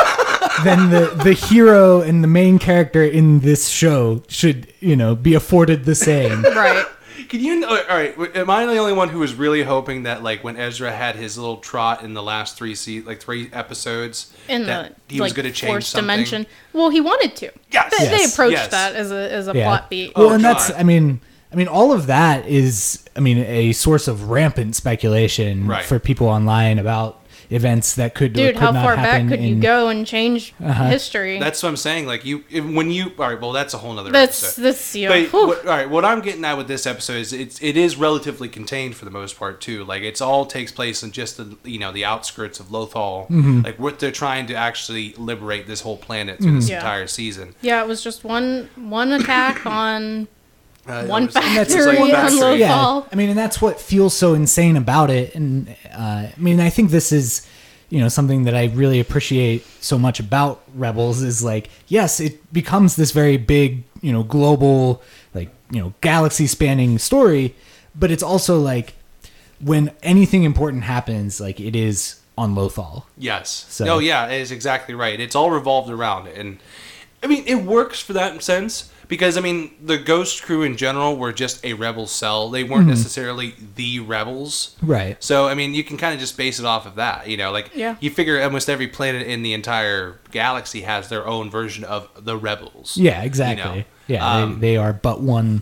Speaker 1: then the, the hero and the main character in this show should, you know, be afforded the same.
Speaker 3: right,
Speaker 2: Can you? All right. Am I the only one who was really hoping that, like, when Ezra had his little trot in the last three se- like three episodes,
Speaker 3: in
Speaker 2: that
Speaker 3: the
Speaker 2: he
Speaker 3: like,
Speaker 2: was going to change
Speaker 3: forced
Speaker 2: something?
Speaker 3: dimension. Well, he wanted to.
Speaker 2: Yes.
Speaker 3: They, they
Speaker 1: Yes.
Speaker 3: approached
Speaker 2: Yes.
Speaker 3: that as a as a
Speaker 1: Yeah.
Speaker 3: plot beat.
Speaker 1: Well,
Speaker 2: Oh,
Speaker 1: and that's,
Speaker 2: God.
Speaker 1: I mean, I mean, all of that is, I mean, a source of rampant speculation
Speaker 2: Right.
Speaker 1: for people online about events that could or
Speaker 3: Dude,
Speaker 1: could
Speaker 3: how
Speaker 1: not
Speaker 3: far back
Speaker 1: happen
Speaker 3: could you
Speaker 1: in- Uh-huh.
Speaker 3: go and change history?
Speaker 2: That's what I'm saying. Like you, if, when you all right, well, that's a whole nother.
Speaker 3: that's
Speaker 2: episode.
Speaker 3: that's you.
Speaker 2: But
Speaker 3: whew.
Speaker 2: what, all right, what I'm getting at with this episode is it's it is relatively contained for the most part too. Like it's all takes place in just the you know the outskirts of Lothal. Like what they're trying to actually liberate this whole planet through this
Speaker 3: Yeah.
Speaker 2: entire season.
Speaker 3: yeah, it was just one one attack on
Speaker 2: Uh,
Speaker 3: One
Speaker 2: it was-
Speaker 3: factory
Speaker 2: it's like
Speaker 1: on
Speaker 2: one factory.
Speaker 3: Lothal.
Speaker 1: yeah
Speaker 3: fall.
Speaker 1: i mean and that's what feels so insane about it and uh, i mean i think this is you know something that i really appreciate so much about rebels is like yes it becomes this very big you know global like you know galaxy spanning story but it's also like when anything important happens like it is on lothal
Speaker 2: Yes.
Speaker 1: So-
Speaker 2: No, yeah, it is exactly right. It's all revolved around it. And I mean, it works for that sense because, I mean, the Ghost crew in general were just a rebel cell. They weren't necessarily the rebels.
Speaker 1: Mm-hmm. right
Speaker 2: So, I mean, you can kind of just base it off of that. You know, like,
Speaker 3: Yeah.
Speaker 2: you figure almost every planet in the entire galaxy has their own version of the rebels.
Speaker 1: yeah exactly
Speaker 2: know,
Speaker 1: yeah
Speaker 2: um,
Speaker 1: they, they are but one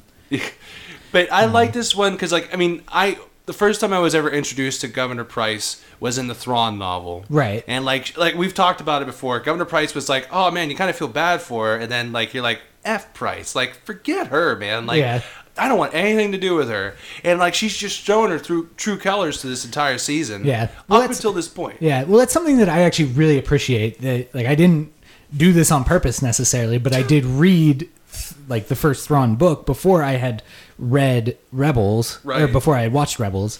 Speaker 2: But
Speaker 1: Mm-hmm.
Speaker 2: I like this one because, like, I mean, I the first time I was ever introduced to Governor Price was in the Thrawn novel,
Speaker 1: Right.
Speaker 2: And like, like we've talked about it before. Governor Price was like, "Oh man, you kind of feel bad for," her. and then like you're like, "F Price, like forget her, man." Like.
Speaker 1: Yeah.
Speaker 2: I don't want anything to do with her, and like she's just shown her through true colors to this entire season.
Speaker 1: Yeah. Well,
Speaker 2: up
Speaker 1: that's-
Speaker 2: until this point.
Speaker 1: Yeah, well, that's something that I actually really appreciate. That like I didn't do this on purpose necessarily, but I did read th- like the first Thrawn book before I had read Rebels or
Speaker 2: Right.
Speaker 1: before I had watched Rebels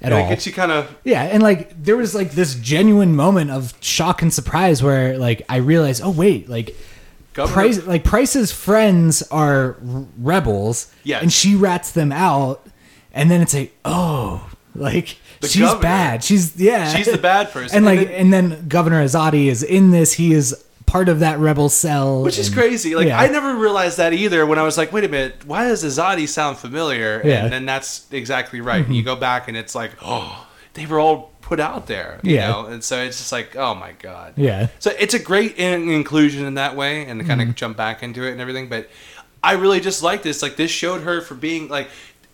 Speaker 1: at
Speaker 2: Like,
Speaker 1: all.
Speaker 2: and she kind of
Speaker 1: Yeah, and like there was like this genuine moment of shock and surprise where like I realized, oh wait, like
Speaker 2: Governor-
Speaker 1: Price, like Price's friends are r- rebels,
Speaker 2: Yes.
Speaker 1: and she rats them out, and then it's like, oh, like
Speaker 2: The
Speaker 1: she's
Speaker 2: governor.
Speaker 1: bad, she's yeah,
Speaker 2: She's the bad person. And
Speaker 1: and like
Speaker 2: then-
Speaker 1: and then Governor Azadi is in this, he is part of that rebel cell,
Speaker 2: Which is
Speaker 1: and-
Speaker 2: crazy. Like
Speaker 1: yeah.
Speaker 2: I never realized that either. When I was like, wait a minute, why does Azadi sound familiar?
Speaker 1: Yeah. Mm-hmm.
Speaker 2: And then that's exactly right. You go back and it's like, oh, they were all put out there. You
Speaker 1: Yeah.
Speaker 2: know? And so it's just like, oh my god.
Speaker 1: Yeah. Mm-hmm.
Speaker 2: So it's a great in- inclusion in that way, and to kind of jump back into it and everything. But I really just like this. Like this showed her for being like.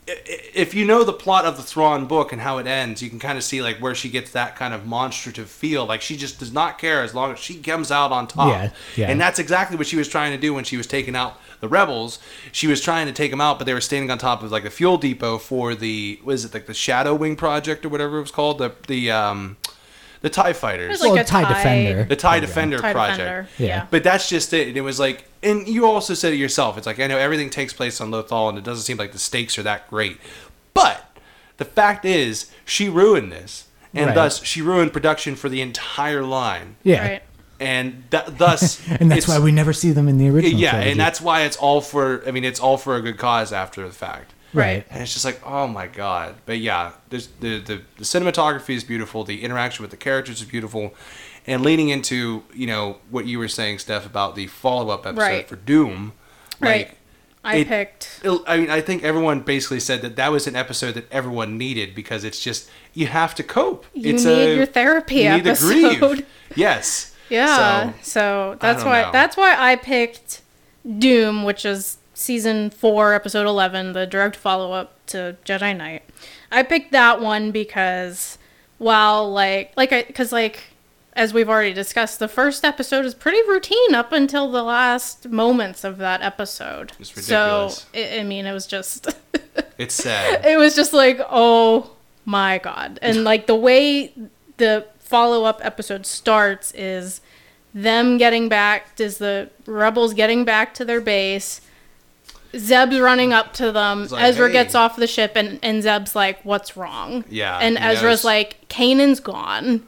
Speaker 2: i- i- If you know the plot of the Thrawn book and how it ends, you can kind of see like where she gets that kind of monstrative feel. Like she just does not care as long as she comes out on top.
Speaker 1: Yeah, yeah.
Speaker 2: And that's exactly what she was trying to do when she was taking out the rebels. She was trying to take them out, but they were standing on top of like the fuel depot for the was it like the Shadow Wing project or whatever it was called the the um the Tie Fighters,
Speaker 3: It was like
Speaker 1: Well,
Speaker 3: a
Speaker 1: TIE
Speaker 3: TIE
Speaker 1: defender,
Speaker 2: the Tie
Speaker 1: program.
Speaker 2: Defender
Speaker 3: Tie
Speaker 2: project.
Speaker 3: Defender.
Speaker 1: Yeah.
Speaker 3: Yeah.
Speaker 2: But that's just it. And it was like, and you also said it yourself. It's like, I know everything takes place on Lothal and it doesn't seem like the stakes are that great. But the fact is, she ruined this. And
Speaker 1: Right.
Speaker 2: thus, she ruined production for the entire line.
Speaker 1: yeah,
Speaker 3: Right.
Speaker 2: And th- thus.
Speaker 1: and that's
Speaker 2: it's-
Speaker 1: why we never see them in the original.
Speaker 2: Yeah,
Speaker 1: trilogy.
Speaker 2: and that's why it's all for, I mean, it's all for a good cause after the fact.
Speaker 1: right.
Speaker 2: And it's just like, oh my god. But yeah, there's, the, the the cinematography is beautiful. The interaction with the characters is beautiful, and leaning into you know what you were saying, Steph, about the follow up episode
Speaker 3: Right.
Speaker 2: for Doom.
Speaker 3: Right. I
Speaker 2: it-
Speaker 3: picked.
Speaker 2: Like, I mean, I think everyone basically said that that was an episode that everyone needed because it's just you have to cope.
Speaker 3: You
Speaker 2: it's
Speaker 3: need
Speaker 2: a-
Speaker 3: your therapy
Speaker 2: you need to grieve.
Speaker 3: episode.
Speaker 2: Yes.
Speaker 3: Yeah.
Speaker 2: So,
Speaker 3: So, that's
Speaker 2: don't
Speaker 3: why
Speaker 2: know.
Speaker 3: that's why I picked Doom, which is season four, episode eleven, the direct follow up to Jedi Knight. I picked that one because while like like I because like as we've already discussed, the first episode is pretty routine up until the last moments of that episode.
Speaker 2: It's ridiculous.
Speaker 3: So I I mean, it was just
Speaker 2: it's sad.
Speaker 3: it was just like oh my god and like the way the follow-up episode starts is them getting back is the rebels getting back to their base zeb's running up to them
Speaker 2: It's like,
Speaker 3: ezra
Speaker 2: hey.
Speaker 3: gets off the ship and, and zeb's like what's wrong
Speaker 2: Yeah,
Speaker 3: and
Speaker 2: he
Speaker 3: ezra's
Speaker 2: knows.
Speaker 3: like kanan's gone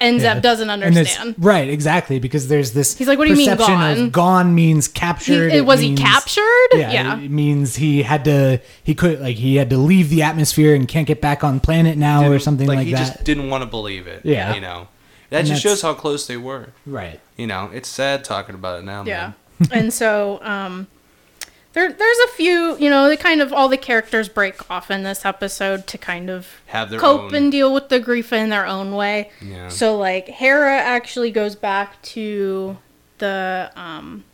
Speaker 3: and zeb doesn't
Speaker 1: And there's-
Speaker 3: understand
Speaker 1: right? Exactly, because there's this.
Speaker 3: He's like, what do you mean
Speaker 1: perception
Speaker 3: gone?
Speaker 1: Of gone means
Speaker 3: he,
Speaker 1: captured.
Speaker 3: it, was
Speaker 1: means-
Speaker 3: he captured
Speaker 1: Yeah, it means he had to. He could like he had to leave the atmosphere and can't get back on planet now or
Speaker 2: Didn't-
Speaker 1: something like,
Speaker 2: he
Speaker 1: that.
Speaker 2: just didn't want to believe it.
Speaker 1: Yeah.
Speaker 2: You know, that
Speaker 1: And
Speaker 2: just
Speaker 1: that's-
Speaker 2: shows how close they were.
Speaker 1: right.
Speaker 2: You know, it's sad talking about it now.
Speaker 3: Yeah.
Speaker 2: Man.
Speaker 3: and so um there there's a few, you know, they kind of all the characters break off in this episode to kind of
Speaker 2: Have their
Speaker 3: cope
Speaker 2: own-
Speaker 3: and deal with the grief in their own way.
Speaker 2: Yeah.
Speaker 3: So like Hera actually goes back to the um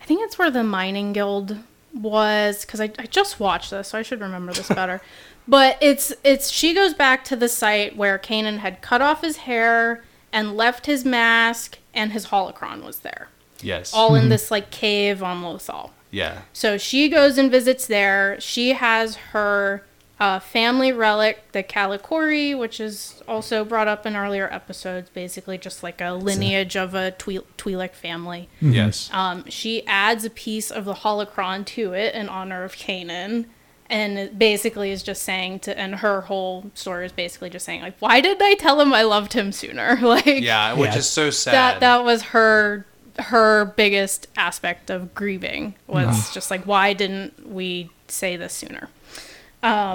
Speaker 3: I think it's where the mining guild was cuz I I just watched this, so I should remember this better. But it's it's she goes back to the site where Kanan had cut off his hair and left his mask and his holocron was there.
Speaker 2: Yes.
Speaker 3: All in this like cave on Lothal.
Speaker 2: yeah.
Speaker 3: So she goes and visits there. She has her uh, family relic, the Calicori, which is also brought up in earlier episodes, basically just like a lineage of a Twi- Twi'lek family.
Speaker 1: Mm-hmm.
Speaker 2: Yes.
Speaker 3: Um, she adds a piece of the holocron to it in honor of Canaan, and it basically is just saying to, and her whole story is basically just saying like, why didn't I tell him I loved him sooner? Like,
Speaker 2: yeah, which
Speaker 1: Yeah.
Speaker 2: is so sad.
Speaker 3: that that was her her biggest aspect of grieving was just like why didn't we say this sooner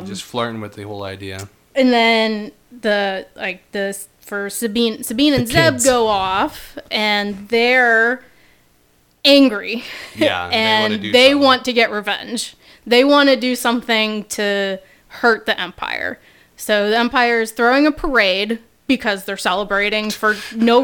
Speaker 2: just flirting with the whole idea.
Speaker 3: and then the like the for sabine sabine and zeb
Speaker 1: kids.
Speaker 3: go off and they're angry
Speaker 2: Yeah.
Speaker 3: and they,
Speaker 2: do something.
Speaker 3: want to get revenge they want to do something to hurt the empire so the empire is throwing a parade because they're celebrating for no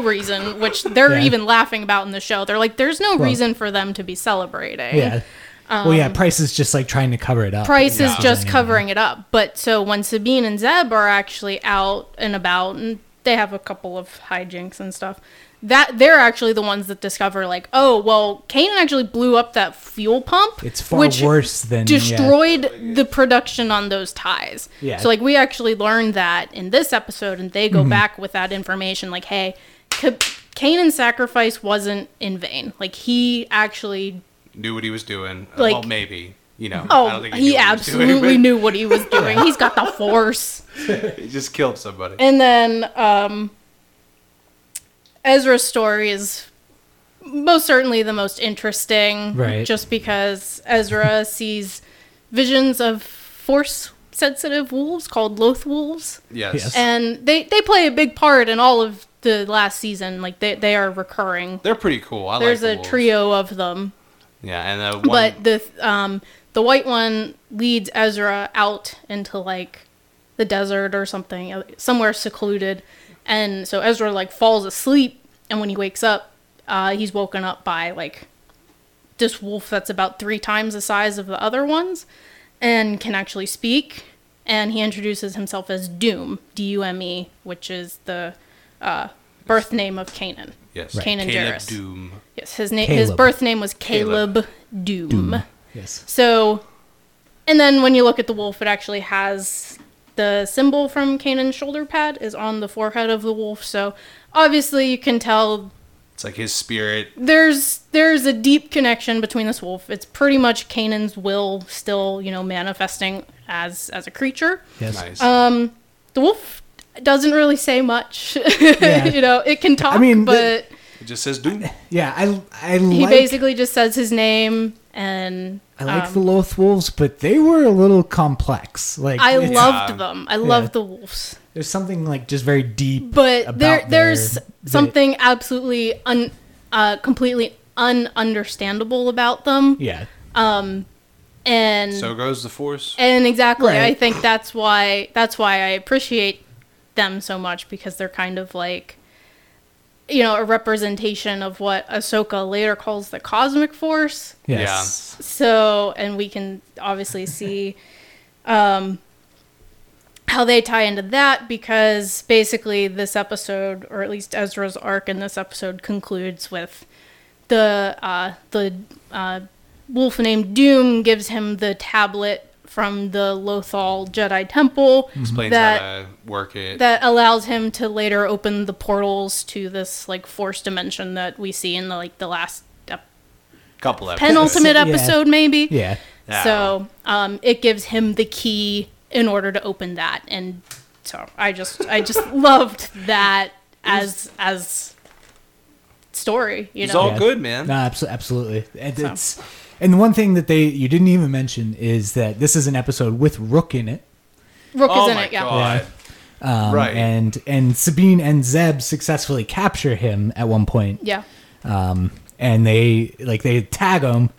Speaker 3: reason which they're
Speaker 1: Yeah.
Speaker 3: even laughing about in the show they're like there's no
Speaker 1: Well-
Speaker 3: reason for them to be celebrating
Speaker 1: Yeah. well, yeah. Price is just like trying to cover it up.
Speaker 3: Um, Price is
Speaker 2: Yeah.
Speaker 3: just covering it up. But so when Sabine and Zeb are actually out and about, and they have a couple of hijinks and stuff, that they're actually the ones that discover, like, oh, well, Kanan actually blew up that fuel pump.
Speaker 1: It's far worse than Mm, yeah.
Speaker 3: destroyed the production on those ties.
Speaker 1: Yeah. Mm-hmm.
Speaker 3: So like we actually learned that in this episode, and they go back with that information, like, hey, K- Kanan's sacrifice wasn't in vain. Like he actually
Speaker 2: knew what he was doing.
Speaker 3: Like-
Speaker 2: well, maybe. You know. I
Speaker 3: Oh,
Speaker 2: don't think
Speaker 3: he,
Speaker 2: knew what was doing,
Speaker 3: absolutely
Speaker 2: but
Speaker 3: knew what he was doing. He's got the force.
Speaker 2: He just killed somebody.
Speaker 3: And then um, Ezra's story is most certainly the most interesting,
Speaker 1: Right.
Speaker 3: Just because Ezra sees visions of force-sensitive wolves called Loth wolves,
Speaker 2: yes.
Speaker 1: Yes.
Speaker 3: and they they play a big part in all of the last season. Like they they are recurring.
Speaker 2: They're pretty cool. I
Speaker 3: There's
Speaker 2: like the
Speaker 3: a
Speaker 2: wolves.
Speaker 3: trio of them.
Speaker 2: Yeah, and uh, one,
Speaker 3: but the th- um the white one leads Ezra out into like the desert or something uh, somewhere secluded and so Ezra like falls asleep and when he wakes up uh he's woken up by like this wolf that's about 3 times the size of the other ones and can actually speak and he introduces himself as Doom D U M E which is the uh birth name of Canaan.
Speaker 2: yes,
Speaker 3: Right. Kanan
Speaker 2: Caleb
Speaker 3: Jarrus.
Speaker 2: Doom.
Speaker 3: Yes, his name his
Speaker 1: Caleb.
Speaker 3: birth name was Caleb, Doom.
Speaker 1: Yes.
Speaker 3: So, and then when you look at the wolf, it actually has the symbol from Kanan's shoulder pad is on the forehead of the wolf. So obviously you can tell
Speaker 2: It's like his spirit.
Speaker 3: there's there's a deep connection between this wolf. It's pretty much Kanan's will still, you know, manifesting as as a creature.
Speaker 1: Yes.
Speaker 2: Nice.
Speaker 3: Um, The wolf doesn't really say much. you know, it can talk,
Speaker 1: mean, the-
Speaker 3: but
Speaker 2: it just says Doom.
Speaker 1: Yeah. I I
Speaker 3: he
Speaker 1: like
Speaker 3: basically just says his name and
Speaker 1: I like the Loth Wolves, but they were a little complex. Like
Speaker 3: I
Speaker 1: it's-
Speaker 3: loved them. I loved the wolves.
Speaker 1: there's something like just very deep.
Speaker 3: but
Speaker 1: about
Speaker 3: there there's
Speaker 1: their- that-
Speaker 3: something absolutely un uh, completely ununderstandable about them
Speaker 1: yeah.
Speaker 3: and
Speaker 2: So goes the force.
Speaker 3: and exactly i
Speaker 1: Right.
Speaker 3: think that's why that's why i appreciate them so much because they're kind of like you know a representation of what ahsoka later calls the cosmic force
Speaker 1: Yes.
Speaker 3: So, and we can obviously see um, how they tie into that because basically this episode, or at least Ezra's arc in this episode, concludes with the uh, the uh, wolf named Doom gives him the tablet from the Lothal Jedi Temple
Speaker 2: Explains
Speaker 3: that
Speaker 2: how to work it.
Speaker 3: that allows him to later open the portals to this like force dimension that we see in the like the last ep-
Speaker 2: couple episodes.
Speaker 3: penultimate
Speaker 1: Yeah.
Speaker 3: episode maybe
Speaker 1: Yeah.
Speaker 2: Yeah.
Speaker 3: so um, it gives him the key in order to open that, and so I just I just loved that as as story. You
Speaker 2: It's
Speaker 3: know,
Speaker 2: all good, man.
Speaker 1: No, abso- absolutely. And it's and the one thing that they you didn't even mention is that this is an episode with Rook in it.
Speaker 3: Rook
Speaker 2: oh
Speaker 3: is in
Speaker 2: my
Speaker 3: it. Yeah,
Speaker 2: god.
Speaker 1: Um,
Speaker 2: right.
Speaker 1: And and Sabine and Zeb successfully capture him at one point.
Speaker 3: yeah.
Speaker 1: Um, and they like they tag him,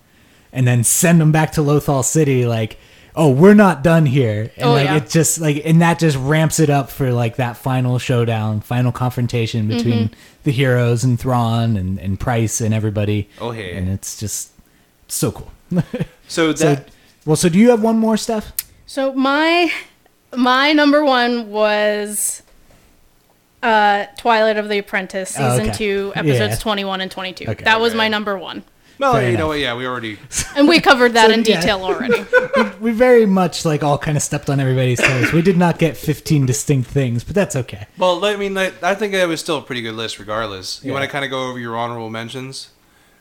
Speaker 1: and then send him back to Lothal City. Like, oh, we're not done here. And
Speaker 3: Oh,
Speaker 1: like
Speaker 3: yeah.
Speaker 1: it just like and that just ramps it up for like that final showdown, final confrontation
Speaker 3: Mm-hmm.
Speaker 1: between the heroes and Thrawn and and Price and everybody.
Speaker 2: Oh, hey.
Speaker 1: And it's just so cool.
Speaker 2: so
Speaker 1: so,
Speaker 2: that
Speaker 1: well, so do you have one more, Steph?
Speaker 3: So my My number one was uh, Twilight of the Apprentice,
Speaker 1: Oh,
Speaker 3: season
Speaker 1: okay.
Speaker 3: two,
Speaker 1: Yeah.
Speaker 3: episodes 21 and 22.
Speaker 1: Okay.
Speaker 3: that was my
Speaker 2: Okay.
Speaker 3: number one.
Speaker 2: Well,
Speaker 1: Fair
Speaker 2: you
Speaker 1: enough.
Speaker 2: know what? Yeah, we already.
Speaker 3: And we covered that
Speaker 1: So,
Speaker 3: in
Speaker 1: yeah.
Speaker 3: detail already.
Speaker 1: we very much like all kind of stepped on everybody's toes. We did not get 15 distinct things, but that's okay.
Speaker 2: Well, I mean, like, I think it was still a pretty good list, regardless. You
Speaker 1: Yeah.
Speaker 2: want to kind of go over your honorable mentions?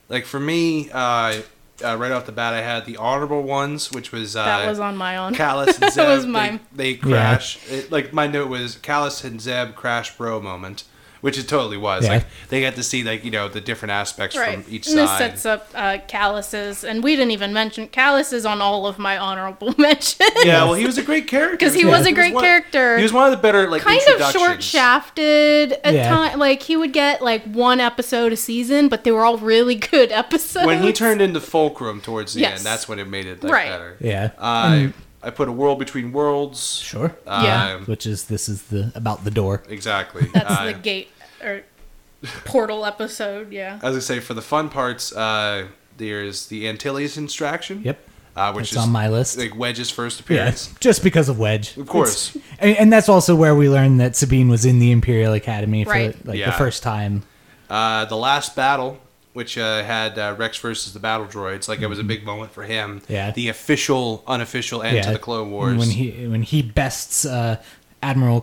Speaker 2: Like for me, uh, uh, right off the bat, I had the honorable ones, which was uh,
Speaker 3: that was on my own.
Speaker 2: Callus and Zeb.
Speaker 3: was
Speaker 2: they-
Speaker 3: mine.
Speaker 2: They, crash. It, like my note was Callus and Zeb crash bro moment, which it totally was.
Speaker 1: Yeah.
Speaker 2: Like they got to see like you know the different aspects
Speaker 3: right.
Speaker 2: from each
Speaker 3: and this
Speaker 2: side.
Speaker 3: sets up uh, calluses, and we didn't even mention calluses on all of my honorable mentions.
Speaker 2: Yeah, well, he was a great character
Speaker 3: 'Cause he was a great
Speaker 2: one-
Speaker 3: character.
Speaker 2: He was one of the better like
Speaker 3: kind of short
Speaker 2: introductions.
Speaker 3: shafted at
Speaker 1: Yeah.
Speaker 3: time. Like he would get like one episode a season, but they were all really good episodes.
Speaker 2: When he turned into Fulcrum towards the
Speaker 3: Yes.
Speaker 2: end, that's when it made it like,
Speaker 3: Right.
Speaker 2: better.
Speaker 1: Yeah.
Speaker 2: I I put a world between worlds.
Speaker 1: Sure.
Speaker 3: Yeah.
Speaker 2: Um,
Speaker 1: Which is this is the about the door.
Speaker 2: exactly.
Speaker 3: that's
Speaker 2: Uh,
Speaker 3: the gate or portal episode. Yeah,
Speaker 2: As I say, for the fun parts, uh, there's the Antilles distraction.
Speaker 1: Yep.
Speaker 2: Uh, which
Speaker 1: That's
Speaker 2: is
Speaker 1: on my list.
Speaker 2: Like Wedge's first
Speaker 1: Yeah,
Speaker 2: appearance.
Speaker 1: just because of Wedge,
Speaker 2: Of course.
Speaker 1: It's- and, and that's also where we learned that Sabine was in the Imperial Academy for
Speaker 3: Right.
Speaker 1: like
Speaker 2: Yeah.
Speaker 1: the first time.
Speaker 2: Uh, the last battle, which uh, had uh, Rex versus the battle droids, like it was a big moment for him.
Speaker 1: Mm-hmm. Yeah.
Speaker 2: The official, unofficial end to the Clone Wars.
Speaker 1: when he when he bests uh, Admiral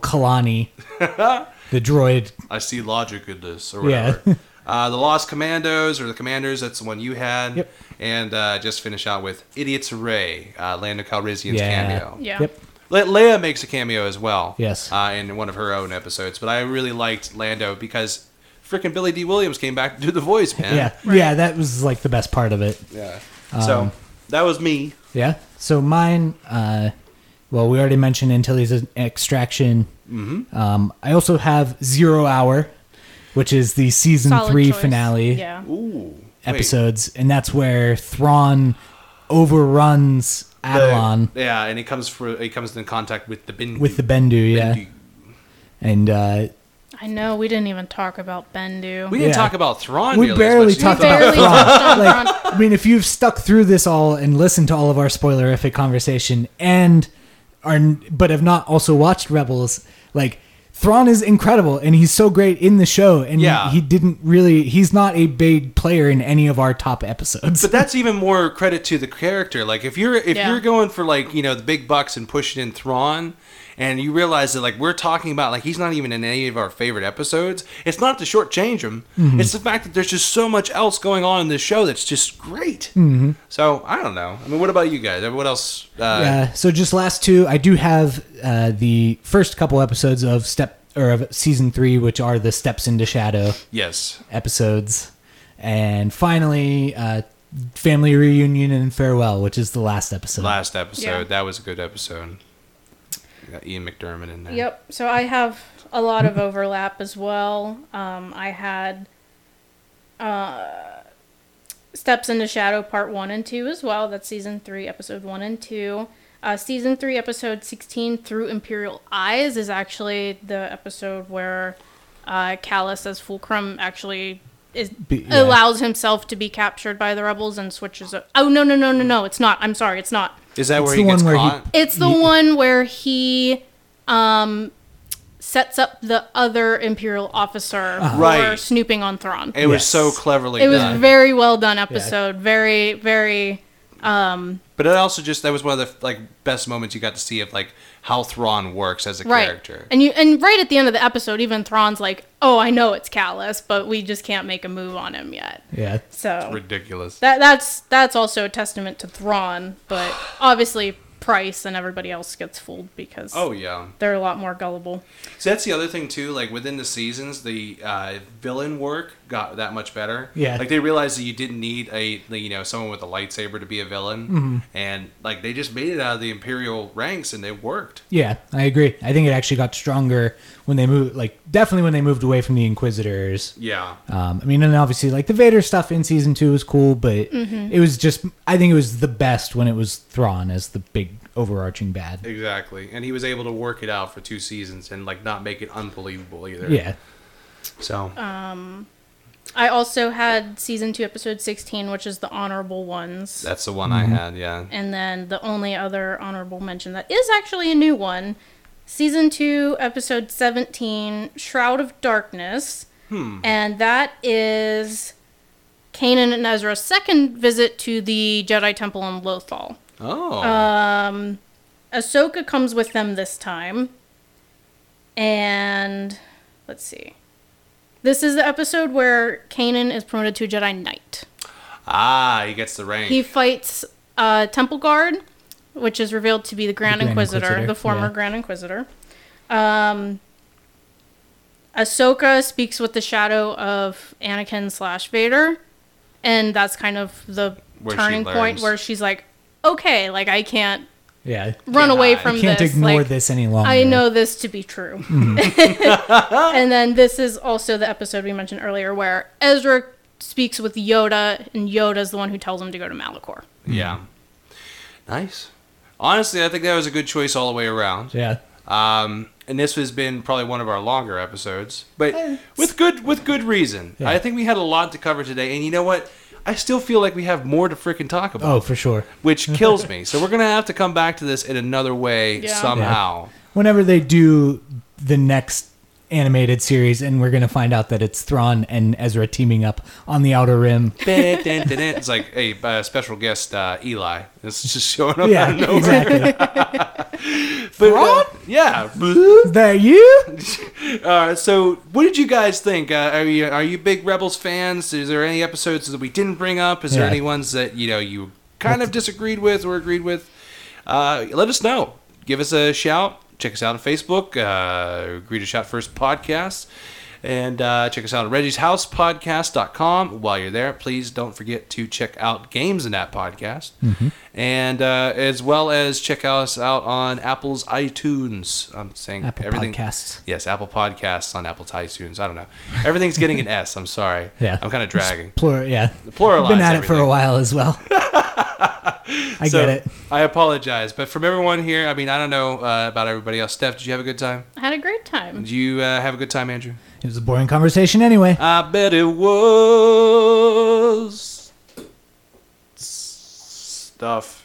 Speaker 1: Kalani, the droid.
Speaker 2: I see logic in this, or
Speaker 1: Yeah.
Speaker 2: whatever. uh, the Lost Commandos, or the Commandos, that's the one you had.
Speaker 1: Yep.
Speaker 2: And uh, just finish out with Idiot's Array, uh, Lando Calrissian's
Speaker 1: Yeah.
Speaker 2: cameo.
Speaker 3: Yeah.
Speaker 1: Yep.
Speaker 2: Le- Leia makes a cameo as well.
Speaker 1: Yes.
Speaker 2: Uh, in one of her own episodes. But I really liked Lando because freaking Billy D. Williams came back to do the voice, man.
Speaker 1: Yeah. Um, Yeah. That was like the best part of it.
Speaker 2: Yeah. So that was me.
Speaker 1: Yeah. So mine, uh, well, we already mentioned Antilles Extraction. Mm-hmm. Um, I also have Zero Hour, which is the season
Speaker 3: Solid
Speaker 1: three
Speaker 3: choice.
Speaker 1: finale
Speaker 3: Yeah,
Speaker 2: Ooh. wait.
Speaker 1: episodes, and that's where Thrawn overruns Adelon
Speaker 2: The- yeah, and he comes for he comes in contact with the Bindu.
Speaker 1: with the Bendu. Yeah,
Speaker 2: Bindu.
Speaker 1: and uh,
Speaker 3: I know. We didn't even talk about Bendu.
Speaker 2: We didn't
Speaker 1: Yeah.
Speaker 2: talk about Thrawn.
Speaker 1: we
Speaker 2: nearly as much
Speaker 1: barely
Speaker 2: as you
Speaker 1: talked
Speaker 2: thought.
Speaker 1: about
Speaker 3: barely touched on
Speaker 1: Thrawn.
Speaker 3: Thrawn.
Speaker 1: like, I mean, if you've stuck through this all and listened to all of our spoilerific conversation and are but have not also watched Rebels, like Thrawn is incredible and he's so great in the show and
Speaker 2: Yeah.
Speaker 1: he didn't really he's not a big player in any of our top episodes.
Speaker 2: But that's even more credit to the character. Like if you're if
Speaker 3: Yeah.
Speaker 2: you're going for like you know the big bucks and pushing in Thrawn, and you realize that like we're talking about like he's not even in any of our favorite episodes. It's not to shortchange him.
Speaker 1: Mm-hmm.
Speaker 2: It's the fact that there's just so much else going on in this show that's just great. Mm-hmm. So I don't know. I mean, what about you guys? What else? Uh,
Speaker 1: Uh, so just last two, I do have uh, the first couple episodes of step or of season three, which are the steps into shadow.
Speaker 2: Yes.
Speaker 1: episodes. And finally, uh, family reunion and farewell, which is the last episode.
Speaker 2: Last episode.
Speaker 3: Yeah.
Speaker 2: That was a good episode. Got Ian McDermott in there.
Speaker 3: Yep. So I have a lot of overlap as well. Um, I had uh, Steps into Shadow Part 1 and 2 as well. That's Season 3, Episode 1 and 2. Uh, season 3, Episode 16, Through Imperial Eyes, is actually the episode where uh, Callus as Fulcrum actually. Is,
Speaker 1: Be- yeah.
Speaker 3: allows himself to be captured by the rebels and switches. o- Oh no no no no no! It's not. I'm sorry. It's not.
Speaker 2: Is that
Speaker 1: It's
Speaker 2: where
Speaker 1: the
Speaker 2: he gets
Speaker 1: one where he-
Speaker 2: caught?
Speaker 3: It's the
Speaker 1: Ye-
Speaker 3: one where he um sets up the other imperial officer for
Speaker 2: Right.
Speaker 3: snooping on Thrawn.
Speaker 2: It was
Speaker 1: Yes.
Speaker 2: so cleverly
Speaker 3: It was
Speaker 2: done.
Speaker 3: very well done episode. Very very
Speaker 2: But it also just that was one of the like best moments you got to see of like how Thrawn works as a
Speaker 3: right.
Speaker 2: character.
Speaker 3: And you and right at the end of the episode even Thrawn's like, "Oh, I know it's Callus, but we just can't make a move on him yet."
Speaker 1: Yeah.
Speaker 3: So
Speaker 2: Ridiculous.
Speaker 3: that that's that's also a testament to Thrawn, but obviously Price and everybody else gets fooled because
Speaker 2: Oh yeah.
Speaker 3: they're a lot more gullible.
Speaker 2: So that's the other thing too. Like within the seasons, the uh, villain work got that much better.
Speaker 1: Yeah.
Speaker 2: Like they realized that you didn't need a like, you know someone with a lightsaber to be a villain,
Speaker 1: Mm-hmm.
Speaker 2: and like they just made it out of the imperial ranks and it worked.
Speaker 1: Yeah, I agree. I think it actually got stronger when they moved, like, definitely when they moved away from the Inquisitors.
Speaker 2: Yeah.
Speaker 1: Um, I mean, and obviously, like, the Vader stuff in season two was cool, but it was just, I think it was the best when it was Thrawn as the big overarching bad.
Speaker 2: Exactly. And he was able to work it out for two seasons and like not make it unbelievable either.
Speaker 1: Yeah.
Speaker 2: So
Speaker 3: Uh. I also had season two, episode 16, which is the honorable ones.
Speaker 1: Mm-hmm.
Speaker 2: that's the one I had. Yeah.
Speaker 3: and then the only other honorable mention that is actually a new one season two, episode 17, Shroud of Darkness. And that is Kanan and Ezra's second visit to the Jedi Temple in Lothal.
Speaker 2: Oh.
Speaker 3: Um, Ahsoka comes with them this time. And let's see. This is the episode where Kanan is promoted to Jedi Knight.
Speaker 2: ah, he gets the rank.
Speaker 3: He fights a temple guard, which is revealed to be the Grand,
Speaker 1: Grand
Speaker 3: Inquisitor,
Speaker 1: Inquisitor,
Speaker 3: the former
Speaker 1: yeah.
Speaker 3: Grand Inquisitor. Um, Ahsoka speaks with the shadow of Anakin slash Vader, and that's kind of the
Speaker 2: Where she
Speaker 3: turning point
Speaker 2: learns.
Speaker 3: where she's like, "Okay, like I can't
Speaker 1: Yeah.
Speaker 3: run away
Speaker 2: hide.
Speaker 3: from
Speaker 1: Can't
Speaker 3: this.
Speaker 1: ignore
Speaker 3: like,
Speaker 1: this any longer.
Speaker 3: I know this to be true.
Speaker 1: Mm-hmm.
Speaker 3: and then this is also the episode we mentioned earlier where Ezra speaks with Yoda, and Yoda's the one who tells him to go to Malachor.
Speaker 2: yeah.
Speaker 1: Mm-hmm.
Speaker 2: Nice. Honestly, I think that was a good choice all the way around.
Speaker 1: Yeah.
Speaker 2: Um, and this has been probably one of our longer episodes, but with good with good reason.
Speaker 1: Yeah.
Speaker 2: I think we had a lot to cover today, and you know what? I still feel like we have more to freaking talk about,
Speaker 1: Oh, for sure.
Speaker 2: which kills me. So we're gonna have to come back to this in another way
Speaker 3: Yeah.
Speaker 2: somehow.
Speaker 1: Whenever they do the next animated series, and we're gonna find out that it's Thrawn and Ezra teaming up on the Outer Rim.
Speaker 2: it's like a uh, special guest uh, Eli. It's just showing up.
Speaker 1: Yeah,
Speaker 2: out of nowhere.
Speaker 1: exactly.
Speaker 2: But, uh, yeah.
Speaker 1: Is that you?
Speaker 2: Uh, so, what did you guys think? Uh, are you are you big Rebels fans? Is there any episodes that we didn't bring up? Is there
Speaker 1: Yeah.
Speaker 2: any ones that you know you kind of disagreed with or agreed with? Uh, let us know. Give us a shout. Check us out on Facebook. Uh, Greet a Shot First podcast. And uh, check us out on Reggie's House Podcast.com. While you're there, please don't forget to check out Games in That Podcast.
Speaker 1: Mm-hmm.
Speaker 2: And uh, as well as check us out on Apple's iTunes. I'm saying
Speaker 1: Apple
Speaker 2: everything.
Speaker 1: Podcasts.
Speaker 2: Yes, Apple Podcasts on Apple iTunes. I don't know. Everything's getting an S. I'm sorry.
Speaker 1: Yeah.
Speaker 2: I'm kind of dragging.
Speaker 1: Plural, yeah.
Speaker 2: Pluralize
Speaker 1: Been at it for
Speaker 2: everything.
Speaker 1: a while as well. I
Speaker 2: So,
Speaker 1: get it.
Speaker 2: I apologize, but from everyone here, I mean, I don't know uh, about everybody else. Steph, did you have a good time?
Speaker 3: I had a great time.
Speaker 2: Did you uh, have a good time, Andrew?
Speaker 1: It was a boring conversation anyway.
Speaker 2: I bet it was stuff.